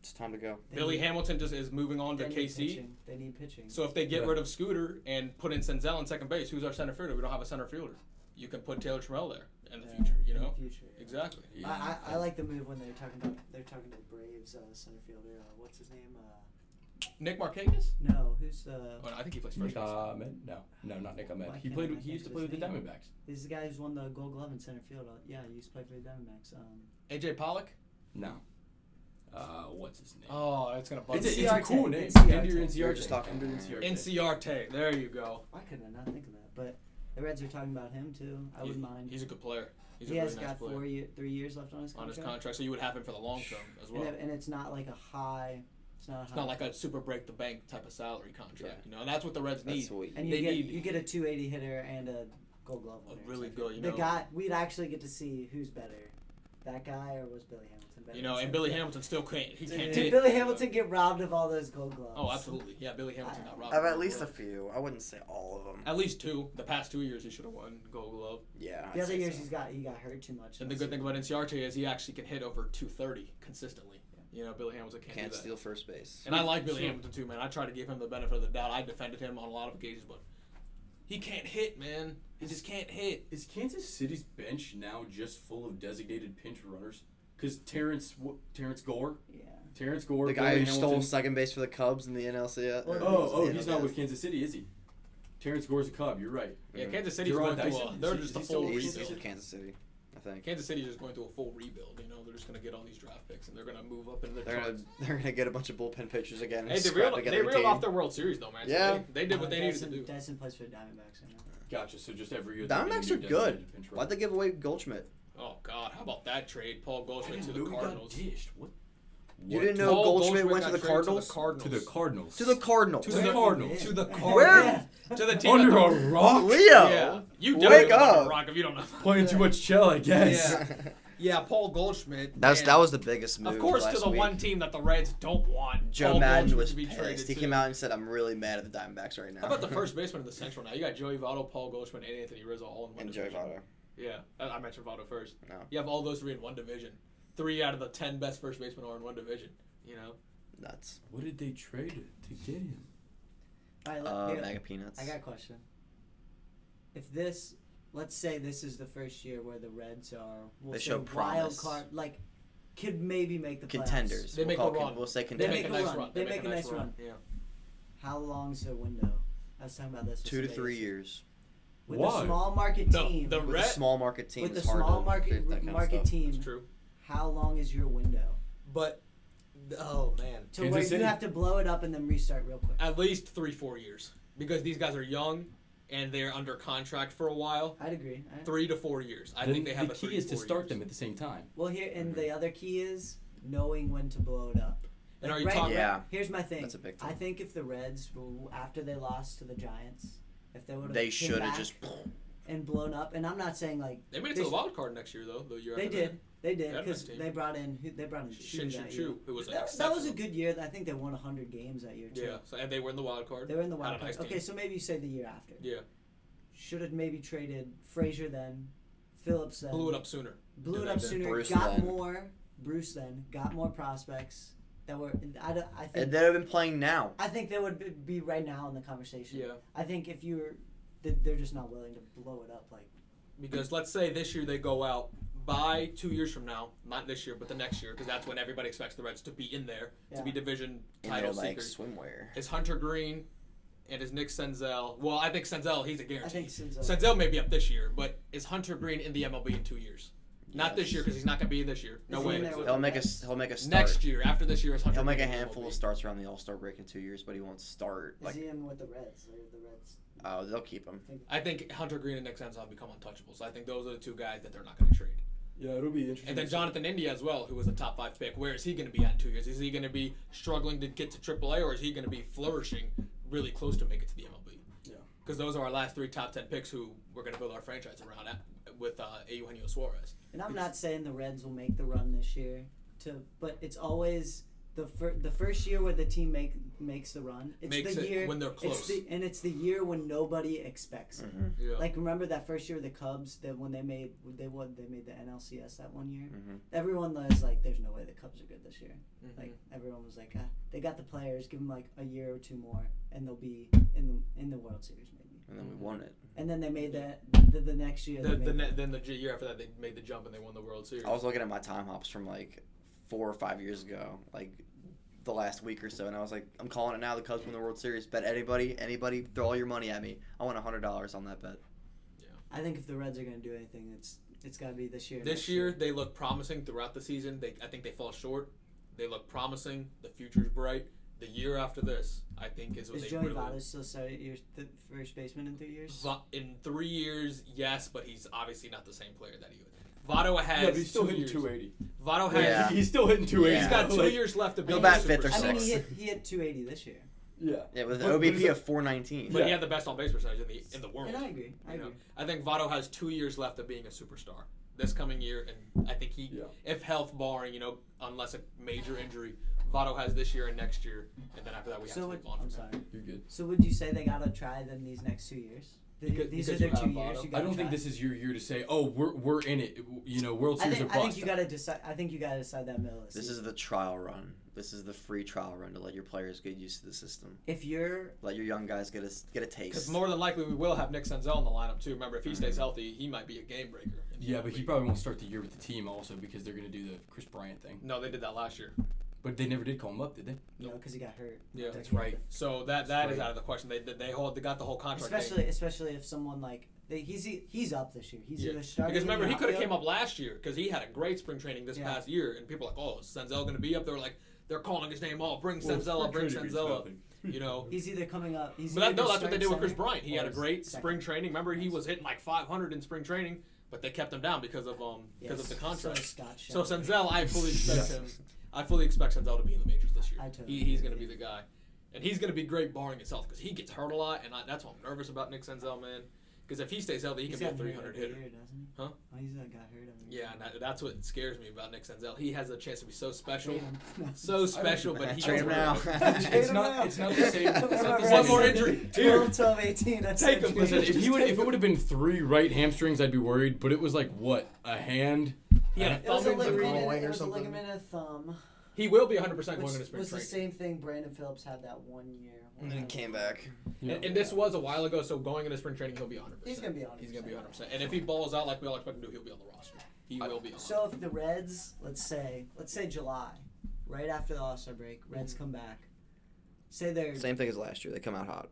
[SPEAKER 1] It's time to go.
[SPEAKER 3] they
[SPEAKER 2] Billy
[SPEAKER 3] need-
[SPEAKER 2] Hamilton just is moving on to
[SPEAKER 3] they need
[SPEAKER 2] KC.
[SPEAKER 3] pitching. They need pitching.
[SPEAKER 2] So if they get
[SPEAKER 4] Yeah.
[SPEAKER 2] rid of Scooter and put in Senzel in second base, who's our center fielder? We don't have a center fielder. You can put Taylor Trammell there in the
[SPEAKER 3] Yeah,
[SPEAKER 2] future. You
[SPEAKER 3] in the
[SPEAKER 2] know
[SPEAKER 3] future, yeah.
[SPEAKER 2] exactly.
[SPEAKER 4] Yeah.
[SPEAKER 3] I, I, I like the move when they're talking about they're talking to the Braves uh, center fielder. Uh, what's his name? Uh,
[SPEAKER 2] Nick Markakis?
[SPEAKER 3] no, who's the?
[SPEAKER 2] Oh, no, I think he plays first
[SPEAKER 4] Nick
[SPEAKER 2] base.
[SPEAKER 3] Uh,
[SPEAKER 4] Ahmed? uh, No, no, not Nick Ahmed.
[SPEAKER 3] Why
[SPEAKER 4] He
[SPEAKER 3] can't I
[SPEAKER 4] played. with- He
[SPEAKER 3] think
[SPEAKER 4] used to
[SPEAKER 3] of
[SPEAKER 4] play with
[SPEAKER 3] his
[SPEAKER 4] the
[SPEAKER 3] name?
[SPEAKER 4] Diamondbacks.
[SPEAKER 3] This is the guy who's won the Gold Glove in center field. Uh, yeah, he used to play for the Diamondbacks. Um,
[SPEAKER 2] AJ Pollock.
[SPEAKER 4] No. Uh, what's his name?
[SPEAKER 2] Oh, that's gonna bust.
[SPEAKER 4] It's a,
[SPEAKER 2] me.
[SPEAKER 4] it's a
[SPEAKER 3] NCRT.
[SPEAKER 4] cool name.
[SPEAKER 3] NCRT.
[SPEAKER 4] Ender
[SPEAKER 1] We were
[SPEAKER 4] NCRT.
[SPEAKER 1] just talking.
[SPEAKER 4] Ender NCRT.
[SPEAKER 2] NCRT. There you go.
[SPEAKER 3] why couldn't I not think of that? But the Reds are talking about him too. I
[SPEAKER 2] He-
[SPEAKER 3] wouldn't mind.
[SPEAKER 2] He's a good player. He's
[SPEAKER 3] he
[SPEAKER 2] a
[SPEAKER 3] has
[SPEAKER 2] really nice
[SPEAKER 3] got
[SPEAKER 2] player.
[SPEAKER 3] four year, three years left on his
[SPEAKER 2] on his
[SPEAKER 3] contract.
[SPEAKER 2] contract, so you would have him for the long term as well.
[SPEAKER 3] and, it- and it's not like a high. It's not a high.
[SPEAKER 2] It's not like a super break the bank type of salary contract,
[SPEAKER 1] Yeah.
[SPEAKER 2] you know, and that's what the Reds
[SPEAKER 1] That's
[SPEAKER 2] need.
[SPEAKER 1] sweet.
[SPEAKER 3] and you
[SPEAKER 2] they
[SPEAKER 3] get
[SPEAKER 2] need-
[SPEAKER 3] you get a 280 hitter and a Gold Glove winner.
[SPEAKER 2] really
[SPEAKER 3] so
[SPEAKER 2] good, you
[SPEAKER 3] the
[SPEAKER 2] know.
[SPEAKER 3] guy we'd actually get to see who's better, that guy or was Billy Hamilton better?
[SPEAKER 2] You know, and
[SPEAKER 3] So-
[SPEAKER 2] Billy Hamilton still can't. He can't
[SPEAKER 3] Did
[SPEAKER 2] take.
[SPEAKER 3] Billy Hamilton get robbed of all those Gold Gloves?
[SPEAKER 2] Oh, absolutely. Yeah, Billy Hamilton got robbed.
[SPEAKER 5] Of
[SPEAKER 2] of
[SPEAKER 5] at
[SPEAKER 2] the
[SPEAKER 5] least a
[SPEAKER 2] Gold
[SPEAKER 5] few. I wouldn't say all of them.
[SPEAKER 2] Glove. At least two. The past two years, he should have won Gold Glove.
[SPEAKER 5] Yeah.
[SPEAKER 3] The
[SPEAKER 5] I'd
[SPEAKER 3] other
[SPEAKER 5] say
[SPEAKER 3] years
[SPEAKER 5] so.
[SPEAKER 3] he's got he got hurt too much.
[SPEAKER 2] And the good thing about Inciarte is he actually can hit over 230 consistently. You know, Billy Hamilton can't,
[SPEAKER 1] Can't
[SPEAKER 2] do that.
[SPEAKER 1] steal first base.
[SPEAKER 2] And I like Billy
[SPEAKER 4] Sure.
[SPEAKER 2] Hamilton too, man. I try to give him the benefit of the doubt. I defended him on a lot of occasions, but he can't hit, man. He just can't hit.
[SPEAKER 4] Is Kansas City's bench now just full of designated pinch runners? Because Terrence, what, Terrence Gore,
[SPEAKER 3] Yeah.
[SPEAKER 4] Terrence Gore,
[SPEAKER 1] The guy
[SPEAKER 4] Billy
[SPEAKER 1] who
[SPEAKER 4] Hamilton.
[SPEAKER 1] stole second base for the Cubs in the NLCS. or-
[SPEAKER 3] Well,
[SPEAKER 4] Oh, oh,
[SPEAKER 1] yeah,
[SPEAKER 4] he's
[SPEAKER 1] yeah.
[SPEAKER 4] not with Kansas City, is he? Terrence Gore's a Cub. You're right.
[SPEAKER 2] Yeah,
[SPEAKER 1] Mhm.
[SPEAKER 2] Kansas City's
[SPEAKER 4] Jerome
[SPEAKER 2] going through
[SPEAKER 4] Dyson,
[SPEAKER 2] a,
[SPEAKER 4] is
[SPEAKER 2] they're
[SPEAKER 4] he-
[SPEAKER 2] just
[SPEAKER 4] is
[SPEAKER 2] a
[SPEAKER 4] he still
[SPEAKER 2] full
[SPEAKER 4] with
[SPEAKER 1] He's,
[SPEAKER 4] Kansas
[SPEAKER 1] he's with
[SPEAKER 2] rebuild.
[SPEAKER 1] Kansas City, I think.
[SPEAKER 2] Kansas City's just going through a full rebuild. You know, they're just going to get all these draft picks and they're going to move up in the
[SPEAKER 1] They're gonna
[SPEAKER 2] drafts.
[SPEAKER 1] they're gonna get a bunch of bullpen pitchers again. And
[SPEAKER 2] Hey, they
[SPEAKER 1] scrap
[SPEAKER 2] reeled,
[SPEAKER 1] together
[SPEAKER 2] they
[SPEAKER 1] a
[SPEAKER 2] reeled
[SPEAKER 1] team.
[SPEAKER 2] off their World Series though, man. So
[SPEAKER 1] Yeah.
[SPEAKER 2] they, they did what they needed to
[SPEAKER 3] Dyson-
[SPEAKER 2] do.
[SPEAKER 3] Dyson plays for the Diamondbacks right now.
[SPEAKER 4] Gotcha. So just every year. they're getting
[SPEAKER 1] Diamondbacks
[SPEAKER 4] new
[SPEAKER 1] are good.
[SPEAKER 4] designated pinch
[SPEAKER 1] Why'd they
[SPEAKER 4] runners.
[SPEAKER 1] give away Goldschmidt?
[SPEAKER 2] Oh God, how about that trade? Paul
[SPEAKER 4] I
[SPEAKER 2] Goldschmidt to
[SPEAKER 4] didn't
[SPEAKER 2] the
[SPEAKER 4] know he got
[SPEAKER 2] Cardinals.
[SPEAKER 4] dished. What?
[SPEAKER 1] You
[SPEAKER 4] What?
[SPEAKER 1] didn't know
[SPEAKER 2] Paul
[SPEAKER 1] Goldschmidt, went
[SPEAKER 2] got
[SPEAKER 1] to the
[SPEAKER 2] traded
[SPEAKER 1] Cardinals?
[SPEAKER 4] to the Cardinals.
[SPEAKER 1] To the Cardinals.
[SPEAKER 4] To the Cardinals.
[SPEAKER 2] To the
[SPEAKER 1] Where?
[SPEAKER 2] Cardinals. To the team.
[SPEAKER 4] Under
[SPEAKER 2] that-
[SPEAKER 4] a rock.
[SPEAKER 1] Leo.
[SPEAKER 2] Yeah, you
[SPEAKER 1] Wake
[SPEAKER 2] definitely live under
[SPEAKER 1] up.
[SPEAKER 2] a rock if you don't know.
[SPEAKER 4] Playing too much chill, I guess.
[SPEAKER 2] Yeah. Yeah, Paul Goldschmidt.
[SPEAKER 1] That's
[SPEAKER 2] man.
[SPEAKER 1] that was the biggest move.
[SPEAKER 2] Of course,
[SPEAKER 1] last
[SPEAKER 2] to the
[SPEAKER 1] week.
[SPEAKER 2] one team that the Reds don't want.
[SPEAKER 1] Joe
[SPEAKER 2] Paul
[SPEAKER 1] Madden
[SPEAKER 2] Goldschmidt
[SPEAKER 1] was
[SPEAKER 2] to be
[SPEAKER 1] pissed.
[SPEAKER 2] traded
[SPEAKER 1] He
[SPEAKER 2] to.
[SPEAKER 1] came out and said, "I'm really mad at the Diamondbacks right now."
[SPEAKER 2] How about the first baseman in the Central now? You got Joey Votto, Paul Goldschmidt, and Anthony Rizzo all in one
[SPEAKER 1] and Joe
[SPEAKER 2] division.
[SPEAKER 1] Votto.
[SPEAKER 2] Yeah, I I mentioned Votto first.
[SPEAKER 1] No.
[SPEAKER 2] You have all those three in one division. Three out of the ten best first basemen are in one division. You know,
[SPEAKER 1] Nuts.
[SPEAKER 4] What did they trade it to get him?
[SPEAKER 3] All right, let-
[SPEAKER 1] Uh,
[SPEAKER 3] here,
[SPEAKER 1] Mega Peanuts.
[SPEAKER 3] I got a question. If this, let's say this is the first year where the Reds are, we'll
[SPEAKER 1] They
[SPEAKER 3] say
[SPEAKER 1] show
[SPEAKER 3] wild
[SPEAKER 1] promise.
[SPEAKER 3] card, like could maybe make the playoffs.
[SPEAKER 1] contenders.
[SPEAKER 2] They
[SPEAKER 1] we'll
[SPEAKER 2] make
[SPEAKER 1] call
[SPEAKER 2] a run.
[SPEAKER 1] con- We'll say
[SPEAKER 3] They
[SPEAKER 2] they,
[SPEAKER 1] contenders.
[SPEAKER 2] make, a nice run.
[SPEAKER 3] They make a nice run.
[SPEAKER 2] Yeah.
[SPEAKER 3] How long's their window? I was talking about this. with
[SPEAKER 1] two to
[SPEAKER 3] somebody
[SPEAKER 1] three
[SPEAKER 3] else.
[SPEAKER 1] years
[SPEAKER 3] With
[SPEAKER 4] Why?
[SPEAKER 3] a small market
[SPEAKER 2] The-
[SPEAKER 3] team.
[SPEAKER 2] the
[SPEAKER 1] with
[SPEAKER 2] Red-
[SPEAKER 1] a small market team.
[SPEAKER 3] with a
[SPEAKER 1] it's hard
[SPEAKER 3] small
[SPEAKER 1] to
[SPEAKER 3] market
[SPEAKER 1] predict that kind of
[SPEAKER 3] market
[SPEAKER 1] stuff.
[SPEAKER 3] team.
[SPEAKER 2] It's true.
[SPEAKER 3] How long is your window?
[SPEAKER 2] But oh man,
[SPEAKER 3] To
[SPEAKER 4] Kansas
[SPEAKER 3] where
[SPEAKER 4] City.
[SPEAKER 3] you have to blow it up and then restart real quick.
[SPEAKER 2] at least three four years because these guys are young and they're under contract for a while.
[SPEAKER 3] I'd agree. I-
[SPEAKER 2] Three to four years. I
[SPEAKER 4] Then
[SPEAKER 2] think they have
[SPEAKER 4] the
[SPEAKER 2] a
[SPEAKER 4] key
[SPEAKER 2] three
[SPEAKER 4] is to
[SPEAKER 2] four
[SPEAKER 4] start
[SPEAKER 2] years.
[SPEAKER 4] them at the same time.
[SPEAKER 3] Well, here and the other key is knowing when to blow it up.
[SPEAKER 2] Mm-hmm. And
[SPEAKER 3] Like,
[SPEAKER 2] are you
[SPEAKER 3] right-
[SPEAKER 2] talking?
[SPEAKER 1] Yeah,
[SPEAKER 3] Here's my thing.
[SPEAKER 1] That's a big
[SPEAKER 3] I
[SPEAKER 1] thing.
[SPEAKER 3] think if the Reds, were- after they lost to the Giants, if they would have
[SPEAKER 1] they should have just.
[SPEAKER 3] and blown up. And I'm not saying like
[SPEAKER 2] They made it
[SPEAKER 3] They
[SPEAKER 2] to the
[SPEAKER 3] sh-
[SPEAKER 2] wild card next year though. The year
[SPEAKER 3] they
[SPEAKER 2] after
[SPEAKER 3] did, they did
[SPEAKER 2] That'd
[SPEAKER 3] because
[SPEAKER 2] been a
[SPEAKER 3] they brought in who- they brought in
[SPEAKER 2] that.
[SPEAKER 3] Chu
[SPEAKER 2] Shin Shin
[SPEAKER 3] that year.
[SPEAKER 2] Chu, who was an
[SPEAKER 3] That, that was a
[SPEAKER 2] exceptional-
[SPEAKER 3] good year. I think they won 100 games that year too.
[SPEAKER 2] Yeah, so, and they were in the wild card.
[SPEAKER 3] They were in the
[SPEAKER 2] Had
[SPEAKER 3] wild
[SPEAKER 2] a
[SPEAKER 3] card.
[SPEAKER 2] nice
[SPEAKER 3] okay,
[SPEAKER 2] team.
[SPEAKER 3] so maybe you say the year after.
[SPEAKER 2] Yeah.
[SPEAKER 3] Should have maybe traded Frazier then, Phillips then.
[SPEAKER 2] blew it up sooner.
[SPEAKER 3] blew
[SPEAKER 2] Yeah,
[SPEAKER 3] it
[SPEAKER 2] they
[SPEAKER 3] up
[SPEAKER 2] did.
[SPEAKER 3] sooner.
[SPEAKER 1] Bruce
[SPEAKER 3] got
[SPEAKER 1] then.
[SPEAKER 3] more Bruce then. Got more prospects that were. I, don't- I
[SPEAKER 1] And
[SPEAKER 3] think
[SPEAKER 1] they've been playing now.
[SPEAKER 3] I think they would be- be right now in the conversation.
[SPEAKER 2] Yeah,
[SPEAKER 3] I think if you're, that they're just not willing to blow it up like.
[SPEAKER 2] because let's say this year they go out by two years from now, not this year, but the next year, because that's when everybody expects the Reds to be in there to be
[SPEAKER 3] Yeah.
[SPEAKER 2] division
[SPEAKER 1] In their
[SPEAKER 2] title
[SPEAKER 1] like
[SPEAKER 2] seekers.
[SPEAKER 1] swimwear.
[SPEAKER 2] Is Hunter Green and is Nick Senzel? Well, I think Senzel he's a guarantee.
[SPEAKER 3] I think Senzel.
[SPEAKER 2] Senzel may be up this year, but is Hunter Green in the MLB in two years? Not this
[SPEAKER 1] Yes.
[SPEAKER 2] year because he's not going to be this year. No
[SPEAKER 3] Is he in
[SPEAKER 2] way.
[SPEAKER 3] there with-
[SPEAKER 1] He'll make a he'll make a start.
[SPEAKER 2] Next year, after this year, is Hunter.
[SPEAKER 1] He'll make a
[SPEAKER 2] Green in the
[SPEAKER 1] handful
[SPEAKER 2] MLB.
[SPEAKER 1] of starts around the All Star break in two years, but he won't start.
[SPEAKER 3] Is
[SPEAKER 1] Like,
[SPEAKER 3] he in with the Reds? Or the Reds?
[SPEAKER 1] oh, they'll keep him.
[SPEAKER 2] I think Hunter Green and Nick Senzel have become untouchables. I think those are the two guys that they're not going to trade.
[SPEAKER 4] Yeah, it'll be interesting.
[SPEAKER 2] And then Jonathan India as well, who was a top five pick. Where is he going to be at in two years? Is he going to be struggling to get to AAA, or is he going to be flourishing really close to make it to the MLB?
[SPEAKER 4] Yeah.
[SPEAKER 2] Because those are our last three top ten picks who we're going to build our franchise around at, with uh, Eugenio Suarez.
[SPEAKER 3] And I'm not saying the Reds will make the run this year, to but it's always the fir- the first year where the team make makes the run. It's
[SPEAKER 2] Makes
[SPEAKER 3] the
[SPEAKER 2] it
[SPEAKER 3] year
[SPEAKER 2] when they're
[SPEAKER 3] It's
[SPEAKER 2] close.
[SPEAKER 3] the, and it's the year when nobody expects it.
[SPEAKER 2] Yeah.
[SPEAKER 3] Like remember that first year of the Cubs that when they made they won they made the NLCS that one year.
[SPEAKER 2] Mm-hmm.
[SPEAKER 1] Mhm.
[SPEAKER 3] Everyone was like, "There's no way the Cubs are good this year."
[SPEAKER 2] Mhm.
[SPEAKER 3] Like everyone was like, ah, "They got the players. Give them like a year or two more, and they'll be in the in the World Series maybe."
[SPEAKER 1] And then we won it.
[SPEAKER 3] And then they made that the, the next year.
[SPEAKER 2] Mm-hmm. the,
[SPEAKER 3] they made
[SPEAKER 2] the ne- then the j- year after that, they made the jump and they won the World Series.
[SPEAKER 1] I was looking at my time hops from like four or five years ago, like the last week or so, and I was like, I'm calling it now. The Cubs win the World Series. Bet anybody, anybody, throw all your money at me. I want hundred dollars on that bet.
[SPEAKER 3] I think if the Reds are going to do anything, it's it's got to be this year.
[SPEAKER 2] This year, they look promising throughout the season. They, I think they fall short. They look promising. The future's bright. The year after this, I think, is when
[SPEAKER 3] is
[SPEAKER 2] they
[SPEAKER 3] Joey
[SPEAKER 2] really.
[SPEAKER 3] Votto still starting at your th- first baseman in three years?
[SPEAKER 2] Va- in three years, yes, but he's obviously not the same player that he was. Votto has
[SPEAKER 4] Yeah, but he's still
[SPEAKER 2] two
[SPEAKER 4] hitting
[SPEAKER 2] years.
[SPEAKER 4] 280.
[SPEAKER 2] Votto has.
[SPEAKER 1] Yeah.
[SPEAKER 4] He's still hitting 280.
[SPEAKER 2] He's got two
[SPEAKER 4] Like,
[SPEAKER 2] years left to be.
[SPEAKER 1] He'll
[SPEAKER 2] a
[SPEAKER 1] bat fifth or
[SPEAKER 2] superstar.
[SPEAKER 3] I mean, he
[SPEAKER 1] six.
[SPEAKER 3] hit he hit 280 this year.
[SPEAKER 4] Yeah.
[SPEAKER 1] Yeah, with an
[SPEAKER 2] But- but
[SPEAKER 1] OBP
[SPEAKER 2] it's-
[SPEAKER 1] of 419.
[SPEAKER 2] But
[SPEAKER 4] Yeah.
[SPEAKER 2] he had the best on base percentage in the in the world.
[SPEAKER 3] And I agree. I
[SPEAKER 2] You know,
[SPEAKER 3] agree.
[SPEAKER 2] I think Votto has two years left of being a superstar this coming year, and I think he,
[SPEAKER 4] Yeah.
[SPEAKER 2] if health barring, you know, unless a major injury, Votto has this year and next year, and then after that we have
[SPEAKER 3] So
[SPEAKER 2] to
[SPEAKER 3] would,
[SPEAKER 2] move on.
[SPEAKER 3] I'm
[SPEAKER 2] from
[SPEAKER 3] sorry.
[SPEAKER 2] him.
[SPEAKER 4] You're good.
[SPEAKER 3] So would you say they gotta try them these next two years? Th-
[SPEAKER 2] Because-
[SPEAKER 3] these
[SPEAKER 2] because
[SPEAKER 3] are their
[SPEAKER 2] you
[SPEAKER 3] two
[SPEAKER 2] have
[SPEAKER 3] years.
[SPEAKER 2] Votto.
[SPEAKER 3] You
[SPEAKER 4] I
[SPEAKER 3] gotta
[SPEAKER 4] don't think
[SPEAKER 3] try.
[SPEAKER 4] this is your year to say, "Oh, we're we're in it." You know, World
[SPEAKER 3] I
[SPEAKER 4] Series
[SPEAKER 3] think,
[SPEAKER 4] are
[SPEAKER 3] I
[SPEAKER 4] bust.
[SPEAKER 3] think you gotta decide. I think you gotta decide that middle. Of the
[SPEAKER 1] This
[SPEAKER 3] season.
[SPEAKER 1] is the trial run. This is the free trial run to let your players get used to the system.
[SPEAKER 3] if you're
[SPEAKER 1] Let your young guys get a get a
[SPEAKER 2] Because
[SPEAKER 1] taste.
[SPEAKER 2] more than likely we will have Nick Senzel in the lineup too. Remember, if he stays healthy, he might be a game breaker. in the
[SPEAKER 4] Mm-hmm. yeah, but he
[SPEAKER 2] league.
[SPEAKER 4] probably won't start the year with the team also because they're gonna do the Chris Bryant thing.
[SPEAKER 2] no, they did that last year.
[SPEAKER 4] But they never did call him up, did they?
[SPEAKER 3] you know because he got hurt.
[SPEAKER 2] Yeah,
[SPEAKER 4] That's right.
[SPEAKER 2] So that that is out of the question. They they hold they got the whole contract. thing.
[SPEAKER 3] Especially especially if someone like they, he's e, he's up this year. He's
[SPEAKER 2] Yeah.
[SPEAKER 3] either starting.
[SPEAKER 2] Because
[SPEAKER 3] in the
[SPEAKER 2] remember, he could have
[SPEAKER 3] outfield-
[SPEAKER 2] came up last year because he had a great spring training this
[SPEAKER 3] Yeah.
[SPEAKER 2] past year, and people are like, oh, is Senzel going to be up? They're like, they're calling his name. Oh, bring Senzel up, bring Senzel up. You know,
[SPEAKER 3] He's either coming up. He's
[SPEAKER 2] but that,
[SPEAKER 3] either
[SPEAKER 2] no, that's what they
[SPEAKER 3] starting
[SPEAKER 2] did with Chris
[SPEAKER 3] center
[SPEAKER 2] Bryant. He
[SPEAKER 3] or
[SPEAKER 2] had a
[SPEAKER 3] he's
[SPEAKER 2] great
[SPEAKER 3] second.
[SPEAKER 2] spring training. Remember, he
[SPEAKER 3] Nice.
[SPEAKER 2] was hitting like 500 in spring training, but they kept him down because of um because of
[SPEAKER 3] Yes.
[SPEAKER 2] the
[SPEAKER 3] So,
[SPEAKER 2] contract.
[SPEAKER 3] Scott
[SPEAKER 2] So
[SPEAKER 3] Shelby.
[SPEAKER 2] Senzel, I fully expect him. I fully expect Senzel to be in the majors this year.
[SPEAKER 3] I totally
[SPEAKER 2] he, he's going to be
[SPEAKER 3] agree.
[SPEAKER 2] the guy, and he's going to be great barring himself because he gets hurt a lot, and I, that's why I'm nervous about Nick Senzel, man. Because if he stays healthy, he
[SPEAKER 3] He's
[SPEAKER 2] can be a
[SPEAKER 3] gotten
[SPEAKER 2] 300
[SPEAKER 3] hurt every
[SPEAKER 2] hitter.
[SPEAKER 3] year, doesn't he?
[SPEAKER 2] Huh?
[SPEAKER 3] Oh, he's uh, got hurt. every year.
[SPEAKER 2] Yeah, and that, that's what scares me about Nick Senzel. He has a chance to be so special,
[SPEAKER 3] Trade him.
[SPEAKER 2] so special, but he
[SPEAKER 1] Trade him now.
[SPEAKER 2] Take
[SPEAKER 4] It's not- it's not the same- it's not the
[SPEAKER 2] One
[SPEAKER 4] same
[SPEAKER 2] more
[SPEAKER 4] as-
[SPEAKER 2] injury. Here.
[SPEAKER 3] 12, 12, 18. That's
[SPEAKER 2] Take
[SPEAKER 3] the
[SPEAKER 2] him.
[SPEAKER 3] dream.
[SPEAKER 4] Listen, if
[SPEAKER 2] Just
[SPEAKER 4] he would,
[SPEAKER 2] take
[SPEAKER 4] if it would have been three right hamstrings, I'd be worried. But it was like what a hand.
[SPEAKER 2] He had a
[SPEAKER 3] It was a
[SPEAKER 2] thumb injury.
[SPEAKER 3] ligament,
[SPEAKER 6] groin
[SPEAKER 3] in- it
[SPEAKER 6] or
[SPEAKER 3] was a
[SPEAKER 6] something.
[SPEAKER 3] ligament in a thumb,
[SPEAKER 2] He will be 100 percent going into
[SPEAKER 3] which
[SPEAKER 2] spring
[SPEAKER 3] was the
[SPEAKER 2] training.
[SPEAKER 3] same thing Brandon Phillips had that one year.
[SPEAKER 1] and then he came back.
[SPEAKER 4] Yeah.
[SPEAKER 2] And, and this was a while ago, so going into spring training, he'll be 100.
[SPEAKER 3] He's gonna be 100%.
[SPEAKER 2] He's gonna be 100. percent And if he balls out like we all expect him to, he'll be on the roster. He will be on.
[SPEAKER 3] So if the Reds, let's say, let's say July, right after the All Star break, Reds come back. Say they're
[SPEAKER 1] Same thing as last year. They come out hot.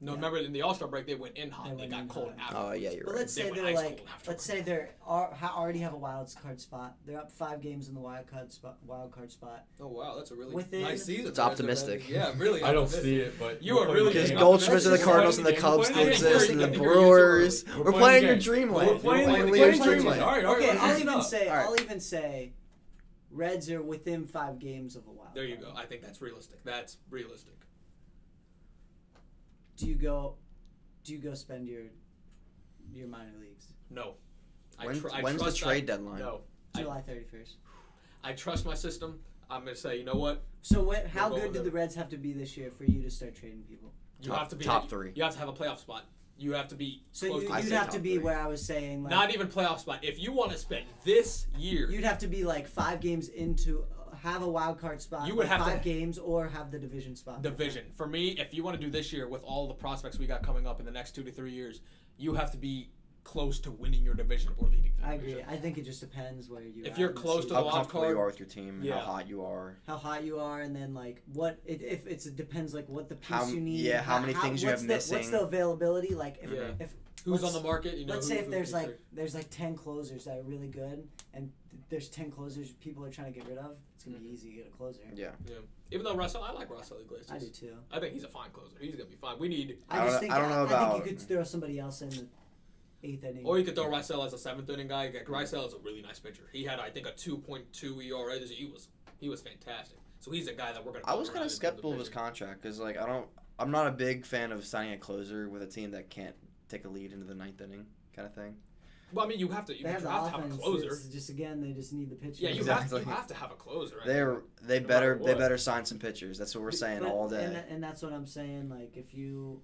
[SPEAKER 2] no,
[SPEAKER 3] yeah.
[SPEAKER 2] remember in the All Star break they went in hot.
[SPEAKER 3] They
[SPEAKER 2] They,
[SPEAKER 3] went in
[SPEAKER 2] got cold
[SPEAKER 3] hot.
[SPEAKER 2] after.
[SPEAKER 1] Oh yeah, you're
[SPEAKER 3] But
[SPEAKER 1] right.
[SPEAKER 3] let's
[SPEAKER 2] They
[SPEAKER 3] say
[SPEAKER 2] went
[SPEAKER 3] they're
[SPEAKER 2] ice
[SPEAKER 3] like,
[SPEAKER 2] cold afterwards.
[SPEAKER 3] let's say they're are, ha- already have a wild card spot. They're up five games in the wild card spot. Wild card spot.
[SPEAKER 2] Oh wow, that's a really
[SPEAKER 3] Within-
[SPEAKER 2] nice season.
[SPEAKER 1] It's
[SPEAKER 2] for us,
[SPEAKER 1] optimistic.
[SPEAKER 2] everybody. Yeah, really.
[SPEAKER 4] I don't
[SPEAKER 2] optimistic.
[SPEAKER 4] see it, but
[SPEAKER 2] You
[SPEAKER 4] we're
[SPEAKER 2] are
[SPEAKER 4] playing
[SPEAKER 2] really
[SPEAKER 4] the
[SPEAKER 1] Because
[SPEAKER 2] Yeah.
[SPEAKER 4] game.
[SPEAKER 1] Goldschmidt's in the
[SPEAKER 3] We're
[SPEAKER 1] Cardinals and the
[SPEAKER 2] playing the
[SPEAKER 1] Cubs
[SPEAKER 2] game.
[SPEAKER 1] still
[SPEAKER 2] We're playing
[SPEAKER 1] exist,
[SPEAKER 2] the
[SPEAKER 1] and the
[SPEAKER 2] game. We're playing the game.
[SPEAKER 1] Brewers.
[SPEAKER 4] We're
[SPEAKER 1] We're
[SPEAKER 4] playing
[SPEAKER 1] playing
[SPEAKER 4] the
[SPEAKER 1] your
[SPEAKER 4] game.
[SPEAKER 1] dreamland.
[SPEAKER 4] We're playing
[SPEAKER 1] We're playing
[SPEAKER 4] the game.
[SPEAKER 1] your
[SPEAKER 4] We're playing
[SPEAKER 1] dreamland.
[SPEAKER 4] the game. All right, all right,
[SPEAKER 3] Okay,
[SPEAKER 4] we're
[SPEAKER 3] I'll
[SPEAKER 4] playing
[SPEAKER 3] even
[SPEAKER 4] up.
[SPEAKER 3] say
[SPEAKER 1] All right.
[SPEAKER 3] I'll even say Reds are within five games of a wild.
[SPEAKER 2] There you
[SPEAKER 3] card.
[SPEAKER 2] go. I think that's realistic. That's realistic.
[SPEAKER 3] Do you go? Do you go spend your your minor leagues
[SPEAKER 2] No.
[SPEAKER 1] When-
[SPEAKER 2] tr-
[SPEAKER 1] when's the
[SPEAKER 2] trust-
[SPEAKER 1] trade deadline?
[SPEAKER 2] No. I-
[SPEAKER 3] July thirty first?
[SPEAKER 2] I trust my system. I'm gonna say, you know what?
[SPEAKER 3] So what? How
[SPEAKER 2] We'll go
[SPEAKER 3] good
[SPEAKER 2] with
[SPEAKER 3] did
[SPEAKER 2] it.
[SPEAKER 3] the Reds have to be this year for you to start trading people?
[SPEAKER 2] You
[SPEAKER 1] Top-
[SPEAKER 2] have to be
[SPEAKER 1] top three.
[SPEAKER 2] You have to have a playoff spot. You have to be
[SPEAKER 3] So
[SPEAKER 2] close
[SPEAKER 3] you,
[SPEAKER 2] to
[SPEAKER 1] I
[SPEAKER 3] you'd
[SPEAKER 1] say
[SPEAKER 3] have to
[SPEAKER 1] top
[SPEAKER 3] be
[SPEAKER 1] three.
[SPEAKER 3] where I was saying like
[SPEAKER 2] not even playoff spot. If you want to spend this year,
[SPEAKER 3] you'd have to be like five games into have a wild card spot.
[SPEAKER 2] You would
[SPEAKER 3] like
[SPEAKER 2] have to-
[SPEAKER 3] five games or have the division spot.
[SPEAKER 2] division. For me, if you want to do this year with all the prospects we got coming up in the next two to three years, you have to be close to winning your division or leading. The
[SPEAKER 3] I
[SPEAKER 2] division.
[SPEAKER 3] agree. I think it just depends where you.
[SPEAKER 2] If
[SPEAKER 3] are
[SPEAKER 2] you're
[SPEAKER 3] in the
[SPEAKER 2] close to
[SPEAKER 3] season.
[SPEAKER 2] the
[SPEAKER 1] How
[SPEAKER 2] wild
[SPEAKER 1] comfortable
[SPEAKER 2] card.
[SPEAKER 1] you are with your team, and
[SPEAKER 2] Yeah.
[SPEAKER 1] how hot you are.
[SPEAKER 3] how hot you are, and then like what it, if it's it depends like what the piece
[SPEAKER 1] How-
[SPEAKER 3] you need.
[SPEAKER 1] yeah, how many things you
[SPEAKER 3] what's
[SPEAKER 1] have
[SPEAKER 3] the, What's
[SPEAKER 1] missing.
[SPEAKER 3] the availability? Like if,
[SPEAKER 2] Yeah.
[SPEAKER 3] if
[SPEAKER 2] Who's on
[SPEAKER 3] let's-
[SPEAKER 2] the market? You know,
[SPEAKER 3] let's
[SPEAKER 2] who-
[SPEAKER 3] say if
[SPEAKER 2] who-
[SPEAKER 3] there's
[SPEAKER 2] who's
[SPEAKER 3] like
[SPEAKER 2] there.
[SPEAKER 3] there's like ten closers that are really good, and th- there's ten closers people are trying to get rid of. It's gonna
[SPEAKER 2] Mm-hmm.
[SPEAKER 3] be easy to get a closer.
[SPEAKER 1] Yeah.
[SPEAKER 2] even though Russell, I like Russell Iglesias.
[SPEAKER 3] I do too.
[SPEAKER 2] I think he's a fine closer. He's gonna be fine. We need,
[SPEAKER 1] I
[SPEAKER 3] I,
[SPEAKER 1] don't-
[SPEAKER 3] just think
[SPEAKER 1] I don't know
[SPEAKER 3] I
[SPEAKER 1] about-
[SPEAKER 3] think you could throw somebody else in the eighth inning.
[SPEAKER 2] or you could throw Rysell as a seventh inning guy. Like, Rysell is a really nice pitcher. He had, I think, a two point two ERA. This year. He was, he was fantastic. So he's a guy that we're gonna.
[SPEAKER 1] I was
[SPEAKER 2] build
[SPEAKER 1] kind of
[SPEAKER 2] around in the
[SPEAKER 1] skeptical of his
[SPEAKER 2] division.
[SPEAKER 1] contract because, like, I don't. I'm not a big fan of signing a closer with a team that can't take a lead into the ninth inning, kind of thing.
[SPEAKER 2] Well, I mean, you have to, you
[SPEAKER 3] they
[SPEAKER 2] have
[SPEAKER 3] have
[SPEAKER 2] to
[SPEAKER 3] the
[SPEAKER 2] have
[SPEAKER 3] offense.
[SPEAKER 2] a closer.
[SPEAKER 3] It's just again, they just need the pitcher.
[SPEAKER 2] Yeah, you
[SPEAKER 1] Exactly.
[SPEAKER 2] have, you have to have a closer. I
[SPEAKER 1] They're they
[SPEAKER 2] No
[SPEAKER 1] better
[SPEAKER 2] matter
[SPEAKER 1] they
[SPEAKER 2] what.
[SPEAKER 1] better sign some pitchers. That's what we're saying
[SPEAKER 3] But-
[SPEAKER 1] all
[SPEAKER 3] And,
[SPEAKER 1] day.
[SPEAKER 3] that- and that's what I'm saying. Like if you,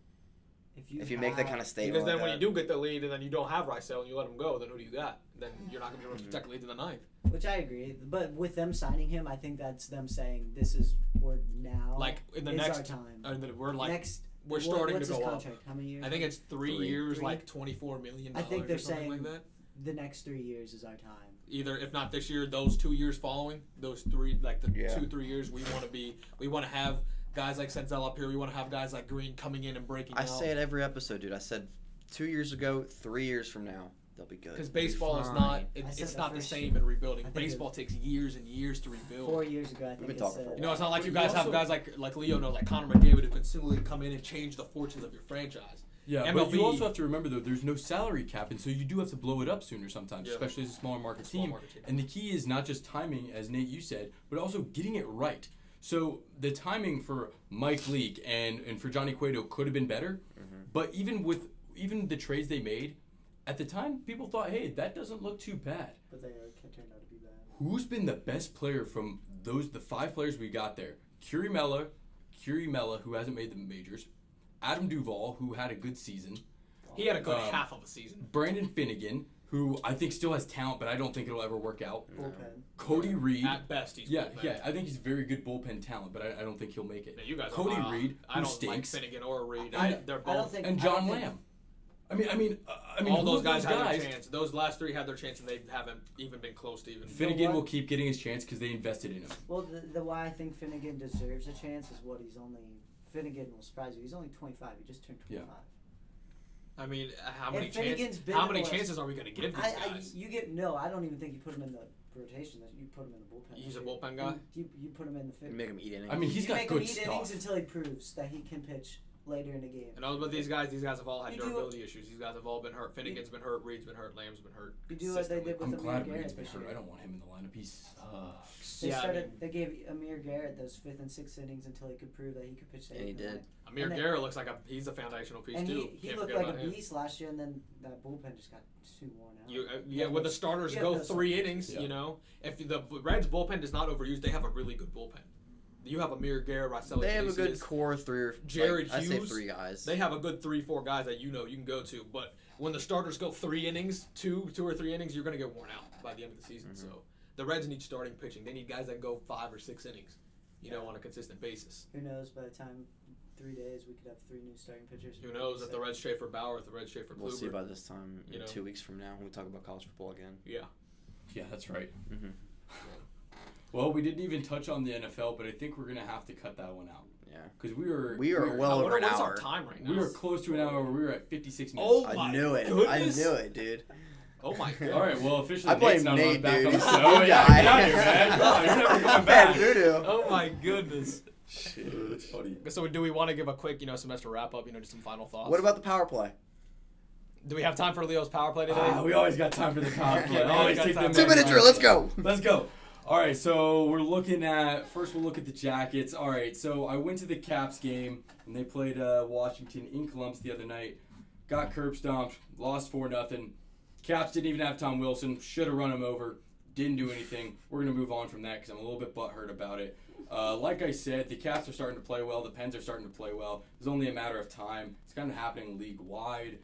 [SPEAKER 3] if you
[SPEAKER 1] If you make that kind of statement,
[SPEAKER 2] Because then
[SPEAKER 1] like
[SPEAKER 2] when you
[SPEAKER 1] that-
[SPEAKER 2] do get the lead and then you don't have Rysel and you let him go, then who do you got? Then you're not going to be able to
[SPEAKER 3] Mm-hmm.
[SPEAKER 2] protect the lead in the ninth.
[SPEAKER 3] Which I agree, but with them signing him, I think that's them saying this is we're now
[SPEAKER 2] Like in the
[SPEAKER 3] is
[SPEAKER 2] next,
[SPEAKER 3] our time.
[SPEAKER 2] and then we're like
[SPEAKER 3] next,
[SPEAKER 2] we're
[SPEAKER 3] what-
[SPEAKER 2] starting
[SPEAKER 3] what's
[SPEAKER 2] to go
[SPEAKER 3] his
[SPEAKER 2] up.
[SPEAKER 3] contract? How many years?
[SPEAKER 2] I think it's three,
[SPEAKER 1] Three.
[SPEAKER 2] years,
[SPEAKER 3] Three?
[SPEAKER 2] like twenty-four million
[SPEAKER 3] I
[SPEAKER 2] dollars
[SPEAKER 3] think
[SPEAKER 2] or
[SPEAKER 3] they're
[SPEAKER 2] something like
[SPEAKER 3] saying-
[SPEAKER 2] that.
[SPEAKER 3] the next three years is our time.
[SPEAKER 2] Either if not this year, those two years following, those three, like the
[SPEAKER 1] Yeah.
[SPEAKER 2] two three years, we want to be, we want to have guys like Senzel up here. We want to have guys like Green coming in and breaking
[SPEAKER 1] I
[SPEAKER 2] out.
[SPEAKER 1] say it every episode, dude. I said two years ago, three years from now, they'll be good.
[SPEAKER 2] because baseball is
[SPEAKER 1] Fine.
[SPEAKER 2] not, it,
[SPEAKER 3] I said
[SPEAKER 2] it's
[SPEAKER 3] that
[SPEAKER 2] not the
[SPEAKER 3] first
[SPEAKER 2] same
[SPEAKER 3] year.
[SPEAKER 2] in rebuilding.
[SPEAKER 3] I think it-
[SPEAKER 2] Baseball takes years and years to rebuild.
[SPEAKER 3] Four years ago, I think
[SPEAKER 1] been
[SPEAKER 3] it
[SPEAKER 1] talking for a
[SPEAKER 3] said-
[SPEAKER 2] You know, it's not like
[SPEAKER 4] But
[SPEAKER 2] you
[SPEAKER 4] you
[SPEAKER 2] guys have
[SPEAKER 4] also-
[SPEAKER 2] guys like like Leo knows, like Connor McDavid, who can singly come in and change the fortunes of your franchise.
[SPEAKER 4] Yeah, but you
[SPEAKER 2] MLB.
[SPEAKER 4] also have to remember though, there's no salary cap, and so you do have to blow it up sooner sometimes,
[SPEAKER 2] Yeah.
[SPEAKER 4] especially as a smaller market
[SPEAKER 2] Small
[SPEAKER 4] team.
[SPEAKER 2] market team.
[SPEAKER 4] And the key is not just timing, as Nate you said, but also getting it right. So the timing for Mike Leake and and for Johnny Cueto could have been better,
[SPEAKER 2] Mm-hmm.
[SPEAKER 4] but even with even the trades they made, at the time people thought, hey, that doesn't look too bad.
[SPEAKER 3] But they it turned out to be bad.
[SPEAKER 4] Who's been the best player from those the five players we got there? Curie Mella, Curie Mella, who hasn't made the majors, Adam Duvall, who had a good season,
[SPEAKER 2] He had a good
[SPEAKER 4] Um,
[SPEAKER 2] half of a season.
[SPEAKER 4] Brandon Finnegan, who I think still has talent, but I don't think it'll ever work out.
[SPEAKER 3] Bullpen.
[SPEAKER 4] Cody Reed.
[SPEAKER 2] At best, he's
[SPEAKER 4] Yeah,
[SPEAKER 2] bullpen.
[SPEAKER 4] yeah, I think he's very good bullpen talent, but I, I don't think he'll make it.
[SPEAKER 2] Now, you guys are
[SPEAKER 4] Cody
[SPEAKER 2] wild.
[SPEAKER 4] Reed,
[SPEAKER 2] I
[SPEAKER 4] who
[SPEAKER 2] don't like
[SPEAKER 4] stinks,
[SPEAKER 2] Finnegan or Reed.
[SPEAKER 4] I-
[SPEAKER 2] I, they're both.
[SPEAKER 3] I don't think
[SPEAKER 4] and
[SPEAKER 3] I don't
[SPEAKER 4] John
[SPEAKER 3] think-
[SPEAKER 4] Lamb. I mean, I mean, uh, I mean,
[SPEAKER 2] all
[SPEAKER 4] who
[SPEAKER 2] those
[SPEAKER 4] of
[SPEAKER 2] guys, had their chance. Those last three had their chance, and they haven't even been close to even.
[SPEAKER 4] Finnegan
[SPEAKER 3] what?
[SPEAKER 4] will keep getting his chance because they invested in him.
[SPEAKER 3] Well, the, the why I think Finnegan deserves a chance is what he's only. Finnegan will surprise you. He's only 25. He just turned
[SPEAKER 4] Yeah.
[SPEAKER 3] 25.
[SPEAKER 2] I mean, uh, how
[SPEAKER 3] And
[SPEAKER 2] many
[SPEAKER 3] Finnegan's
[SPEAKER 2] chances?
[SPEAKER 3] been
[SPEAKER 2] How
[SPEAKER 3] in the
[SPEAKER 2] many
[SPEAKER 3] West.
[SPEAKER 2] chances are we going to give these
[SPEAKER 3] I, I,
[SPEAKER 2] guys?
[SPEAKER 3] you get no. I don't even think you put him in the rotation. that You put him in the bullpen.
[SPEAKER 2] He's a
[SPEAKER 3] You-
[SPEAKER 2] bullpen guy?
[SPEAKER 3] You, you put him in the. Fin-
[SPEAKER 1] Make him eat innings.
[SPEAKER 4] I mean,
[SPEAKER 3] you
[SPEAKER 4] he's got
[SPEAKER 3] make him
[SPEAKER 4] good
[SPEAKER 3] eat innings
[SPEAKER 4] stuff.
[SPEAKER 3] until he proves that he can pitch later in the game.
[SPEAKER 2] and all about these guys. These guys have all had
[SPEAKER 3] You do-
[SPEAKER 2] durability issues. These guys have all been hurt. Finnegan's been hurt. Reed's been hurt. Lamb's been hurt.
[SPEAKER 3] You do what they did
[SPEAKER 2] consistently.
[SPEAKER 3] with
[SPEAKER 4] I'm
[SPEAKER 3] Amir
[SPEAKER 4] glad
[SPEAKER 3] Garrett
[SPEAKER 4] Reed's been
[SPEAKER 3] this
[SPEAKER 4] hurt.
[SPEAKER 3] year.
[SPEAKER 4] I don't want him in the lineup. He sucks.
[SPEAKER 3] They
[SPEAKER 2] Yeah, I
[SPEAKER 3] started.
[SPEAKER 2] mean-
[SPEAKER 3] they gave Amir Garrett those fifth and sixth innings until he could prove that he could pitch.
[SPEAKER 1] And he
[SPEAKER 3] eighth
[SPEAKER 1] did.
[SPEAKER 3] ninth.
[SPEAKER 2] Amir
[SPEAKER 3] and they-
[SPEAKER 2] Garrett looks like a he's a foundational piece
[SPEAKER 3] And
[SPEAKER 2] too.
[SPEAKER 3] he, he
[SPEAKER 2] Can't
[SPEAKER 3] looked
[SPEAKER 2] forget
[SPEAKER 3] like
[SPEAKER 2] about
[SPEAKER 3] a
[SPEAKER 2] him.
[SPEAKER 3] beast last year, and then that bullpen just got too worn out.
[SPEAKER 2] You, uh, yeah, when the starters
[SPEAKER 3] Yeah,
[SPEAKER 2] go
[SPEAKER 3] that's-
[SPEAKER 2] three innings,
[SPEAKER 4] Yeah.
[SPEAKER 2] you know, if the B- Reds bullpen is not overused, they have a really good bullpen. You have Amir Garrett, Rossell.
[SPEAKER 1] they have a good
[SPEAKER 2] Iglesias.
[SPEAKER 1] core three or like,
[SPEAKER 2] Jared
[SPEAKER 1] I say
[SPEAKER 2] Hughes,
[SPEAKER 1] three guys.
[SPEAKER 2] They have a good three, four guys that you know you can go to. But when the starters go three innings, two, two or three innings, you're going to get worn out by the end of the season.
[SPEAKER 1] Mm-hmm.
[SPEAKER 2] So the Reds need starting pitching. They need guys that go five or six innings, you know, on a consistent basis.
[SPEAKER 3] Who knows? By the time three days, we could have three new starting pitchers.
[SPEAKER 2] Who knows if the Reds trade for Bauer, if the Reds trade for
[SPEAKER 1] we'll see
[SPEAKER 2] Kluber.
[SPEAKER 1] by this time.
[SPEAKER 2] You know.
[SPEAKER 1] Two weeks from now, when we talk about college football again.
[SPEAKER 2] yeah,
[SPEAKER 4] Yeah, that's right.
[SPEAKER 2] Mm-hmm.
[SPEAKER 1] Mhm.
[SPEAKER 4] Well, we didn't even touch on the NFL, but I think we're gonna have to cut that one out
[SPEAKER 1] Yeah.
[SPEAKER 4] because we were
[SPEAKER 1] We are
[SPEAKER 4] were-
[SPEAKER 1] well
[SPEAKER 2] I
[SPEAKER 1] over
[SPEAKER 2] wonder
[SPEAKER 1] an
[SPEAKER 2] what's our
[SPEAKER 1] hour.
[SPEAKER 2] time right now.
[SPEAKER 4] we were close to an hour. We were at 56 minutes.
[SPEAKER 2] Oh
[SPEAKER 1] I
[SPEAKER 2] my
[SPEAKER 1] knew it.
[SPEAKER 2] goodness.
[SPEAKER 1] I knew it, dude.
[SPEAKER 2] oh my god!
[SPEAKER 4] All right, well, officially,
[SPEAKER 1] I blame
[SPEAKER 4] Nate's not
[SPEAKER 1] Nate,
[SPEAKER 4] on back
[SPEAKER 1] dude.
[SPEAKER 4] on the
[SPEAKER 1] He's
[SPEAKER 4] show.
[SPEAKER 1] the
[SPEAKER 4] Yeah,
[SPEAKER 1] guy.
[SPEAKER 4] get out of here, man. No, you're never coming back.
[SPEAKER 1] Bad voodoo.
[SPEAKER 2] Oh my goodness!
[SPEAKER 4] It's funny.
[SPEAKER 2] So do we want to give a quick, you know, semester wrap up? You know, just some final thoughts.
[SPEAKER 1] What about the power play?
[SPEAKER 2] Do we have time for Leo's power play today?
[SPEAKER 4] Ah, we always got time for the conflict.
[SPEAKER 2] Yeah, we
[SPEAKER 4] always
[SPEAKER 2] got
[SPEAKER 4] take
[SPEAKER 2] time.
[SPEAKER 4] them
[SPEAKER 2] Two
[SPEAKER 1] Two
[SPEAKER 4] in,
[SPEAKER 1] minute
[SPEAKER 4] man.
[SPEAKER 1] drill. Let's go.
[SPEAKER 4] Let's go. All right, so we're looking at first. We'll look at the jackets. All right, so I went to the Caps game and they played uh, Washington in Columbus the other night. Got curb stomped, lost four nothing. Caps didn't even have Tom Wilson. Should have run him over. Didn't do anything. We're gonna move on from that because I'm a little bit butthurt about it. Uh, like I said, the Caps are starting to play well. The Pens are starting to play well. It's only a matter of time. It's kind of happening league wide.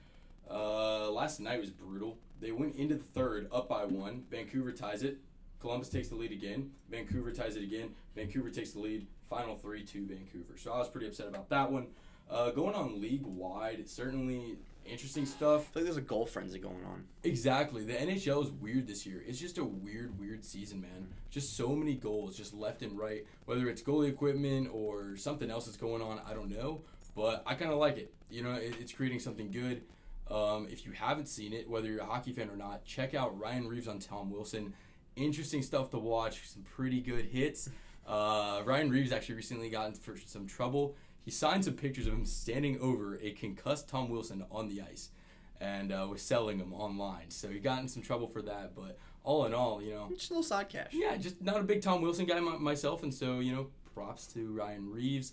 [SPEAKER 4] Uh, last night was brutal. They went into the third up by one. Vancouver ties it. Columbus takes the lead again. Vancouver ties it again. Vancouver takes the lead. Final three to Vancouver. So I was pretty upset about that one. Uh, going on league wide, certainly interesting stuff.
[SPEAKER 1] I feel like there's a goal frenzy going on.
[SPEAKER 4] Exactly. The NHL is weird this year. It's just a weird, weird season, man. Just so many goals, just left and right. Whether it's goalie equipment or something else that's going on, I don't know. But I kind of like it. You know, it, it's creating something good. Um, if you haven't seen it, whether you're a hockey fan or not, check out Ryan Reeves on Tom Wilson. Interesting stuff to watch. Some pretty good hits. Uh, Ryan Reeves actually recently got into some trouble. He signed some pictures of him standing over a concussed Tom Wilson on the ice and uh, was selling them online. So he got in some trouble for that. But all in all, you know,
[SPEAKER 1] Just a little side cash.
[SPEAKER 4] yeah, just not a big Tom Wilson guy my, myself. And so, you know, props to Ryan Reeves.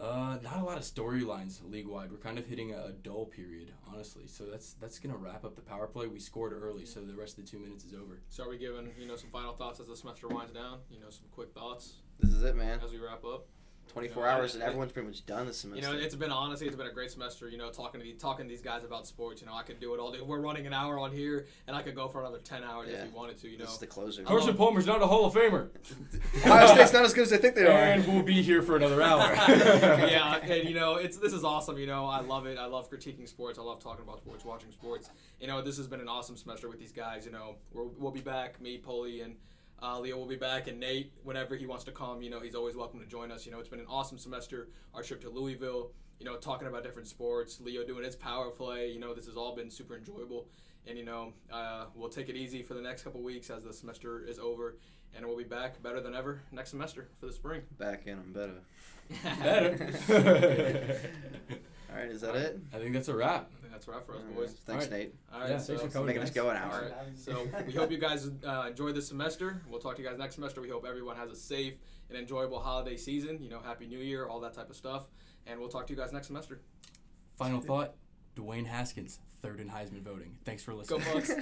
[SPEAKER 4] Uh, not a lot of storylines league wide. We're kind of hitting a, a dull period, honestly. So that's that's gonna wrap up the power play. We scored early, so the rest of the two minutes is over.
[SPEAKER 2] So are we giving you know some final thoughts as the semester winds down? You know some quick thoughts
[SPEAKER 1] This is it, man.
[SPEAKER 2] as we wrap up.
[SPEAKER 1] 24 hours and everyone's pretty much done this
[SPEAKER 2] You
[SPEAKER 1] semester.
[SPEAKER 2] know it's been honestly it's been a great semester. You know talking to the, talking to these guys about sports. You know I could do it all day. We're running an hour on here, and I could go for another ten hours
[SPEAKER 1] Yeah.
[SPEAKER 2] if you wanted to. You
[SPEAKER 1] this
[SPEAKER 2] know
[SPEAKER 1] is the closer.
[SPEAKER 2] Carson
[SPEAKER 4] Carson Palmer's not a Hall of Famer,
[SPEAKER 1] Ohio State's not as good as they think they
[SPEAKER 4] and
[SPEAKER 1] are.
[SPEAKER 4] we'll be here for another hour. Oh.
[SPEAKER 2] yeah, and you know, it's this is awesome. You know, I love it. I love critiquing sports. I love talking about sports, watching sports. You know, this has been an awesome semester with these guys. You know, we're, we'll be back. Me, Polly, and uh, Leo will be back, and Nate, whenever he wants to come, you know, he's always welcome to join us. You know, it's been an awesome semester. Our trip to Louisville, you know, talking about different sports. Leo doing his power play. You know, this has all been super enjoyable. And you know, uh, we'll take it easy for the next couple weeks as the semester is over, and we'll be back better than ever next semester for the spring.
[SPEAKER 1] Back in, I'm better.
[SPEAKER 4] Better.
[SPEAKER 1] All right, is that it?
[SPEAKER 4] I think that's a wrap.
[SPEAKER 2] Yeah, that's a wrap for us,
[SPEAKER 1] Alright,
[SPEAKER 2] boys.
[SPEAKER 1] Thanks,
[SPEAKER 4] Alright.
[SPEAKER 1] Nate.
[SPEAKER 2] All right,
[SPEAKER 4] Yeah,
[SPEAKER 2] so,
[SPEAKER 4] thanks for coming,
[SPEAKER 1] Making us
[SPEAKER 4] guys.
[SPEAKER 1] go an
[SPEAKER 2] All
[SPEAKER 1] hour.
[SPEAKER 2] right, so we hope you guys uh, enjoy this semester. We'll talk to you guys next semester. We hope everyone has a safe and enjoyable holiday season. You know, Happy New Year, all that type of stuff. And we'll talk to you guys next semester.
[SPEAKER 4] Final thought: Dwayne Haskins, third in Heisman voting. Thanks for
[SPEAKER 2] Go
[SPEAKER 4] listening.
[SPEAKER 2] Bucks.